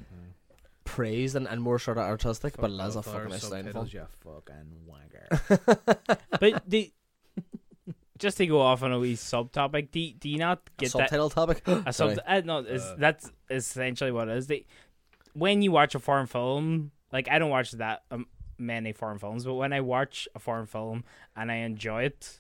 Speaker 2: praised and, and more sort of artistic, but it is a
Speaker 3: Fuck
Speaker 2: fucking
Speaker 3: our
Speaker 2: astounding film.
Speaker 3: subtitles, you fucking
Speaker 1: [laughs]
Speaker 3: wanker.
Speaker 1: But the just to go off on a wee subtopic, do, you- do you not get that
Speaker 2: Subtitle topic.
Speaker 1: A
Speaker 2: [laughs] Sorry.
Speaker 1: sub- uh, no, it's, that's essentially what it is. They, when you watch a foreign film, like I don't watch that um, many foreign films, but when I watch a foreign film and I enjoy it,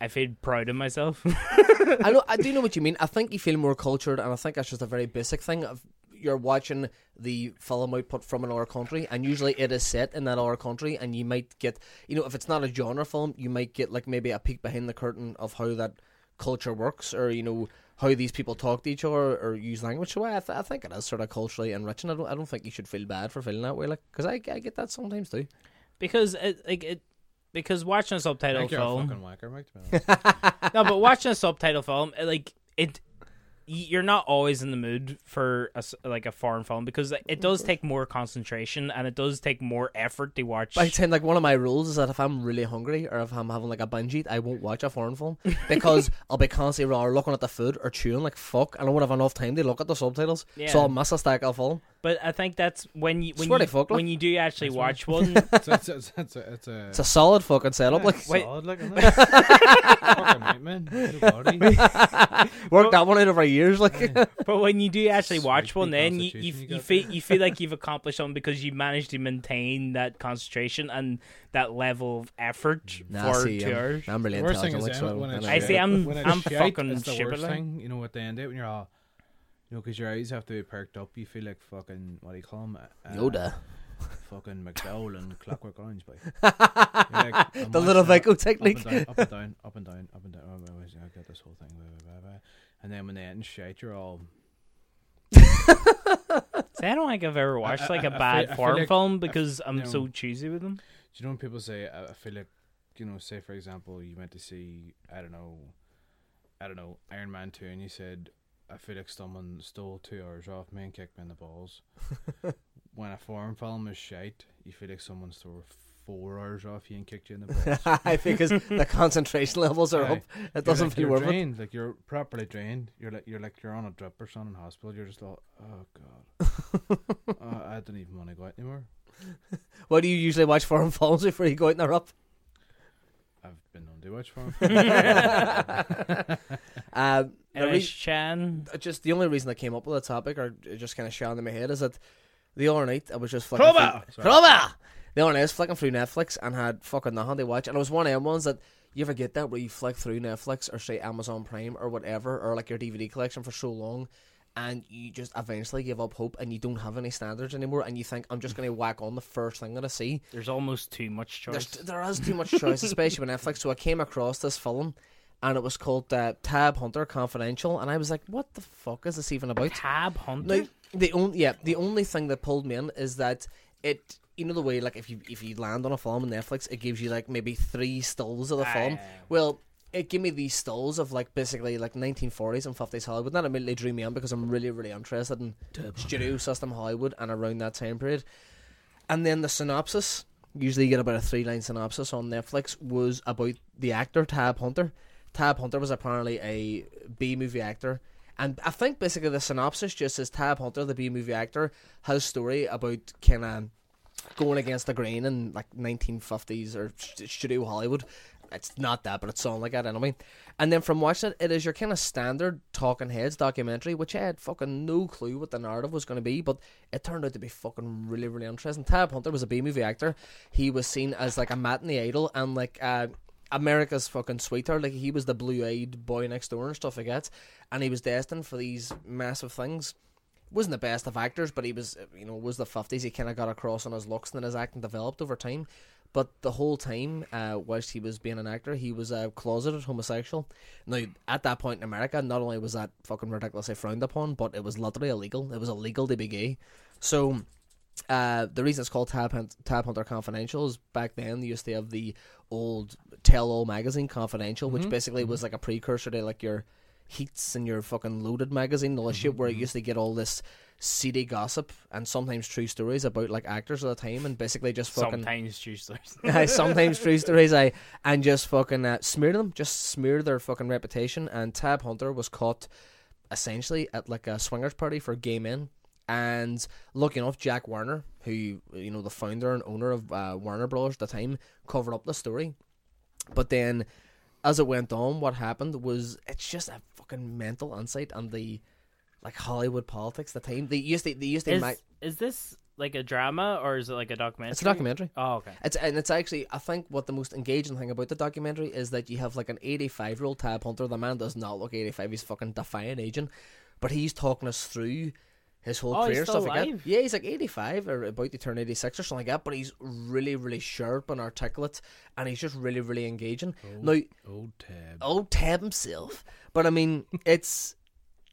Speaker 1: I feel proud of myself. [laughs]
Speaker 2: I know. I do know what you mean. I think you feel more cultured, and I think that's just a very basic thing of you're watching the film output from another country, and usually it is set in that other country, and you might get, you know, if it's not a genre film, you might get like maybe a peek behind the curtain of how that culture works, or you know how these people talk to each other or use language. So I, th- I think it is sort of culturally enriching. I don't, I don't think you should feel bad for feeling that way, like because I, I get that sometimes too.
Speaker 1: because it, like it because watching a
Speaker 3: I
Speaker 1: subtitle
Speaker 3: think you're a
Speaker 1: film [laughs]
Speaker 3: fucking whacker, Mike.
Speaker 2: [laughs]
Speaker 3: To be honest.
Speaker 1: no, but watching a subtitle film, it, like it, y- you're not always in the mood for a s like a foreign film because like, it does take more concentration and it does take more effort to watch.
Speaker 2: But I tend like one of my rules is that if I'm really hungry or if I'm having like a binge eat, I won't watch a foreign
Speaker 3: [laughs]
Speaker 2: film because I'll be constantly rather looking at the food or chewing like fuck, and I won't have enough time to look at the subtitles.
Speaker 1: Yeah.
Speaker 2: So I'll miss a stack of film.
Speaker 1: But I think that's when you when
Speaker 2: Swear
Speaker 1: you,
Speaker 2: to fuck, like-
Speaker 1: when you do actually watch [laughs] one.
Speaker 3: So it's, it's, it's, a, it's a
Speaker 2: It's a solid fucking setup. Like
Speaker 1: Wait.
Speaker 3: solid looking thing. Fucking nightmare. Your body.
Speaker 2: [laughs] worked that one out over years. Like [laughs]
Speaker 1: but when you do actually
Speaker 3: Sweet
Speaker 1: watch one, then you you,
Speaker 3: constitution you
Speaker 1: you
Speaker 3: got
Speaker 1: feel you feel like you've accomplished something because you managed to maintain that concentration and that level of effort
Speaker 2: nah,
Speaker 1: for
Speaker 2: see,
Speaker 1: two
Speaker 2: I'm,
Speaker 1: hours.
Speaker 2: I'm really
Speaker 3: The worst thing
Speaker 2: intelligent.
Speaker 3: is
Speaker 2: Like,
Speaker 3: that
Speaker 2: so
Speaker 3: when it's
Speaker 1: I
Speaker 3: shit-
Speaker 1: see, I'm-
Speaker 3: when it's
Speaker 1: I'm
Speaker 3: shit,
Speaker 1: fucking
Speaker 3: It's the worst
Speaker 1: shibboleth.
Speaker 3: thing, you know, at the end of it, when you're all, you know, because your eyes have to be perked up. You feel like fucking what do you call them? Uh,
Speaker 2: [laughs] Yoda.
Speaker 3: Fucking McDowell and Clockwork Orange, boy. You're
Speaker 2: [laughs]
Speaker 3: like, I'm
Speaker 2: The little
Speaker 3: watching it
Speaker 2: Vico
Speaker 3: up-
Speaker 2: technique.
Speaker 3: Up and down, up and down, up and down. Up and down. Oh, wait, wait, I got this whole thing. Blah, blah, blah, blah. And then when they end shit, you're all.
Speaker 1: See, I don't think I've ever watched like a
Speaker 3: I- I
Speaker 1: bad
Speaker 3: feel- I feel
Speaker 1: foreign
Speaker 3: like-
Speaker 1: film because I'm
Speaker 3: no.
Speaker 1: so choosy with them.
Speaker 3: Do you know when people say, I, I feel like, you know, say for example, you went to see, I don't know, I don't know, Iron Man 2, and you said, I feel like someone stole two hours off me and kicked me in
Speaker 2: [laughs]
Speaker 3: the balls. when a foreign film is shite, you feel like someone stole four hours off you and kicked you in the balls.
Speaker 2: [laughs] I think because
Speaker 3: [laughs]
Speaker 2: the concentration levels are
Speaker 3: Aye.
Speaker 2: up.
Speaker 3: You're
Speaker 2: It doesn't
Speaker 3: like,
Speaker 2: feel
Speaker 3: you're
Speaker 2: worth it.
Speaker 3: drained, like you're properly drained. You're like you're like you're on a drip or something in hospital. You're just like, oh god,
Speaker 2: [laughs]
Speaker 3: uh, I don't even want to go out anymore.
Speaker 2: Why do you usually watch foreign [laughs] films before you go out and they're up?
Speaker 3: I've been on too much for
Speaker 2: [laughs]
Speaker 1: And
Speaker 2: Um, the re-
Speaker 1: it's Chan.
Speaker 2: I just the only reason I came up with the topic, or it just kind of shot into my head, is that the other night I was just flicking
Speaker 3: Crowbar!
Speaker 2: through,
Speaker 3: Sorry.
Speaker 2: Crowbar! The other night I was flicking through Netflix and had fucking nothing to watch, and it was one of them ones that you ever get that where you flick through Netflix or say Amazon Prime or whatever, or like your DVD collection for so long. And you just eventually give up hope, and you don't have any standards anymore, and you think I'm just going to whack on the first thing that I see,
Speaker 1: There's almost too much choice.
Speaker 2: there's, there is too much choice, especially with Netflix. So I came across this film, and it was called uh, Tab Hunter Confidential, and I was like, "What the fuck is this even about?"
Speaker 1: Tab Hunter.
Speaker 2: Like the only yeah, the only thing that pulled me in is that it. You know the way like if you if you land on a film on Netflix, it gives you like maybe three stills of the film. Well. It gave me these stills of like basically like 1940s and 50s Hollywood. Not immediately drew me in because I'm really really interested in studio system Hollywood and around that time period. And then the synopsis, usually you get about a three line synopsis on Netflix, was about the actor Tab Hunter. Tab Hunter was apparently a B movie actor. And I think basically the synopsis just says Tab Hunter, the B movie actor, has story about kind of going against the grain in like 1950s or st- studio Hollywood. It's not that, but it's something like that anyway. And then from watching it, it is your kind of standard Talking Heads documentary, which I had fucking no clue what the narrative was going to be, but it turned out to be fucking really, really interesting. Tab Hunter was a B movie actor. He was seen as like a matinee idol and like uh, America's fucking sweetheart. Like he was the blue eyed boy next door and stuff like that. And he was destined for these massive things wasn't the best of actors, but he was, you know, was the fifties. He kind of got across on his looks, and then his acting developed over time. But the whole time, uh, whilst he was being an actor, he was a closeted homosexual. Now, at that point in America, not only was that fucking ridiculously frowned upon, but it was literally illegal. It was illegal to be gay. So, uh, the reason it's called Tab, Hunt, Tab Hunter Confidential is back then they used to have the old Tell All magazine Confidential, which basically was like a precursor to like your Heats and your fucking Loaded magazine, all this shit, where it used to get all this seedy gossip and sometimes true stories about like actors at the time, and basically just fucking
Speaker 1: Sometimes
Speaker 2: [laughs]
Speaker 1: choosers.
Speaker 2: I sometimes true stories. I and just fucking uh, smear them, just smear their fucking reputation. And Tab Hunter was caught essentially at like a swingers party for gay men. And lucky enough, Jack Warner, who you know the founder and owner of uh, Warner Brothers at the time, covered up the story. But then, as it went on, what happened was it's just a fucking mental insight on the like Hollywood politics. at The time they used to they used to
Speaker 1: is,
Speaker 2: ma-
Speaker 1: is this like a drama or is it like a documentary?
Speaker 2: it's a documentary.
Speaker 1: Oh, okay.
Speaker 2: It's and it's actually I think what the most engaging thing about the documentary is that you have like an 85 year old tab hunter. The man does not look 85. He's fucking defiant aging, but he's talking us through his whole
Speaker 1: Oh, he's
Speaker 2: career and stuff
Speaker 1: still
Speaker 2: like
Speaker 1: alive?
Speaker 2: that. Yeah, he's like 85 or about to turn 86 or something like that, but he's really, really sharp and articulate, and he's just really, really engaging.
Speaker 1: Oh.
Speaker 2: now,
Speaker 3: Old Tab.
Speaker 2: old Tab himself, but I mean, it's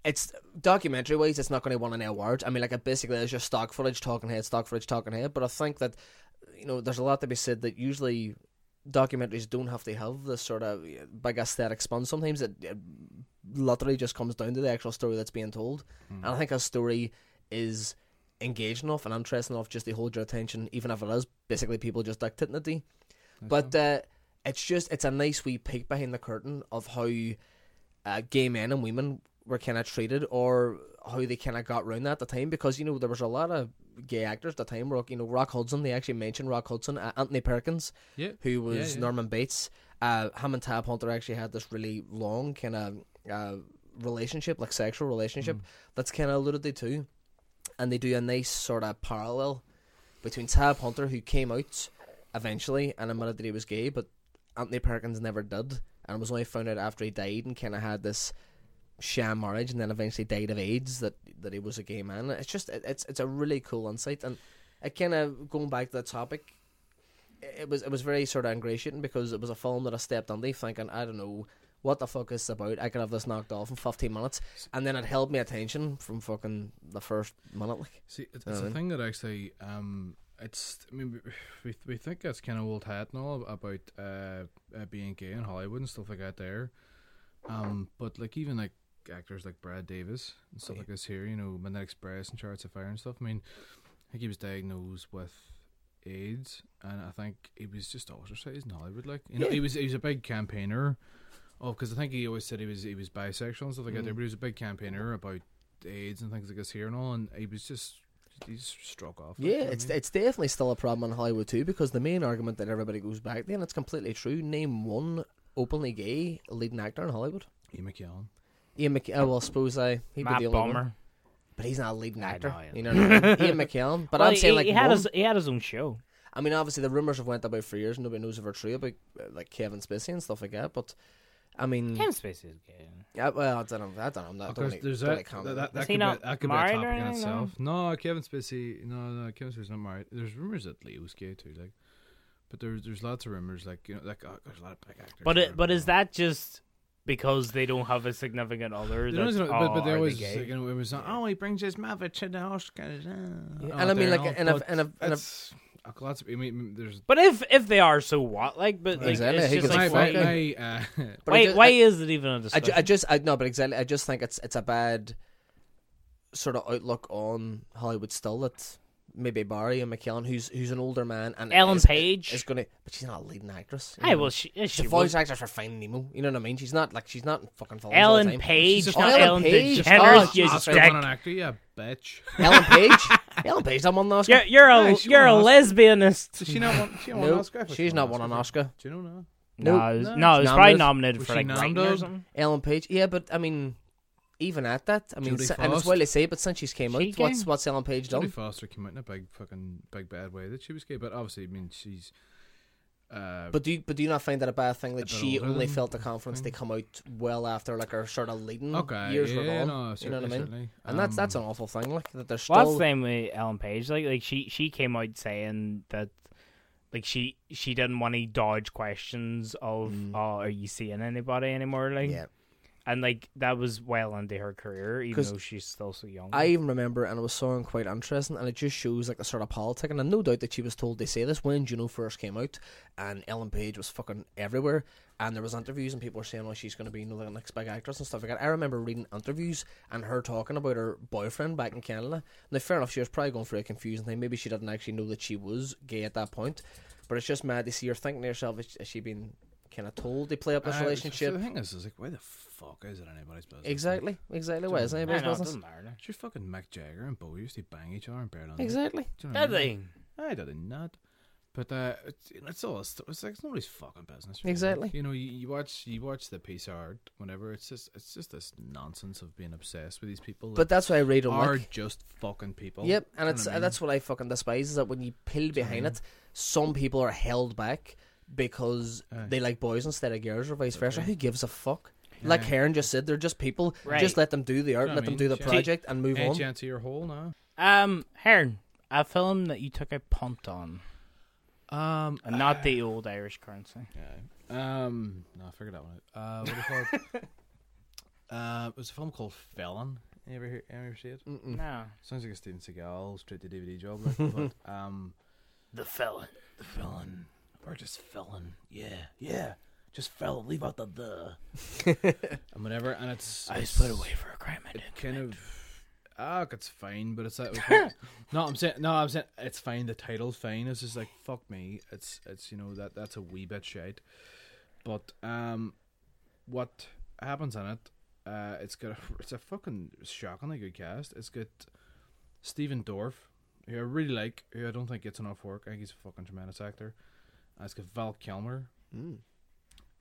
Speaker 2: it's documentary wise, it's not going to win any awards. I mean, like it basically is just stock footage, talking head, stock footage, talking head. But I think that you know, there's a lot to be said that usually documentaries don't have to have this sort of uh, big aesthetic spun. Sometimes it, it literally just comes down to the actual story that's being told. And I think a story is engaging enough and interesting enough just to hold your attention, even if it is basically people just dictating it to you. But uh, it's just, it's a nice wee peek behind the curtain of how uh, gay men and women were kind of treated or how they kind of got round that at the time because, you know, there was a lot of gay actors at the time. Rock, you know, Rock Hudson, they actually mentioned Rock Hudson, uh, Anthony Perkins,
Speaker 3: Yeah,
Speaker 2: who
Speaker 3: yeah,
Speaker 2: was
Speaker 3: yeah.
Speaker 2: Norman Bates. Uh, him and Tab Hunter actually had this really long kind of uh, relationship, like sexual relationship,
Speaker 3: Mm.
Speaker 2: that's kind of alluded to too. And they do a nice sort of parallel between Tab Hunter, who came out eventually and admitted that he was gay, but Anthony Perkins never did, and was only found out after he died and kind of had this sham marriage, and then eventually died of AIDS that that he was a gay man. It's just it, it's it's a really cool insight, and it kind of going back to the topic. i- It was it was very sort of ingratiating because it was a film that I stepped on, thinking I don't know what the fuck is this about. I could have this knocked off in fifteen minutes, and then it held my attention from fucking the first minute. Like,
Speaker 3: See, it- it's a thing that actually, um, it's. I mean, we we think it's kind of old hat and all about uh, uh being gay in Hollywood and stuff like that there, um, but like even like actors like Brad Davis and stuff like this here, you know, Midnight Express and Chariots of Fire and stuff. I mean, I think he was diagnosed with AIDS, and I think he was just ostracized in Hollywood. Like, you know, he was he was a big campaigner. Oh, because I think he always said he was he was bisexual and stuff like that.
Speaker 2: Mm.
Speaker 3: But he was a big campaigner about AIDS and things like this here and all, and he was just he just struck off. like,
Speaker 2: Yeah,
Speaker 3: you know what I
Speaker 2: it's
Speaker 3: mean?
Speaker 2: it's definitely still a problem in Hollywood too because the main argument that everybody goes back to, and it's completely true. Name one openly gay leading actor in Hollywood.
Speaker 3: Ian McKellen.
Speaker 2: Ian McK- oh, well, I suppose I he'd
Speaker 1: Matt
Speaker 2: be the only one.
Speaker 1: Bomer.
Speaker 2: but he's not a leading
Speaker 1: I
Speaker 2: actor.
Speaker 1: know, yeah.
Speaker 2: you know, what I
Speaker 1: [laughs]
Speaker 2: mean? Ian McKellen. But
Speaker 1: Well,
Speaker 2: I'm saying
Speaker 1: he,
Speaker 2: like
Speaker 1: he had
Speaker 2: one-
Speaker 1: his he had his own show.
Speaker 2: I mean, obviously the rumors have went about for years. Nobody knows if they're true about uh, like Kevin Spacey and stuff like that. But I mean,
Speaker 1: Kevin Spacey is gay.
Speaker 2: yeah, well, I don't know. I don't know. I'm not
Speaker 3: Because
Speaker 2: don't, e-,
Speaker 3: there's
Speaker 2: don't
Speaker 3: that,
Speaker 2: really
Speaker 3: that,
Speaker 2: comment.
Speaker 1: Was
Speaker 3: that, that
Speaker 1: he
Speaker 3: could, be,
Speaker 1: not
Speaker 3: that could be a
Speaker 1: married or
Speaker 3: topic in
Speaker 1: anything, no?
Speaker 3: itself. No, Kevin Spacey. No, no, Kevin Spacey's not married. There's rumors that Leo's gay too, like. But there's there's lots of rumors, like you know, like oh, there's a lot of big actors.
Speaker 1: But
Speaker 3: that
Speaker 1: it,
Speaker 3: are
Speaker 1: but is
Speaker 3: gay.
Speaker 1: that just because they don't have a significant other?
Speaker 3: They
Speaker 1: That's,
Speaker 3: don't know,
Speaker 1: oh,
Speaker 3: but, but they
Speaker 1: are
Speaker 3: always
Speaker 1: gay?
Speaker 3: you know it was not, oh he brings his maverick to the Oscars. ah."
Speaker 2: Yeah,
Speaker 3: Oh,
Speaker 2: and I mean,
Speaker 3: there
Speaker 2: like,
Speaker 3: all,
Speaker 2: and if-
Speaker 3: but
Speaker 2: and if- and if-
Speaker 3: it's- lots of I mean there's
Speaker 1: But if if they are, so what? Like, but like,
Speaker 2: Exactly,
Speaker 1: it's
Speaker 2: he
Speaker 1: just
Speaker 2: goes,
Speaker 1: like,
Speaker 2: "Fuck
Speaker 1: why,
Speaker 2: it."
Speaker 3: my, my, uh, [laughs]
Speaker 2: But I
Speaker 1: why,
Speaker 2: ju-
Speaker 1: why
Speaker 2: I-
Speaker 1: is it even a
Speaker 2: I, ju-
Speaker 1: discussion?
Speaker 2: I just I no, but exactly. I just think it's it's a bad sort of outlook on Hollywood still that maybe Barry and McKellen, who's who's an older man, and
Speaker 1: Ellen
Speaker 2: is,
Speaker 1: Page.
Speaker 2: is gonna, but she's not a leading actress. you
Speaker 1: Hey,
Speaker 2: know.
Speaker 1: well, she, yeah,
Speaker 2: she's
Speaker 1: she
Speaker 2: a voice
Speaker 1: was,
Speaker 2: actress for Finding Nemo. You know what I mean? She's not like she's not in fucking films. all the
Speaker 1: Ellen
Speaker 2: time.
Speaker 1: Page,
Speaker 3: just-
Speaker 1: not Ellen
Speaker 3: Ellen
Speaker 2: Page, just-
Speaker 1: DeGeneres.
Speaker 2: oh,
Speaker 1: You
Speaker 3: Oscar
Speaker 1: dick. [laughs]
Speaker 3: winning actor, yeah, bitch.
Speaker 2: Ellen Page. Ellen Page. I'm on the Oscar.
Speaker 1: You're you're a
Speaker 3: Yeah, she
Speaker 1: you're a
Speaker 3: won
Speaker 1: lesbianist.
Speaker 3: [laughs] Does she not want? She not
Speaker 2: No,
Speaker 3: want Oscar? I thought she
Speaker 2: she's
Speaker 3: won
Speaker 2: not
Speaker 3: an
Speaker 2: won an
Speaker 3: for-
Speaker 2: Oscar.
Speaker 3: Do you know now?
Speaker 1: No,
Speaker 2: No,
Speaker 1: it was-
Speaker 3: no.
Speaker 1: no, it was
Speaker 2: Nominated.
Speaker 1: probably nominated
Speaker 3: Was
Speaker 1: for
Speaker 3: she
Speaker 1: like writing or
Speaker 3: nominated?
Speaker 1: something.
Speaker 2: Ellen Page. Yeah, but I mean, even at that, I mean,
Speaker 3: Jodie
Speaker 2: s- and it's
Speaker 3: Foster.
Speaker 2: well they say, but since she's came
Speaker 1: She
Speaker 2: out, what's
Speaker 1: came.
Speaker 2: what's Ellen Page
Speaker 3: Jodie
Speaker 2: done?
Speaker 3: Foster came out in a big fucking big bad way that she was gay, but obviously, I mean, she's. Uh,
Speaker 2: But do you, but do you not find that a bad thing that
Speaker 3: bit
Speaker 2: she
Speaker 3: older
Speaker 2: only
Speaker 3: than- Mm.
Speaker 2: felt the confidence to come out well after like her sort of leading
Speaker 3: Okay,
Speaker 2: years were
Speaker 3: yeah,
Speaker 2: gone?
Speaker 3: no,
Speaker 2: you know what I mean?
Speaker 3: certainly, certainly.
Speaker 2: And that's that's an
Speaker 3: Um,
Speaker 2: awful thing. Like that they're still.
Speaker 1: Well, that's the same with Ellen Page. Like, like she she came out saying that, like she she didn't want to dodge questions of, oh, are you seeing anybody anymore? Like,
Speaker 2: Yeah.
Speaker 1: and like that was well into her career, even
Speaker 2: 'Cause
Speaker 1: though she's still so young.
Speaker 2: I even remember, and it was something quite interesting, and it just shows like the sort of politic. And I no doubt that she was told they say this when Juno first came out, and Ellen Page was fucking everywhere, and there was interviews, and people were saying, "Oh, she's going to be you know, the next big actress and stuff like that." I remember reading interviews and her talking about her boyfriend back in Canada. Now, fair enough, she was probably going through a confusing thing. Maybe she didn't actually know that she was gay at that point, but it's just mad to see her thinking to herself, "Is is she being kind of told to play up this
Speaker 3: I-
Speaker 2: relationship?"
Speaker 3: The thing is, is like, why the fuck is it anybody's business? Like,
Speaker 2: Exactly, exactly. Why is
Speaker 1: I know,
Speaker 2: anybody's
Speaker 1: it
Speaker 2: business?
Speaker 1: doesn't matter.
Speaker 3: Sure, fucking Mick Jagger and Bowie used to bang each other in bed on
Speaker 2: Exactly.
Speaker 3: Do you know
Speaker 1: Did
Speaker 3: what I mean?
Speaker 1: they?
Speaker 3: I did not. But uh, it's, it's all it's, it's like it's nobody's fucking business. really.
Speaker 2: Exactly.
Speaker 3: Like, you know, you, you watch you watch the piece of art, whenever it's just it's just this nonsense of being obsessed with these people.
Speaker 2: But
Speaker 3: that
Speaker 2: that's why I read on
Speaker 3: are
Speaker 2: like,
Speaker 3: just fucking people.
Speaker 2: Yep,
Speaker 3: Do you know
Speaker 2: and it's uh,
Speaker 3: what I mean?
Speaker 2: that's what I fucking despise is that when you peel behind it, some people are held back because they like boys instead of girls or vice versa. Who gives a fuck? Like Heron just said, they're just people.
Speaker 1: Right.
Speaker 2: Just let them do the art,
Speaker 3: know
Speaker 2: let
Speaker 3: what I
Speaker 2: them
Speaker 3: mean?
Speaker 2: do the
Speaker 3: Yeah.
Speaker 2: project, and move
Speaker 3: Any
Speaker 2: on.
Speaker 3: chance of your hole now?
Speaker 1: Um, Heron, a film that you took a punt on,
Speaker 3: Um,
Speaker 1: and not the old Irish currency.
Speaker 3: Um, no, I figured that one. out. Uh, what do
Speaker 2: [laughs]
Speaker 3: you call it? uh, it was a film called Felon. You ever hear? You ever see
Speaker 2: Mm.
Speaker 3: it?
Speaker 1: No,
Speaker 3: Sounds like a Steven Seagal straight to DVD job. Like, [laughs] but um,
Speaker 1: the felon.
Speaker 3: the felon or just felon? Yeah, yeah, just felon. Leave out the the [laughs] and whatever. And it's
Speaker 1: I was
Speaker 3: it's
Speaker 1: put away for a crime I didn't.
Speaker 3: kind of. Ah, it's fine, but it's [laughs] that. it's like- no, I'm saying no, I'm saying it's fine. The title's fine. It's just like fuck me. It's it's you know that that's a wee bit shite. But um, what happens in it? Uh, it's got a, [laughs] it's a fucking shockingly good cast. It's got Stephen Dorff, who I really like, who I don't think gets enough work. I think he's a fucking tremendous actor. Uh, it's got Val Kilmer,
Speaker 2: Hmm.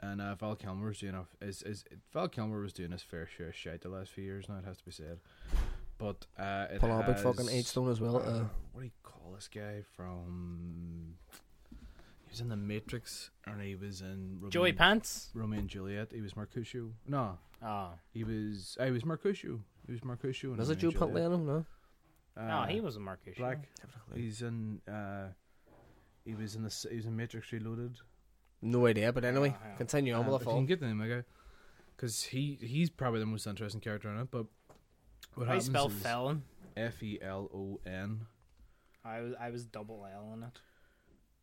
Speaker 3: and uh, Val Kilmer was doing a, is is Val Kilmer was doing his fair share of shite the last few years. Now it has to be said. But uh, it
Speaker 2: Pull out big
Speaker 3: has-
Speaker 2: fucking H Stone as well,
Speaker 3: uh,
Speaker 2: uh,
Speaker 3: what do you call this guy from? He was in The Matrix, and he was in Romeo
Speaker 1: Joey
Speaker 3: and-
Speaker 1: Pants.
Speaker 3: Romeo and Juliet. He was Mercutio. No,
Speaker 1: Oh,
Speaker 3: he was. I was Mercutio. He was Mercutio. in
Speaker 2: Was it
Speaker 3: Romeo
Speaker 2: Joe
Speaker 3: and Juliet.
Speaker 2: Pantoliano? No.
Speaker 1: no,
Speaker 3: Uh,
Speaker 1: he was a Marcus.
Speaker 3: black. He's in. Uh, he was in the. s- He was in Matrix Reloaded.
Speaker 2: No idea, but anyway, continue on
Speaker 3: Um,
Speaker 2: with
Speaker 3: if
Speaker 2: the
Speaker 3: you can
Speaker 2: film.
Speaker 3: get the name, okay? Because he he's probably the most interesting character in it. But
Speaker 1: How do you
Speaker 3: what happens
Speaker 1: spell
Speaker 3: is
Speaker 1: felon?
Speaker 3: F E L O N.
Speaker 1: I was I was double L in it.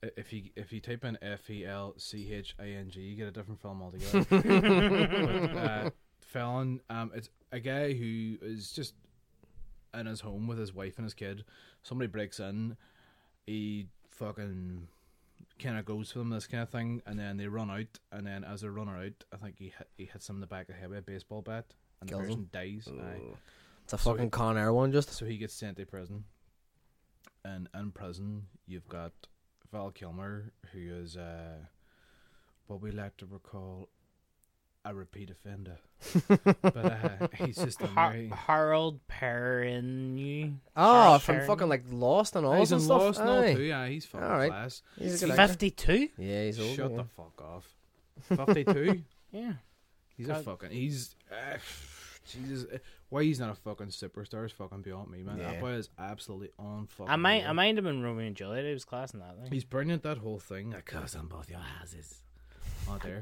Speaker 3: I- If you if you type in F E L C H I N G, you get a different film altogether.
Speaker 2: [laughs]
Speaker 3: But, uh, Fallon, um, it's a guy who is just in his home with his wife and his kid. Somebody breaks in, he fucking kind of goes for them, this kind of thing, and then they run out. And then as they run out, I think he hit, he hits him in the back of the head with a baseball bat, and
Speaker 2: Kills
Speaker 3: the person
Speaker 2: him.
Speaker 3: dies. Aye.
Speaker 2: It's a fucking Con Air one, just.
Speaker 3: So he gets sent to prison. And in prison, you've got Val Kilmer, who is uh, what we like to recall a repeat offender. [laughs]
Speaker 2: [laughs]
Speaker 3: but uh, he's just a
Speaker 1: Har-
Speaker 3: very.
Speaker 1: Harold Perrin.
Speaker 2: Oh, from fucking like Lost and all
Speaker 3: He's
Speaker 2: and
Speaker 3: in
Speaker 2: stuff.
Speaker 3: Lost now,
Speaker 2: aye.
Speaker 3: too. Yeah, he's fucking
Speaker 2: All right.
Speaker 3: class.
Speaker 2: He's a good actor.
Speaker 1: fifty-two.
Speaker 2: Yeah, he's old.
Speaker 3: Shut
Speaker 2: yeah.
Speaker 3: the fuck off.
Speaker 2: [laughs]
Speaker 3: 52?
Speaker 1: Yeah.
Speaker 3: He's a fucking. He's uh, Jesus. uh, Why he's not a fucking superstar is fucking beyond me, man.
Speaker 2: Yeah.
Speaker 3: That boy is absolutely on fucking.
Speaker 1: I might I
Speaker 3: real.
Speaker 1: might have been Romeo and Juliet. He was class in that thing.
Speaker 3: He's brilliant. That whole thing. I curse on both your asses. Out there.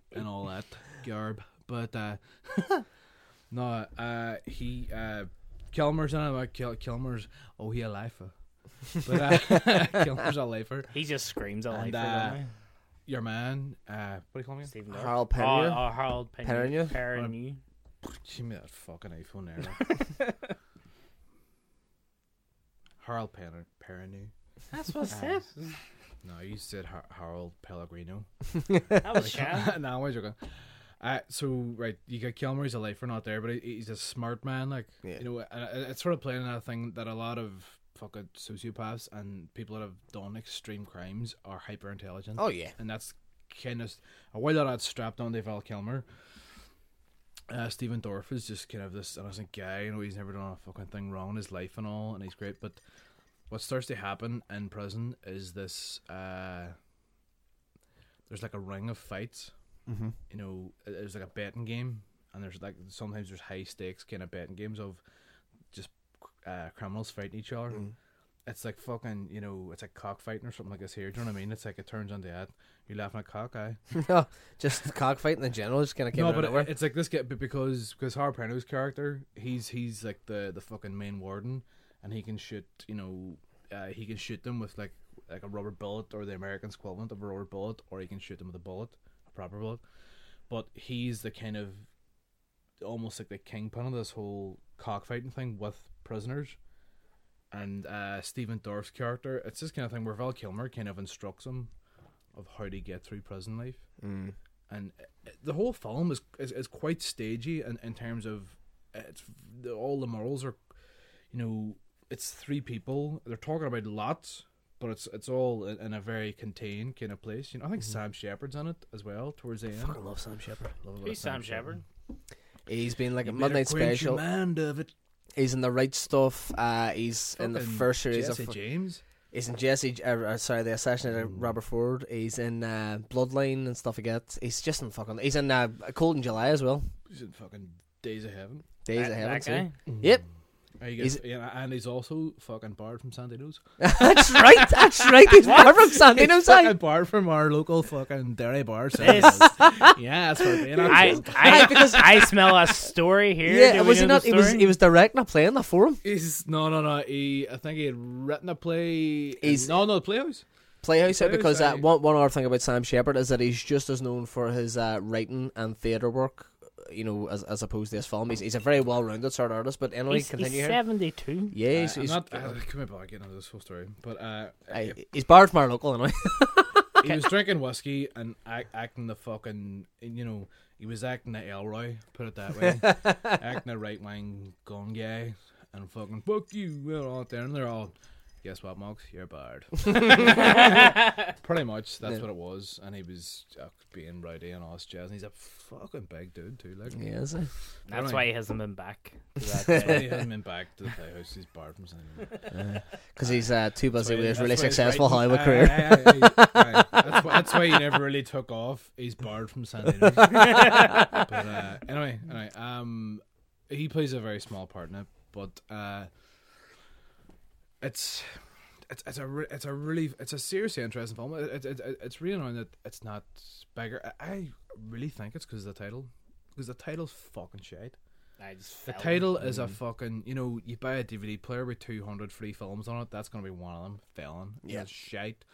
Speaker 3: [laughs] and all that garb. But uh, [laughs] no, uh, he uh, Kilmer's not about Kil- Kilmer's. Oh, he a lifer. But uh, [laughs] Kilmer's a lifer.
Speaker 1: He just screams at life.
Speaker 3: And, uh, Your man, uh, what do you call me?
Speaker 1: Stephen Dorff.
Speaker 2: Harold
Speaker 1: Oh,
Speaker 2: Perrier.
Speaker 1: oh, Harold Perrier.
Speaker 2: Perrier?
Speaker 1: Perrier.
Speaker 3: Give me that fucking iPhone there. [laughs] Harold Penner, Perrineau.
Speaker 1: That's what I said.
Speaker 2: [laughs]
Speaker 3: No, you said Har- Harold Pellegrino.
Speaker 1: That was shit.
Speaker 3: [laughs] no, I'm joking. Uh, so right, you got Kilmer. He's a lifer, not there, but he, he's a smart man. Like you know, and it- it's sort of playing that thing that a lot of fucking sociopaths and people that have done extreme crimes are hyper intelligent.
Speaker 2: Oh, yeah.
Speaker 3: and that's kind of while that had strapped on to Val Kilmer. Uh, Stephen Dorff is just kind of this innocent guy. You know, he's never done a fucking thing wrong in his life and all, and he's great. But what starts to happen in prison is this uh there's like a ring of fights you know uh, there's like a betting game and there's like sometimes there's high stakes kind of betting games of just uh criminals fighting each other it's like fucking you know it's like cockfighting or something like this here do you know what i mean it's like it turns into that you're laughing at cock eye
Speaker 2: [laughs] just cockfighting in general just kind of came
Speaker 3: no,
Speaker 2: out
Speaker 3: but
Speaker 2: of nowhere.
Speaker 3: it, it's like this guy be- because because Harper's character, he's he's like the the fucking main warden, and he can shoot you know uh, he can shoot them with like like a rubber bullet or the American equivalent of a rubber bullet, or he can shoot them with a bullet, a proper bullet. But he's the kind of almost like the kingpin of this whole cockfighting thing with prisoners. And uh, Stephen Dorff's character, it's this kind of thing where Val Kilmer kind of instructs him of how to get through prison life
Speaker 2: Mm.
Speaker 3: and uh, the whole film is is, is quite stagey in, in terms of uh, it's the, all the morals are you know it's three people they're talking about lots but it's it's all in, in a very contained kind of place you know i think sam shepard's on it as well towards the end
Speaker 2: Mm-hmm. fucking love Sam Shepard.
Speaker 3: Love a bit
Speaker 1: [laughs]
Speaker 3: of
Speaker 1: Who's Sam Shepard?
Speaker 2: He's been like a
Speaker 3: You better
Speaker 2: midnight
Speaker 3: quench
Speaker 2: special.
Speaker 3: your mind of it
Speaker 2: He's in the right stuff. Uh, he's in the
Speaker 3: Fucking
Speaker 2: first series
Speaker 3: Jesse Mm.
Speaker 2: of.
Speaker 3: james
Speaker 2: He's in Jesse. Uh, uh, sorry, the assassinated Robert Ford. He's in uh, Bloodline and stuff like that. He's just in fucking. He's in uh, Cold in July as well.
Speaker 3: He's in fucking Days of Heaven.
Speaker 2: Days
Speaker 1: That-
Speaker 2: of Heaven
Speaker 1: that
Speaker 2: too.
Speaker 3: Mm.
Speaker 2: Yep,
Speaker 3: Are you
Speaker 2: He's-
Speaker 3: guys- yeah, and he's also fucking barred from Sandy News.
Speaker 2: that's right. That's right. He's far from Sandy. No
Speaker 3: He's
Speaker 2: side.
Speaker 3: fucking barred from our local fucking dairy bar. Sandy
Speaker 1: This,
Speaker 3: News. yeah, that's for being on
Speaker 2: [laughs]
Speaker 1: I, I, because [laughs] I smell a story here.
Speaker 2: Yeah,
Speaker 1: Do we
Speaker 2: was he
Speaker 1: know
Speaker 2: not?
Speaker 1: the
Speaker 2: He was.
Speaker 1: story?
Speaker 2: He was direct not playing that for him.
Speaker 3: He's no, no, no. He, I think he had written a play.
Speaker 2: He's-
Speaker 3: no, no, the Playhouse.
Speaker 2: Playhouse out
Speaker 3: Playhouse,
Speaker 2: because uh,
Speaker 3: aye.
Speaker 2: one one other thing about Sam Shepard is that he's just as known for his uh, writing and theatre work, you know, as as opposed to his film. He's, he's a very well rounded sort of artist. But anyway,
Speaker 1: He's, he's
Speaker 2: continue here.
Speaker 1: 72.
Speaker 2: Yeah, he's,
Speaker 3: Uh, I'm
Speaker 2: he's,
Speaker 3: not. I can't remember getting into this whole story, but uh,
Speaker 2: aye, he's barred from our local anyway. [laughs]
Speaker 3: he was drinking whiskey and act, acting the fucking. You know, he was acting the Elroy. Put it that way, acting the right wing gun guy, and fucking fuck you. We're all there, and they're all. Guess what, Mox? You're barred. Pretty much, that's what it was. And he was uh, being rowdy and all this jazz. And he's a fucking big dude too. Like,
Speaker 2: yeah, is he?
Speaker 1: That's
Speaker 3: Right.
Speaker 1: why he hasn't been
Speaker 2: [laughs]
Speaker 1: back.
Speaker 3: he hasn't been back to the playhouse. He's barred from something.
Speaker 2: Because he's uh, too busy with his
Speaker 3: That's why-
Speaker 2: really
Speaker 3: that's why he's
Speaker 2: successful
Speaker 3: writing-
Speaker 2: Hollywood
Speaker 3: aye,
Speaker 2: career.
Speaker 3: aye, aye,
Speaker 2: [laughs]
Speaker 3: aye, aye. That's, why, that's why he never really took off. He's barred
Speaker 2: [laughs]
Speaker 3: from San Diego. but uh, anyway, anyway, um, he plays a very small part in it, but uh, it's. It's, it's a re- it's a really it's a seriously interesting film. It, it, it, it's really annoying that it's not bigger. I, I really think it's because of the title, because the title's fucking shit.
Speaker 1: I just
Speaker 3: The title is a fucking you know you buy a DVD player with 200 free films on it. That's gonna be one of them. Felon.
Speaker 2: Yeah.
Speaker 3: Yeah. shite.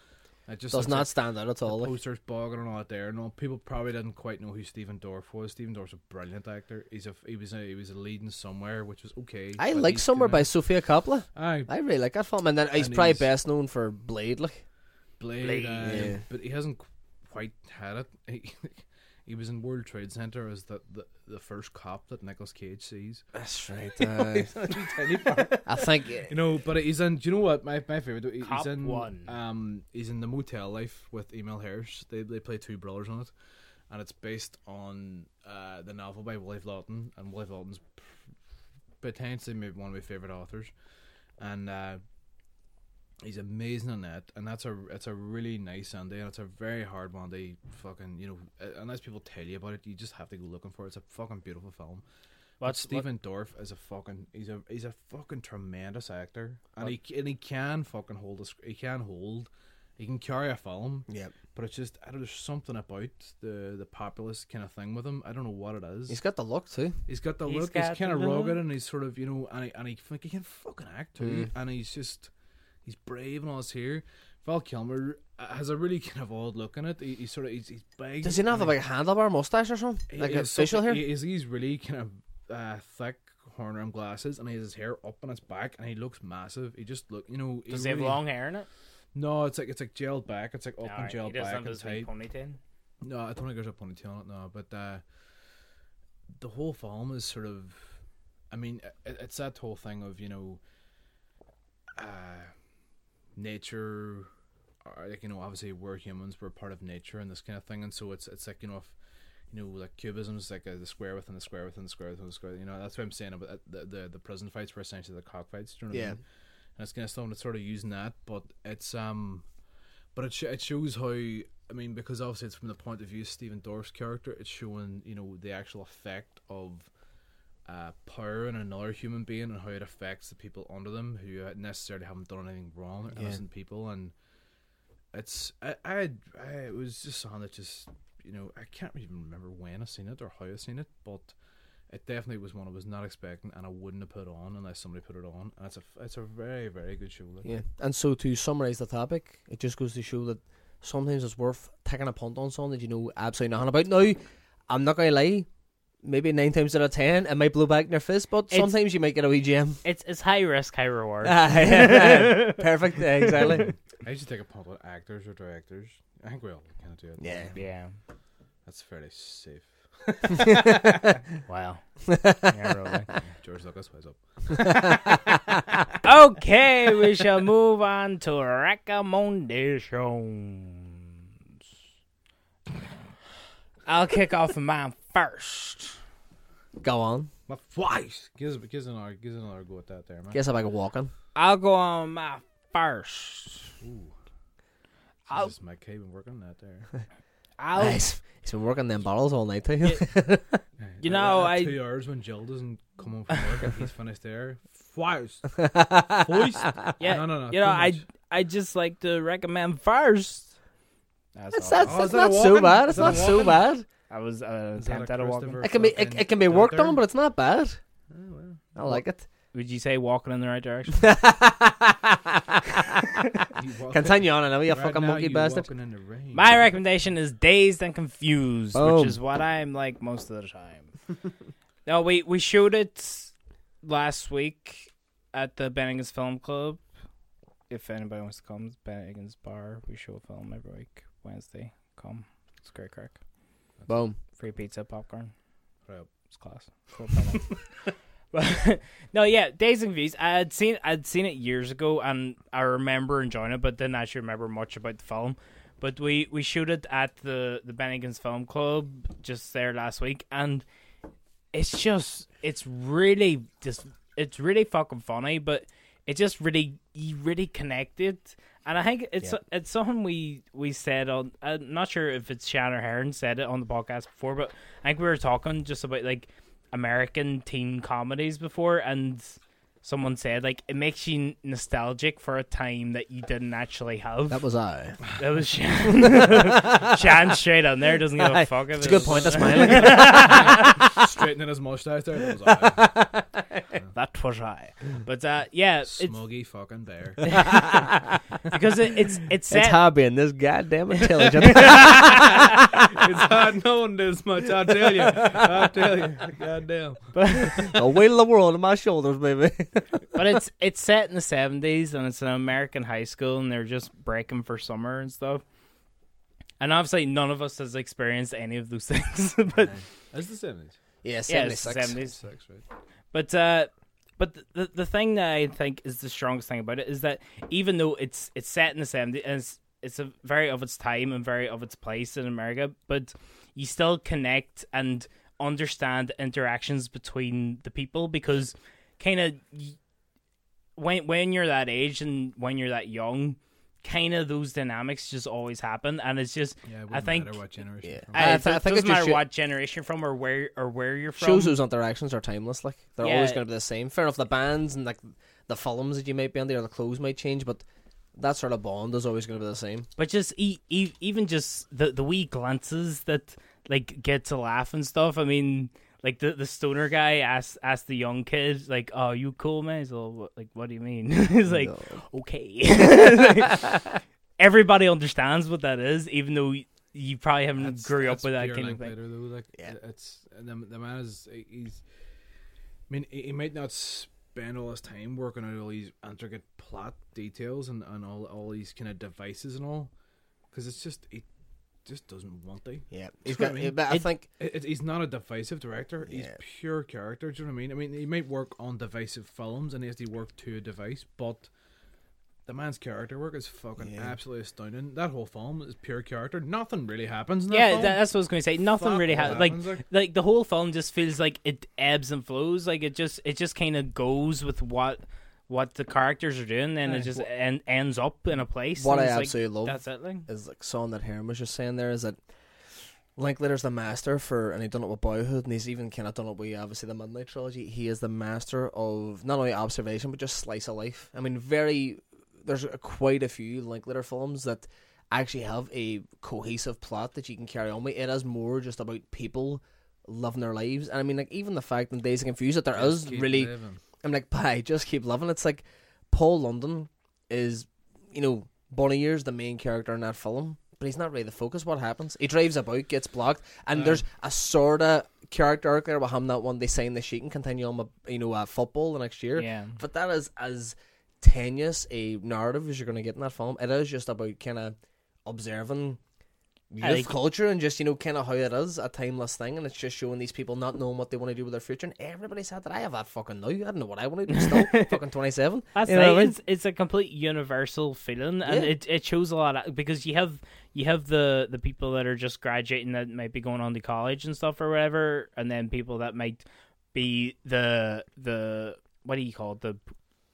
Speaker 2: [laughs]
Speaker 3: It just
Speaker 2: Does
Speaker 3: looks like
Speaker 2: not stand out at all.
Speaker 3: the
Speaker 2: Like,
Speaker 3: posters bogging and all that there. No, people probably didn't quite know who Stephen Dorff was. Stephen Dorff's a brilliant actor. He's a he was a, he was a lead in somewhere, which was okay.
Speaker 2: I
Speaker 3: but
Speaker 2: like
Speaker 3: he's
Speaker 2: Somewhere by
Speaker 3: gonna-
Speaker 2: Sofia Coppola.
Speaker 3: Aye,
Speaker 2: I really like that film, and then he's
Speaker 3: And
Speaker 2: probably
Speaker 3: he's-
Speaker 2: best known for Blade. Like,
Speaker 3: Blade,
Speaker 1: Blade.
Speaker 3: uh,
Speaker 2: Yeah.
Speaker 3: but he hasn't quite had it. [laughs] He, he was in World Trade Center as the, the, the first cop that Nicolas Cage sees.
Speaker 2: that's [laughs] right. I
Speaker 3: [laughs]
Speaker 2: think
Speaker 3: You know, but he's in. Do you know what my my favorite? He's
Speaker 1: Cop
Speaker 3: in
Speaker 1: one.
Speaker 3: Um, he's in the Motel Life with Emil Hirsch. They they play two brothers on it, and it's based on uh the novel by William Lawton, and William Lawton's p- potentially maybe one of my favorite authors, and uh he's amazing on that. And that's a it's a really nice Sunday, and it's a very hard one. They fucking you know uh, unless people tell you about it, you just have to go looking for it. It's a fucking beautiful film. But
Speaker 1: What's-
Speaker 3: Stephen Dorff is a fucking he's a he's a fucking tremendous actor, and he and he can fucking hold a sc- he can hold, he can carry a film.
Speaker 2: Yep.
Speaker 3: But it's just I don't know, there's something about the the populist kind of thing with him. I don't know what it is.
Speaker 2: he's got the look too.
Speaker 3: He's got the
Speaker 1: He's
Speaker 3: look.
Speaker 1: got
Speaker 3: he's kind of
Speaker 1: the
Speaker 3: rugged,
Speaker 1: look.
Speaker 3: and he's sort of you know, and he and he, fuck- he can fucking act too,
Speaker 2: Mm.
Speaker 3: and he's just he's brave and all this here. Val Kilmer uh, has a really kind of odd look in it. He, he's sort of he's, he's big.
Speaker 2: Does he not have
Speaker 3: and
Speaker 2: like a handlebar mustache or something?
Speaker 3: he-
Speaker 2: Like
Speaker 3: he
Speaker 2: a
Speaker 3: has
Speaker 2: facial hair?
Speaker 3: something- He, he's, he's really kind of uh, thick horn rimmed glasses, and he has his hair up on his back, and he looks massive. He just look, you know.
Speaker 1: Does he have
Speaker 3: really-
Speaker 1: long hair in it?
Speaker 3: No, it's like it's like gelled back. It's like up
Speaker 1: Alright,
Speaker 3: and
Speaker 1: he
Speaker 3: gelled
Speaker 1: doesn't
Speaker 3: back
Speaker 1: have
Speaker 3: and
Speaker 1: his wee
Speaker 3: tight.
Speaker 1: ponytail.
Speaker 3: No, I don't think there's a ponytail on it. No, but uh, the whole film is sort of. I mean, it, it's that whole thing of you know, uh, nature, or like you know, obviously we're humans, we're part of nature, and this kind of thing, and so it's it's like you know, if you know, like cubism is like a, the square within the square within the square within the square. You know, that's what I'm saying about uh, the the, the prison fights were essentially the cockfights. Do you know what
Speaker 2: Yeah.
Speaker 3: I mean? And it's kind of stuff, and it's sort of using that, but it's um but it, sh- it shows how I mean because obviously it's from the point of view of Stephen Dorff's character it's showing you know the actual effect of uh, power in another human being and how it affects the people under them who uh, necessarily haven't done anything wrong they're innocent people and it's I, I I it was just something that just you know I can't even remember when I seen it or how I seen it but it definitely was one I was not expecting and I wouldn't have put on unless somebody put it on and it's a f- it's a very very good show like.
Speaker 2: Yeah, and so to summarize the topic, it just goes to show that sometimes it's worth taking a punt on something that you know absolutely nothing about. Now, I'm not gonna lie, maybe nine times out of ten it might blow back in your fist, but
Speaker 1: It's-
Speaker 2: sometimes you might get a wee gem.
Speaker 1: [laughs]
Speaker 2: [laughs]
Speaker 1: It's it's high risk, high reward.
Speaker 2: Aye. Perfect, yeah, exactly.
Speaker 3: I used to take a punt with actors or directors. I think we all kind of do it.
Speaker 2: Yeah,
Speaker 1: yeah.
Speaker 3: That's fairly safe. [laughs]
Speaker 1: Wow. yeah, really.
Speaker 3: George Lucas, wise up.
Speaker 1: Okay, we shall move on to recommendations. I'll kick off mine first.
Speaker 2: go on.
Speaker 3: My flies! Gives, gives, another, gives another go at that there, man.
Speaker 2: Guess I'm like walking.
Speaker 1: I'll go on my first. I'll-
Speaker 3: Jesus, Mike K been working on that
Speaker 2: [laughs]
Speaker 3: there.
Speaker 1: I'll,
Speaker 2: Nice. He's been working them bottles all night too.
Speaker 1: You
Speaker 3: That-
Speaker 1: know,
Speaker 3: that
Speaker 1: I-
Speaker 3: two hours when Jill doesn't come home from work and he's finished there.
Speaker 2: [laughs]
Speaker 3: Fires. Hoist.
Speaker 1: yeah,
Speaker 3: No, no, no,
Speaker 1: You know,
Speaker 3: too
Speaker 1: I
Speaker 3: much.
Speaker 1: I just like to recommend first. That's
Speaker 2: [laughs] It's
Speaker 1: all.
Speaker 2: that's,
Speaker 3: Oh,
Speaker 2: that's
Speaker 3: is that
Speaker 2: not
Speaker 3: a
Speaker 2: so
Speaker 3: walking?
Speaker 2: bad.
Speaker 3: Is
Speaker 2: It's
Speaker 3: that a
Speaker 2: not so
Speaker 3: walking?
Speaker 2: bad.
Speaker 1: I was uh,
Speaker 3: Is that a
Speaker 1: attempt at a walking.
Speaker 3: Christopher
Speaker 2: It can be it,
Speaker 3: fucking
Speaker 2: it can be
Speaker 3: out
Speaker 2: worked
Speaker 3: there?
Speaker 2: on, but it's not bad.
Speaker 3: Oh, well.
Speaker 2: I like it.
Speaker 1: Would you say walking in the right direction?
Speaker 3: You
Speaker 2: [laughs]
Speaker 3: walk-
Speaker 2: Continue on, I know you
Speaker 3: Right
Speaker 2: fucking
Speaker 3: now
Speaker 2: monkey
Speaker 3: you
Speaker 2: bastard.
Speaker 3: walking in the rain.
Speaker 1: My recommendation is Dazed and Confused,
Speaker 2: Boom.
Speaker 1: which is what I'm like most of the time. [laughs] no, we we showed it last week at the Ben Higgins Film Club. If anybody wants to come, it's Ben Higgins Bar. We show a film every week Wednesday. Come, it's great crack.
Speaker 2: Boom.
Speaker 1: Free pizza, popcorn.
Speaker 3: Right.
Speaker 1: It's class. Cool [laughs] promo. But- [laughs] no, yeah, Days and Confused. I had seen I'd seen it years ago, and I remember enjoying it, but didn't actually remember much about the film. But we we shoot it at the the Bennigans Film Club just there last week, and it's just it's really just it's really fucking funny, but it just really you really connected. And I think it's it's something we we said on. I'm not sure if it's Shannon Heron said it on the podcast before, but I think we were talking just about like American teen comedies before, and someone said like it makes you nostalgic for a time that you didn't actually have.
Speaker 2: That was I.
Speaker 1: That was Shan.
Speaker 2: [laughs]
Speaker 1: Shan straight on there doesn't give a fuck. if
Speaker 2: It's a good
Speaker 1: it-
Speaker 2: point. That's mine.
Speaker 3: Straightening his mustache there. That was all
Speaker 1: [laughs] That was I. But uh, yeah, it's
Speaker 3: Smoggy fucking bear.
Speaker 1: because it, it's it's set.
Speaker 2: it's hard being this goddamn intelligent.
Speaker 3: it's hard knowing this much, I tell you. I tell you. Goddamn.
Speaker 2: the weight of the world on my shoulders, [laughs] baby.
Speaker 1: but it's it's set in the seventies and it's an American high school and they're just breaking for summer and stuff. And obviously, none of us has experienced any of those [laughs] things. but
Speaker 3: That's the 70s.
Speaker 2: yeah,
Speaker 1: yeah, it's the seventies.
Speaker 3: Sex, right?
Speaker 1: But uh, but the- the the thing that I think is the strongest thing about it is that even though it's it's set in the seventies, it's it's a very of its time and very of its place in America, but you still connect and understand interactions between the people because kind of when when you're that age and when you're that young, kind of those dynamics just always happen, and it's just
Speaker 3: Yeah,
Speaker 1: I
Speaker 3: it wouldn't
Speaker 1: think.
Speaker 3: matter what generation.
Speaker 2: Yeah.
Speaker 3: you're from.
Speaker 1: I,
Speaker 2: I th-
Speaker 1: think
Speaker 2: I think
Speaker 1: it doesn't
Speaker 2: it just
Speaker 1: matter
Speaker 2: sho-
Speaker 1: what generation you're from or where or where you're from.
Speaker 2: shows whose interactions are timeless. Like they're always
Speaker 1: Yeah.
Speaker 2: going to be the same. Fair enough, the bands and like the films that you might be on, or the clothes might change, but that sort of bond is always going to be the same.
Speaker 1: But just e- e- even just the the wee glances that like get to laugh and stuff. I mean, like the, the stoner guy asked asked the young kid like, "Oh, you cool, man?" He's all, "What- like, "What do you mean?" [laughs] He's like, "Okay." [laughs] Everybody understands what that is, even though y- you probably haven't grew up with that
Speaker 3: pure
Speaker 1: kind of thing.
Speaker 3: Linklater, though. Like, it's the, the man is he's. I mean, he, he might not spend all his time working out all these intricate plot details and, and all all these kind of devices and all, because it's just he just doesn't want to.
Speaker 2: Yeah,
Speaker 3: Do you
Speaker 2: he's
Speaker 3: know what
Speaker 2: got.
Speaker 3: I mean?
Speaker 2: But I think
Speaker 3: It, it- he's not a divisive director. He's
Speaker 2: Yeah.
Speaker 3: pure character. Do you know what I mean? I mean, he might work on divisive films and he has to work to a device, but the man's character work is fucking absolutely astounding. That whole film is pure character. Nothing really happens. In that
Speaker 1: Yeah,
Speaker 3: film.
Speaker 1: that, that's what I was going to say. Nothing
Speaker 3: Fuck
Speaker 1: really
Speaker 3: what
Speaker 1: happens. Like,
Speaker 3: happens,
Speaker 1: like
Speaker 3: like-
Speaker 1: the whole film just feels like it ebbs and flows. Like it just it just kind of goes with what what the characters are doing, and it just en- ends up in a place.
Speaker 2: What
Speaker 1: and
Speaker 2: I
Speaker 1: it's like,
Speaker 2: absolutely love-
Speaker 1: That's it. Like,
Speaker 2: is like song that Heron was just saying there is that Linklater's the master for, and he done it with Boyhood, and he's even kind of done it with obviously the Midnight Trilogy. He is the master of not only observation but just slice of life. I mean, very there's a, quite a few Linklater films that actually have a cohesive plot that you can carry on with. It is more just about people living their lives, and I mean, like even the fact in Days of Confused that there is
Speaker 3: Keep
Speaker 2: really
Speaker 3: living.
Speaker 2: I'm like, bye, just keep loving. It's like Paul London is, you know, Bonnie Year's the main character in that film, but he's not really the focus. What happens? He drives about, gets blocked, and there's a sort of character arc there with him that one day saying that she can continue on with, you know, uh, football the next year.
Speaker 1: Yeah.
Speaker 2: But that is as tenuous a narrative as you're going to get in that film. It is just about kind of observing
Speaker 1: I
Speaker 2: youth
Speaker 1: think-
Speaker 2: culture and just you know kind of how it is a timeless thing and it's just showing these people not knowing what they want to do with their future and everybody said that I have that fucking now I don't know what I want to
Speaker 1: [laughs]
Speaker 2: do still fucking 27
Speaker 1: That's
Speaker 2: You know what I
Speaker 1: right.
Speaker 2: mean?
Speaker 1: It's, it's a complete universal feeling, and
Speaker 2: Yeah.
Speaker 1: it, it shows a lot of, because you have you have the the people that are just graduating that might be going on to college and stuff or whatever, and then people that might be the the what do you call it the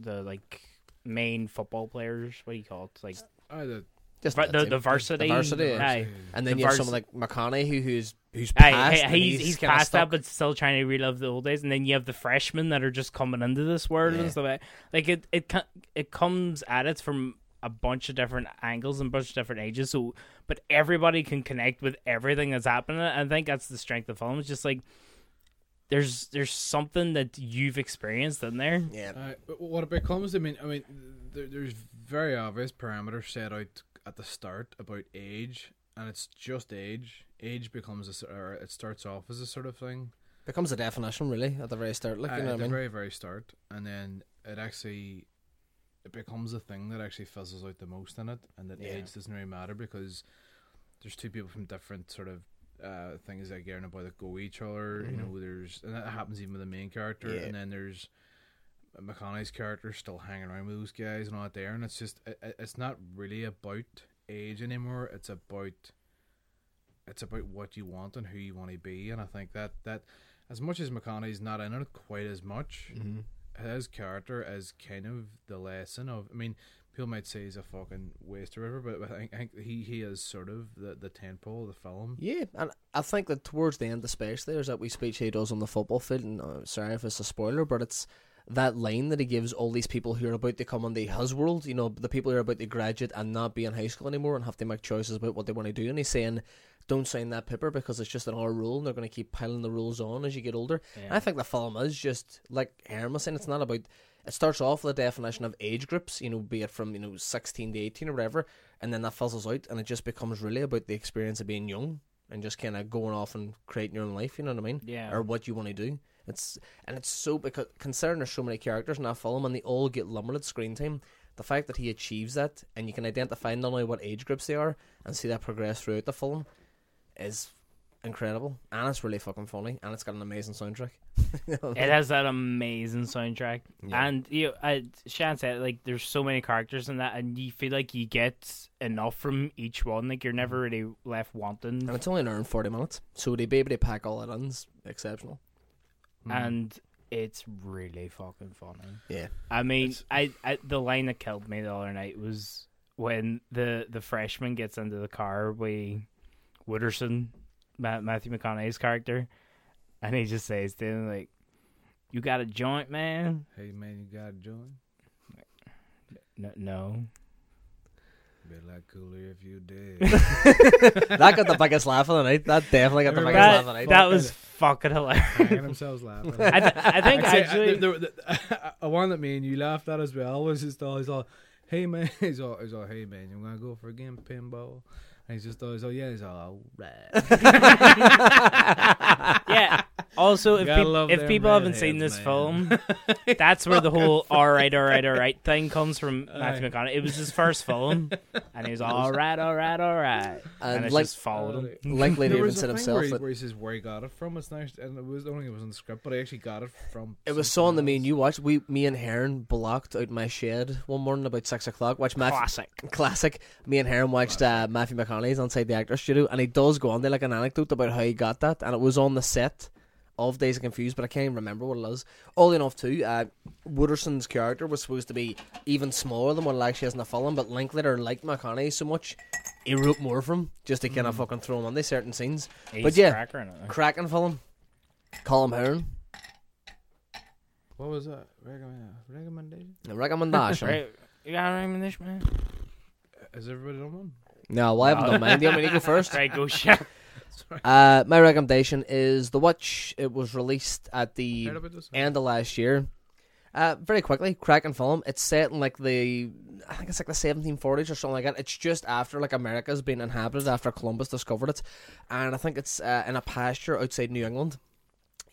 Speaker 1: the like main football players. What do you call it? Like
Speaker 3: I, the,
Speaker 2: Just
Speaker 1: Right,
Speaker 2: that
Speaker 1: the-
Speaker 2: Uh, team.
Speaker 1: the varsity.
Speaker 2: varsity.
Speaker 1: Aye.
Speaker 2: And then
Speaker 1: The
Speaker 2: you have
Speaker 1: vars-
Speaker 2: someone like McConaughey who's who's
Speaker 1: Aye,
Speaker 2: passed.
Speaker 1: he-
Speaker 2: and
Speaker 1: he's, he's,
Speaker 2: kinda
Speaker 1: past that,
Speaker 2: stuck.
Speaker 1: but still trying to relive the old days. And then you have the freshmen that are just coming into this world
Speaker 2: Yeah.
Speaker 1: and stuff. Like, like it, it, co- it comes at it from a bunch of different angles and a bunch of different ages. So, but everybody can connect with everything that's happening. I think that's the strength of film. It's just like there's there's something that you've experienced in there.
Speaker 2: yeah,
Speaker 3: uh, but what about Columbus? I mean, I mean, there, there's very obvious parameters set out at the start about age, and it's just age. Age becomes a s- or it starts off as a sort of thing
Speaker 2: becomes a definition really at the very start. Like
Speaker 3: uh,
Speaker 2: you know what
Speaker 3: at
Speaker 2: I
Speaker 3: the
Speaker 2: mean?
Speaker 3: very very start, and then it actually it becomes a thing that actually fizzles out the most in it, and that age doesn't really matter because there's two people from different sort of uh, things that get in about that go each other. You know, there's and that happens even with the main character, and then there's McConaughey's character still hanging around with those guys and all that there, and it's just it, it- it's not really about age anymore. It's about it's about what you want and who you want to be, and I think that that as much as McConaughey's not in it quite as much, his character is kind of the lesson of. I mean, people might say he's a fucking waste or whatever, but I think, I think he he is sort of the the tentpole of the film.
Speaker 2: Yeah, and I think that towards the end, especially, there's that wee speech he does on the football field, and uh, sorry if it's a spoiler, but it's that line that he gives all these people who are about to come into his world, you know, the people who are about to graduate and not be in high school anymore and have to make choices about what they want to do. And he's saying, don't sign that paper because it's just an hour rule and they're going to keep piling the rules on as you get older. And I think the film is just, like Herman was saying, it's not about... It starts off with the definition of age groups, you know, be it from, you know, 16 to 18 or whatever, and then that fizzles out and it just becomes really about the experience of being young and just kind of going off and creating your own life. You know what I mean?
Speaker 1: Yeah.
Speaker 2: Or what you want to do. It's and it's so because considering there's so many characters in that film and they all get limited screen time. The fact that he achieves that and you can identify not only what age groups they are and see that progress throughout the film is incredible and it's really fucking funny and it's got an amazing soundtrack. [laughs]
Speaker 1: It has that amazing soundtrack,
Speaker 2: Yeah.
Speaker 1: and you, know, I, Shan said, like, there's so many characters in that, and you feel like you get enough from each one. Like, you're never really left wanting.
Speaker 2: and it's only an hour and forty minutes, so to be able to pack all that in is exceptional.
Speaker 1: and it's really fucking funny.
Speaker 2: Yeah.
Speaker 1: I mean, I, I the line that killed me the other night was when the the freshman gets into the car with Wooderson, Ma- Matthew McConaughey's character, and he just says to him like, "You got a joint, man?"
Speaker 3: Hey man, you gotta join.
Speaker 1: No, no.
Speaker 3: Be a lot cooler if you did.
Speaker 2: that got the biggest laugh of the night. That definitely got the biggest laugh of the
Speaker 1: That,
Speaker 2: night.
Speaker 1: that was fucking hilarious. uh,
Speaker 3: Hanging themselves laughing.
Speaker 1: [laughs] I, th- I think
Speaker 3: Actually,
Speaker 1: actually,
Speaker 3: [laughs] I, there, there, a [laughs] one that me and you laughed at as well was just all he's all, hey man, [laughs] he's all he's all, hey man, you gonna go for a game of pinball? And he's just always all, yeah, he's all, right.
Speaker 2: [laughs]
Speaker 1: yeah. [laughs] Also, if,
Speaker 3: Gotta
Speaker 1: peop-
Speaker 3: love
Speaker 1: if
Speaker 3: them
Speaker 1: people haven't
Speaker 3: redheads,
Speaker 1: seen this
Speaker 3: man.
Speaker 1: film, [laughs] that's where the whole "all right, all right, all right" thing comes [laughs] from Matthew McConaughey. It was his first film, and he [laughs] was all right, all right, all right, and it
Speaker 2: Uh, like- uh,
Speaker 1: just followed him.
Speaker 2: like Lady
Speaker 3: There
Speaker 2: even
Speaker 3: was a
Speaker 2: said
Speaker 3: thing
Speaker 2: himself
Speaker 3: where he,
Speaker 2: that
Speaker 3: where he says where he got it from. It's nice, and it was I don't think it was in the script, but I actually got it from.
Speaker 2: It was so
Speaker 3: something
Speaker 2: on the
Speaker 3: else.
Speaker 2: mean you watched. We, me and Heron blocked out my shed one morning about six o'clock. Watch Matthew,
Speaker 1: Classic.
Speaker 2: classic. Me and Heron watched uh, Matthew McConaughey's Inside the Actors Studio, and he does go on there like an anecdote about how he got that, and it was on the set of Days of Confused, but I can't even remember what it was. All enough too. Uh, Wooderson's character was supposed to be even smaller than what it actually is in the film, but Linklater liked McConaughey so much, he wrote more from him just to kind of fucking throw him on these certain scenes. but
Speaker 1: Mm. He's
Speaker 2: yeah,
Speaker 1: cracker in it.
Speaker 2: cracking film. Colin Heron.
Speaker 3: What was that Recommend, recommendation?
Speaker 1: [laughs]
Speaker 2: Recommendation.
Speaker 1: Right? You got a this
Speaker 2: [laughs]
Speaker 1: man?
Speaker 3: Has everybody done one?
Speaker 2: No, well, I haven't done mine. Do you want me to go first?
Speaker 1: Right, go shit.
Speaker 2: Uh, my recommendation is The Watch. It was released at the
Speaker 3: Heard about this?
Speaker 2: end of last year. Uh, very quickly, cracking film. It's set in like the, I think it's like the 1740s or something like that. It's just after like America's been inhabited after Columbus discovered it, and I think it's uh, in a pasture outside New England.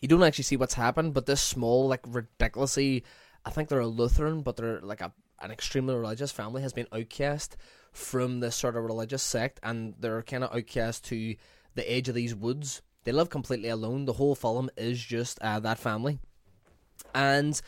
Speaker 2: You don't actually see what's happened, but this small, like ridiculously, I think they're a Lutheran, but they're like a an extremely religious family has been outcast from this sort of religious sect, and they're kind of outcast to the edge of these woods. They live completely alone. The whole film is just uh, that family and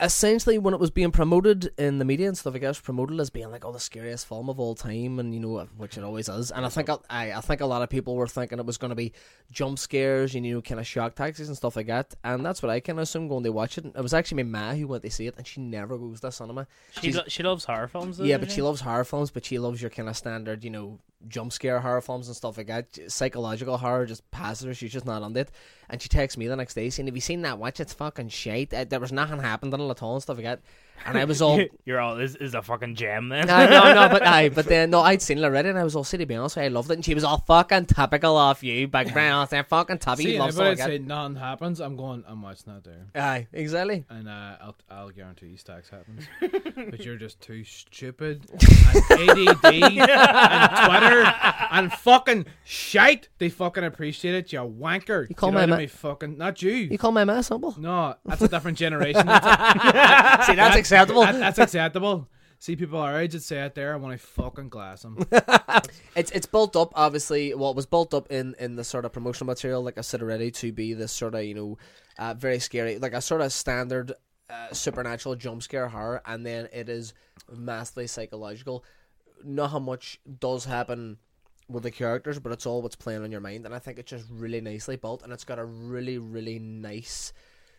Speaker 2: essentially when it was being promoted in the media and stuff like that, it was promoted as being like, oh, the scariest film of all time, and you know, which it always is. And I think I, I think a lot of people were thinking it was going to be jump scares, you know, kind of shock tactics and stuff like that. And that's what I kind of assumed going to watch it. And It was actually my ma who went to see it, and she never goes to cinema.
Speaker 1: She, lo- she loves horror films. Though,
Speaker 2: Yeah,
Speaker 1: doesn't
Speaker 2: but she loves horror films, but she loves your kind of standard, you know, jump scare horror films and stuff like that. J- Psychological horror just passes her. She's just not on it. And she texts me the next day saying, Have you seen that watch? It's fucking shite. Uh, There was nothing happened in it at all and stuff like that. And I was
Speaker 3: [laughs]
Speaker 2: all.
Speaker 1: You're all this is a fucking jam then.
Speaker 2: no, no, no, but I, but then no, I'd seen it already, and I was all, "See, to be honest, with you, I loved it." And she was all fucking typical off you,
Speaker 3: [laughs]
Speaker 2: back brown, they're fucking typical.
Speaker 3: See,
Speaker 2: You
Speaker 3: and
Speaker 2: love
Speaker 3: if
Speaker 2: stuff
Speaker 3: I
Speaker 2: like
Speaker 3: say
Speaker 2: that.
Speaker 3: nothing happens, I'm going. I'm watching that there,
Speaker 2: Aye, exactly.
Speaker 3: and uh, I'll I'll guarantee you stacks happens. but you're just too stupid and ADD and Twitter and fucking shite. They fucking appreciate it, you wanker.
Speaker 2: You call
Speaker 3: Do you know
Speaker 2: my
Speaker 3: what I
Speaker 2: ma-
Speaker 3: mean? fucking not you.
Speaker 2: You call my ma
Speaker 3: [laughs]
Speaker 2: simple?
Speaker 3: no, that's a different generation. That's
Speaker 2: [laughs] See, that's acceptable.
Speaker 3: That- that's acceptable. See, people our age that say it there, I want to fucking
Speaker 2: [laughs]
Speaker 3: glass them.
Speaker 2: It's it's built up obviously. Well, it was built up in in the sort of promotional material, like I said already, to be this sort of you know, uh, very scary, like a sort of standard uh, supernatural jump scare horror, and then it is massively psychological. Not how much does happen with the characters, but it's all what's playing on your mind, and I think it's just really nicely built, and it's got a really really nice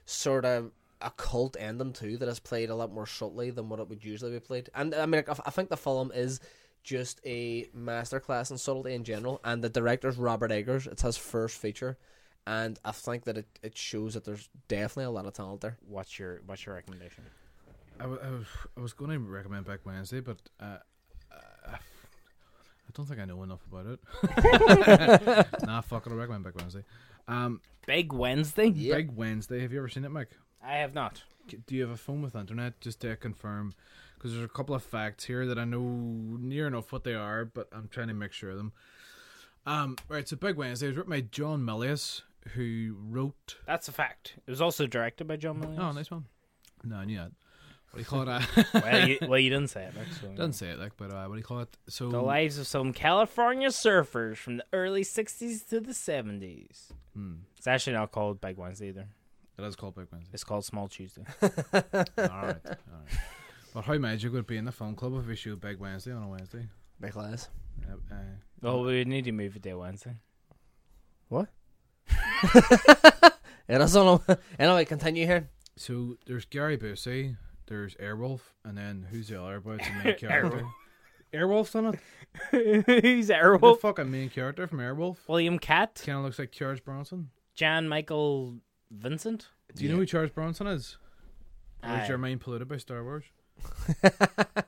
Speaker 2: sort of occult ending too that is played a lot more subtly than what it would usually be played. And I mean, I, I think the film is just a masterclass in subtlety in general. And the director's Robert Eggers. It's his first feature, and I think that it, it shows that there's definitely a lot of talent there.
Speaker 1: [laughs] What's your What's your recommendation?
Speaker 3: I, w- I was, I was going to recommend Back Wednesday, but uh, uh, I don't think I know enough about it. nah, fuck it, [laughs] I'll recommend Back Wednesday. Um,
Speaker 1: Big Wednesday.
Speaker 3: Big Wednesday, have you ever seen it, Mike?
Speaker 1: I have not.
Speaker 3: C- Do you have a phone with internet just to confirm? Because there's a couple of facts here that I know near enough what they are, but I'm trying to make sure of them. Um, right, so Big Wednesday was written by John Milius, who wrote
Speaker 1: That's a fact. It was also directed by John Williams.
Speaker 3: Oh, nice one. No, I knew that. What do you call [laughs] it? Uh,
Speaker 1: well, you, well, you didn't say it. Rick, so-
Speaker 3: doesn't say it like, but uh, what do you call it? So
Speaker 1: The lives of some California surfers from the early '60s to the '70s. It's actually not called Big Wednesday either.
Speaker 3: it is called Big Wednesday.
Speaker 1: It's called Small [laughs] Tuesday.
Speaker 3: all right, all right. But how magic would it be in the film club if we shoot Big Wednesday on a Wednesday?
Speaker 2: Big class.
Speaker 3: Yep, uh,
Speaker 1: well, Oh, we need to move it to Wednesday.
Speaker 2: What? [laughs] it is on. a- Anyway, continue here. [laughs]
Speaker 3: so there's Gary Busey, there's Airwolf, and then who's the other boy? It's
Speaker 1: [laughs]
Speaker 3: the main character. Airwolf's on it.
Speaker 1: [laughs] He's
Speaker 3: The
Speaker 1: Airwolf.
Speaker 3: fucking main character from Airwolf.
Speaker 1: William Cat,
Speaker 3: Kind of looks like Charles Bronson.
Speaker 1: Jan Michael Vincent.
Speaker 3: Do you know who Charles Bronson is? Or
Speaker 1: Aye.
Speaker 3: is your mind polluted by Star Wars? the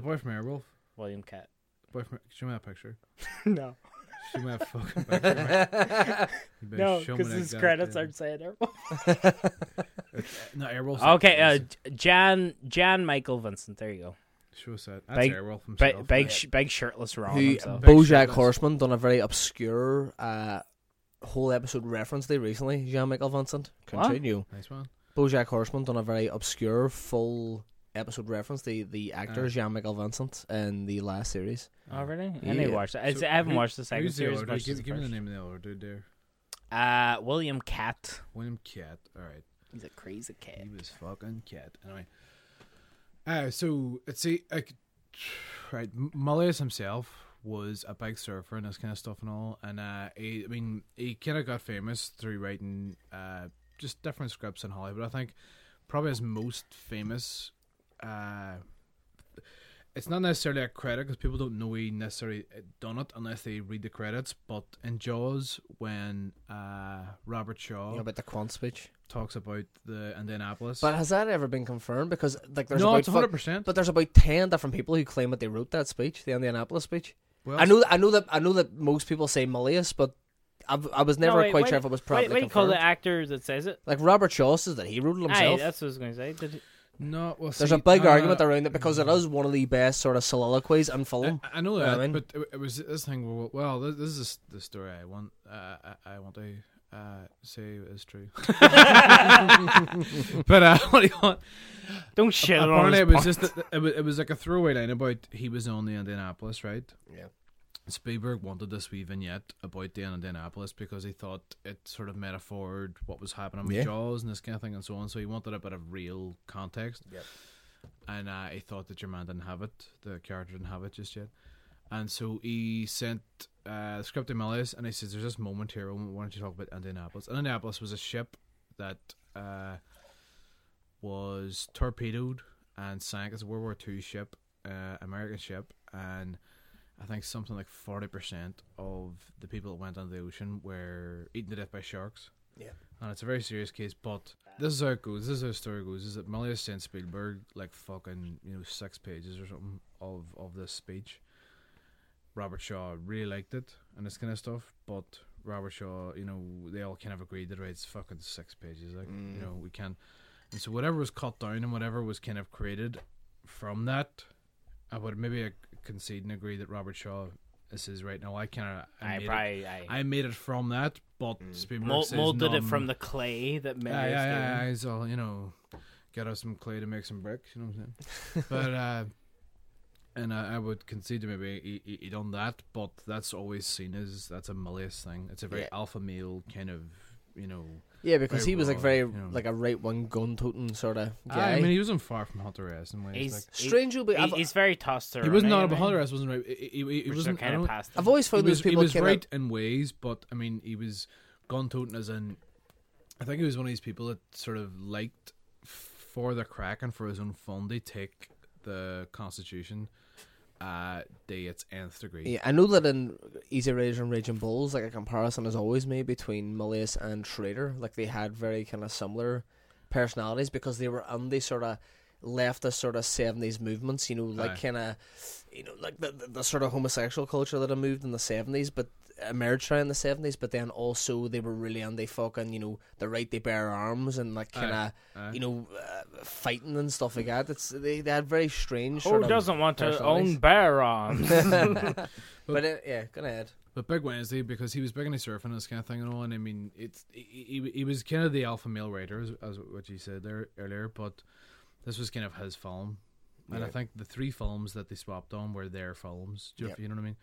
Speaker 3: boy from Airwolf.
Speaker 1: William Cat.
Speaker 3: The boy from, show me that picture.
Speaker 1: [laughs] No,
Speaker 3: Show me
Speaker 1: [laughs]
Speaker 3: that fucking picture. Right? You better
Speaker 1: no,
Speaker 3: show me
Speaker 1: because
Speaker 3: that
Speaker 1: his
Speaker 3: goddamn- Uh,
Speaker 1: credits aren't saying Airwolf.
Speaker 3: No, Airwolf's
Speaker 1: [laughs]
Speaker 3: not
Speaker 1: Okay, uh,
Speaker 3: Bronson.
Speaker 1: J- Jan Jan Michael Vincent. There you go.
Speaker 3: Show us that. That's
Speaker 1: Big,
Speaker 3: Airwolf
Speaker 1: big,
Speaker 3: himself.
Speaker 1: big, sh- big shirtless Ron
Speaker 2: Who
Speaker 1: himself.
Speaker 2: BoJack
Speaker 3: shirtless.
Speaker 2: Horseman done a very obscure uh, whole episode reference there recently. Jean Michael Vincent.
Speaker 1: What?
Speaker 2: Continue.
Speaker 3: Nice one.
Speaker 2: BoJack Horseman done a very obscure full episode reference. The the actor Jean Michael Vincent in the last series.
Speaker 1: Oh, really? I need to
Speaker 2: Yeah.
Speaker 1: watch that. I,
Speaker 3: So
Speaker 1: I haven't
Speaker 3: who-
Speaker 1: watched the second
Speaker 3: who's the
Speaker 1: series.
Speaker 3: other
Speaker 1: as much
Speaker 3: dude?
Speaker 1: as
Speaker 3: Give, give me the
Speaker 1: first.
Speaker 3: name of the other dude there.
Speaker 1: Uh, William Cat.
Speaker 3: William Cat. All right.
Speaker 1: He's a crazy cat.
Speaker 3: He was fucking cat. Anyway. Uh, so, let's see. I c- [sighs] right. M- Mullius himself was a big surfer and this kind of stuff and all. And uh, he, I mean, he kind of got famous through writing uh, just different scripts in Hollywood. I think probably his most famous. Uh, it's not necessarily a credit because people don't know he necessarily uh, done it unless they read the credits. But in Jaws, when uh, Robert Shaw
Speaker 2: About the quant speech.
Speaker 3: talks about the Indianapolis.
Speaker 2: But has that ever been confirmed? Because like there's
Speaker 3: No,
Speaker 2: about
Speaker 3: it's
Speaker 2: fuck-
Speaker 3: 100%.
Speaker 2: But there's about ten different people who claim that they wrote that speech, the Indianapolis speech.
Speaker 3: Well,
Speaker 2: I know, I know that, I know that most people say Malleus, but I've, I was never
Speaker 1: No, wait,
Speaker 2: quite
Speaker 1: wait,
Speaker 2: sure if it was
Speaker 1: wait,
Speaker 2: properly
Speaker 1: Wait, call
Speaker 2: confirmed.
Speaker 1: the actor that says it.
Speaker 2: like Robert Shaw says that he wrote it
Speaker 1: Aye,
Speaker 2: himself.
Speaker 1: that's what I was going to say. Did he-
Speaker 3: no, well,
Speaker 2: there's
Speaker 3: see,
Speaker 2: a big
Speaker 3: uh,
Speaker 2: argument around it because it is one of the best sort of soliloquies in
Speaker 3: I,
Speaker 2: film.
Speaker 3: I know
Speaker 2: You
Speaker 3: that,
Speaker 2: what I mean?
Speaker 3: but it, it was this thing. Well, well this, this is the story I want. Uh, I, I want to uh, say is true. [laughs] but uh, [laughs] what do you want?
Speaker 1: Don't shit on
Speaker 3: Apparently,
Speaker 1: his
Speaker 3: it was
Speaker 1: pants.
Speaker 3: just it was, it was like a throwaway line about he was on the Indianapolis, right?
Speaker 2: Yeah.
Speaker 3: Spielberg wanted this wee vignette about the Indianapolis because he thought it sort of metaphored what was happening with
Speaker 6: Yeah.
Speaker 3: Jaws and this kind of thing and so on. So he wanted a bit of real context. Yep. And uh, he thought that your man didn't have it. The character didn't have it just yet. And so he sent uh, the script to Millis and he says, There's this moment here. Why don't you talk about Indianapolis? Indianapolis was a ship that uh, was torpedoed and sank. It's a World War II ship, uh, American ship. And I think something like 40% of the people that went into the ocean were eaten to death by sharks.
Speaker 2: Yeah.
Speaker 3: And it's a very serious case, but this is how it goes. This is how the story goes. Is that Millie sent Spielberg like fucking you know six pages or something of of this speech. Robert Shaw really liked it and this kind of stuff, but Robert Shaw, you know, they all kind of agreed that right, it's fucking six pages. Like you know, we can't. And so whatever was cut down and whatever was kind of created from that, I would maybe uh, concede and agree that Robert Shaw. This is right now. I kind of
Speaker 1: I
Speaker 3: made it-
Speaker 1: probably- I-
Speaker 3: I made it from that, but Spielberg
Speaker 1: Mol-
Speaker 3: says
Speaker 1: molded it
Speaker 3: none.
Speaker 1: from the clay that
Speaker 3: Yeah,
Speaker 1: Mary
Speaker 3: yeah,
Speaker 1: was
Speaker 3: yeah,
Speaker 1: given.
Speaker 3: yeah. He's all, you know, get us some clay to make some bricks, you know what I'm
Speaker 1: [laughs]
Speaker 3: saying? but, uh, and I, I would concede to maybe he, he, he done that, but that's always seen as, that's a milius thing. It's a very
Speaker 2: Yeah.
Speaker 3: alpha male kind of, you know.
Speaker 2: Yeah, because
Speaker 3: Very
Speaker 2: he was like
Speaker 3: raw,
Speaker 2: very
Speaker 3: you know.
Speaker 2: like a right wing gun toting sort of guy.
Speaker 3: I mean, he wasn't far from Hunter S in ways.
Speaker 1: He's
Speaker 3: like,
Speaker 2: Strange,
Speaker 1: he-
Speaker 2: but I've-
Speaker 1: he's very tossed
Speaker 3: he was not, but Hunter S wasn't right. He, he- he- he wasn't, I
Speaker 1: kind of
Speaker 3: don't-
Speaker 1: past.
Speaker 2: I've always found
Speaker 3: he was,
Speaker 2: those people
Speaker 3: he was
Speaker 2: kinda-
Speaker 3: right in ways, but I mean, he was gun toting as in. I think he was one of these people that sort of liked for their crack and for his own fun. They take the Constitution, uh, they its nth degree.
Speaker 2: Yeah, I know that in Easy Rider and Raging Bulls, like a comparison is always made between Milius and Schrader. Like they had very kind of similar personalities because they were in these sort of leftist sort of seventies movements. You know, like
Speaker 3: Aye.
Speaker 2: kind of you know like the, the the sort of homosexual culture that had moved in the seventies, but emerged around the seventies. But then also they were really on they fucking you know the right they bear arms and like kind of you know uh, fighting and stuff like that. It's they, they had very strange.
Speaker 1: Who
Speaker 2: sort of
Speaker 1: doesn't want to
Speaker 2: personalities.
Speaker 1: own bear
Speaker 2: [laughs]
Speaker 3: [laughs]
Speaker 1: arms?
Speaker 2: But uh, yeah, go ahead.
Speaker 3: But Big Wednesday, because he was big into surfing and this kind of thing and all, and I mean, it's he, he, he was kind of the alpha male writer, as, as what you said there earlier, but this was kind of his film. And I think the three films that they swapped on were their films. Do you,
Speaker 2: Yep.
Speaker 3: you know what I mean?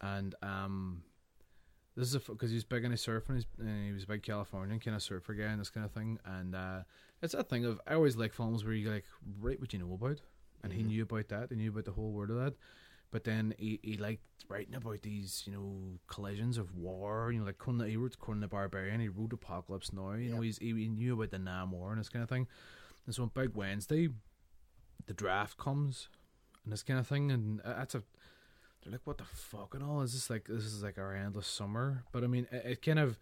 Speaker 3: And um, this is because he was big into surfing. He's, uh, he was a big Californian kind of surfer guy and this kind of thing. And uh, it's that thing of I always like films where you like write what you know about, and he knew about that. He knew about the whole world of that. But then he, he liked writing about these, you know, collisions of war. You know, like Conan, he wrote Conan the Barbarian. He wrote Apocalypse Now. You know, he's, he, he knew about the Nam War and this kind of thing. And so on Big Wednesday, the draft comes and this kind of thing, and uh, that's a they're like, what the fuck and all is this like? This is like our endless summer, but I mean, it, it kind of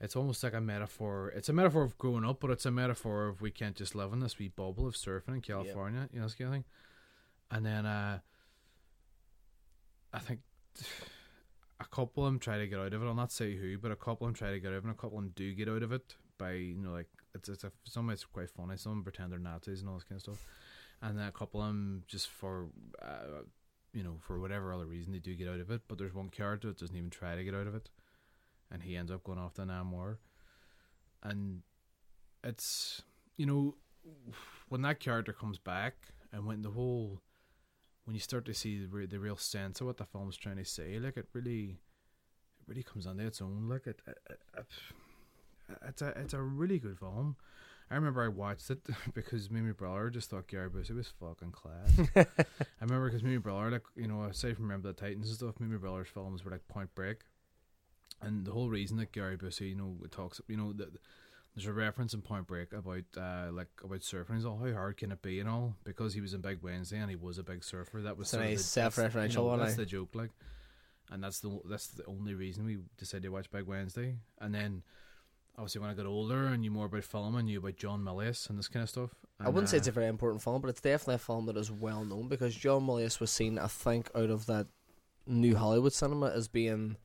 Speaker 3: it's almost like a metaphor. It's a metaphor of growing up, but it's a metaphor of we can't just live in this wee bubble of surfing in California, you know, this kind of thing. And then uh, I think [sighs] a couple of them try to get out of it. I'll not say who, but a couple of them try to get out of it, and a couple of them do get out of it by, you know, like, it's, it's a, some it's quite funny. Some of 'em pretend they're Nazis and all this kind of stuff. And then a couple of them, just for, uh, you know, for whatever other reason, they do get out of it. But there's one character that doesn't even try to get out of it. And he ends up going off to Nam War. And it's, you know, when that character comes back and when the whole when you start to see the, re- the real sense of what the film's trying to say, like it really, it really comes onto its own. Like it, it, it, it- it's a it's a really good film. I remember I watched it [laughs] because me and my brother just thought Gary Busey was
Speaker 2: [laughs]
Speaker 3: fucking class. I remember because me and my brother, like you know, aside from Remember the Titans and stuff, me and my brother's films were like Point Break, and the whole reason that Gary Busey, you know, talks, you know, that there's a reference in Point Break about uh, like about surfing. He's all, how hard can it be and all because he was in Big Wednesday and he was a big surfer. That was
Speaker 2: It's a
Speaker 3: sort of
Speaker 2: nice
Speaker 3: the- that's-
Speaker 2: self-referential
Speaker 3: you know,
Speaker 2: one,
Speaker 3: That's
Speaker 2: eh?
Speaker 3: the joke, like, and that's the that's the only reason we decided to watch Big Wednesday. And then obviously when I got older and knew more about film, I knew about John Milius and this kind of stuff.
Speaker 2: I wouldn't say it's a
Speaker 3: different.
Speaker 2: very important film, but it's definitely a film that is well known because John Milius was seen, I think, out of that new Hollywood cinema as being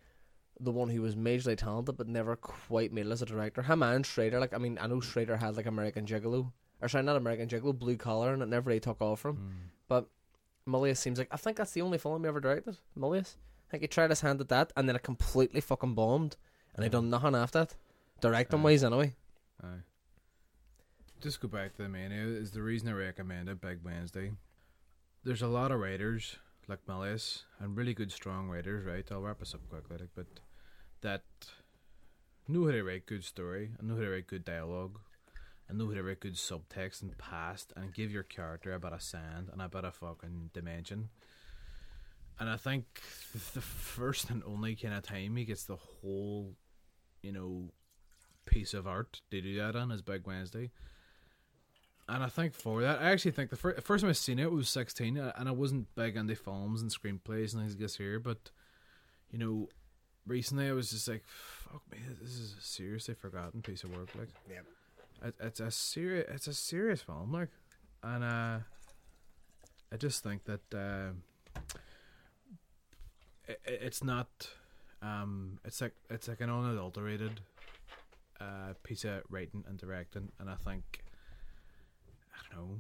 Speaker 2: the one who was majorly talented but never quite made it as a director. Him and Schrader, like I mean, I know Schrader had like American Gigolo, or sorry, not American Gigolo, Blue Collar, and it never really took off from. him. But Milius seems like I think that's the only film he ever directed. Milius, I think he tried his hand at that, and then it completely fucking bombed, and he done nothing after that, directing wise anyway.
Speaker 3: Aye. Just go back to the menu. Is the reason I recommended Big Wednesday. There's a lot of writers like Malleus and really good strong writers, right? I'll wrap us up quickly, like, but that knew how to write good story and knew how to write good dialogue and knew how to write good subtext and past and give your character a bit of sand and a bit of fucking dimension. And I think th- the first and only kind of time he gets the whole, you know, piece of art to do that on is Big Wednesday. And I think for that, I actually think the fir- first time I seen it was 16, uh, and I wasn't big into films and screenplays and things like this here, but, you know, recently I was just like, fuck me, this is a seriously forgotten piece of work. Like,
Speaker 2: Yep.
Speaker 3: it, it's a serious, it's a serious film, like, and uh, I just think that uh, i i- it's not, um, it's like it's like an unadulterated uh, piece of writing and directing, and I think I don't know.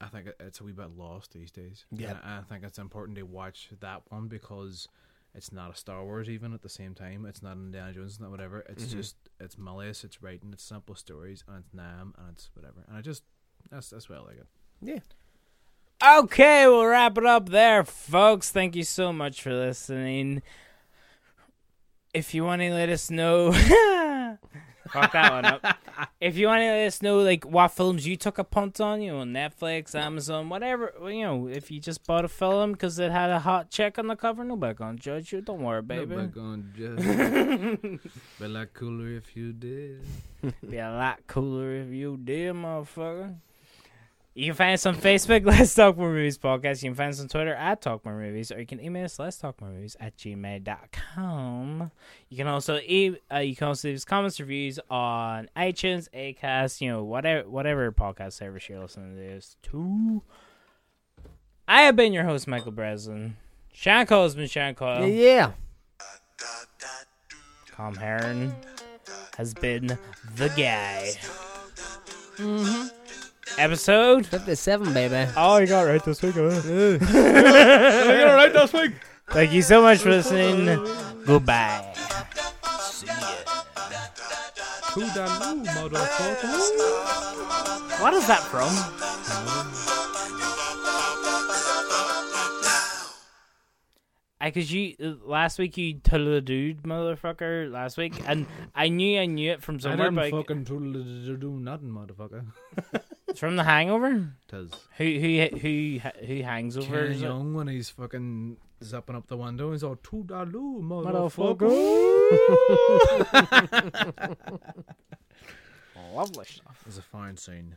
Speaker 3: I think it- it's a wee bit lost these days.
Speaker 2: Yeah.
Speaker 3: And I I think it's important to watch that one because it's not a Star Wars even at the same time. It's not Indiana Jones, it's not whatever. It's just it's Malleus, it's writing, it's simple stories, and it's Nam, and it's whatever. And I just that's that's why I like it.
Speaker 2: Yeah.
Speaker 1: Okay, we'll wrap it up there, folks. Thank you so much for listening. If you want to let us know, [laughs] fuck that one up. If you want to let us know, like what films you took a punt on, you know, Netflix, Amazon, whatever, well, you know, if you just bought a film because it had a hot chick on the cover, nobody gonna judge you. Don't worry, baby.
Speaker 3: Nobody gonna
Speaker 1: [laughs]
Speaker 3: judge. but like cooler if you did.
Speaker 1: Be a lot cooler if you did, motherfucker. You can find us on Facebook, [laughs] Let's Talk More Movies Podcast. You can find us on Twitter at Talk More Movies, or you can email us, Let's Talk More Movies at gmail.com. You can also e- uh, you can also leave us comments, reviews on iTunes, Acast, you know, whatever whatever podcast service you're listening to this to. I have been your host, Michael Breslin. Sean Cole has been Sean Cole.
Speaker 2: yeah.
Speaker 1: Tom Heron has been the guy. Episode.
Speaker 2: 57, baby.
Speaker 1: Oh, you got right this week.
Speaker 3: [laughs]
Speaker 1: Thank you so much for listening. Goodbye.
Speaker 3: Toodaloo, motherfucker.
Speaker 1: What is that from? I cause you uh, last week you told the dude motherfucker last week and I knew I knew it from
Speaker 3: I
Speaker 1: somewhere
Speaker 3: didn't
Speaker 1: but I-
Speaker 3: fucking toodaloo do nothing, motherfucker.
Speaker 1: it's from The Hangover.
Speaker 3: Tis.
Speaker 1: Who who who who hangs over?
Speaker 3: Ken
Speaker 1: is it?
Speaker 3: Young when he's fucking zipping up the window. He's all toodaloo, motherfucker.
Speaker 1: Motherfucker.
Speaker 3: [laughs]
Speaker 1: Lovely stuff.
Speaker 3: It's a fine scene.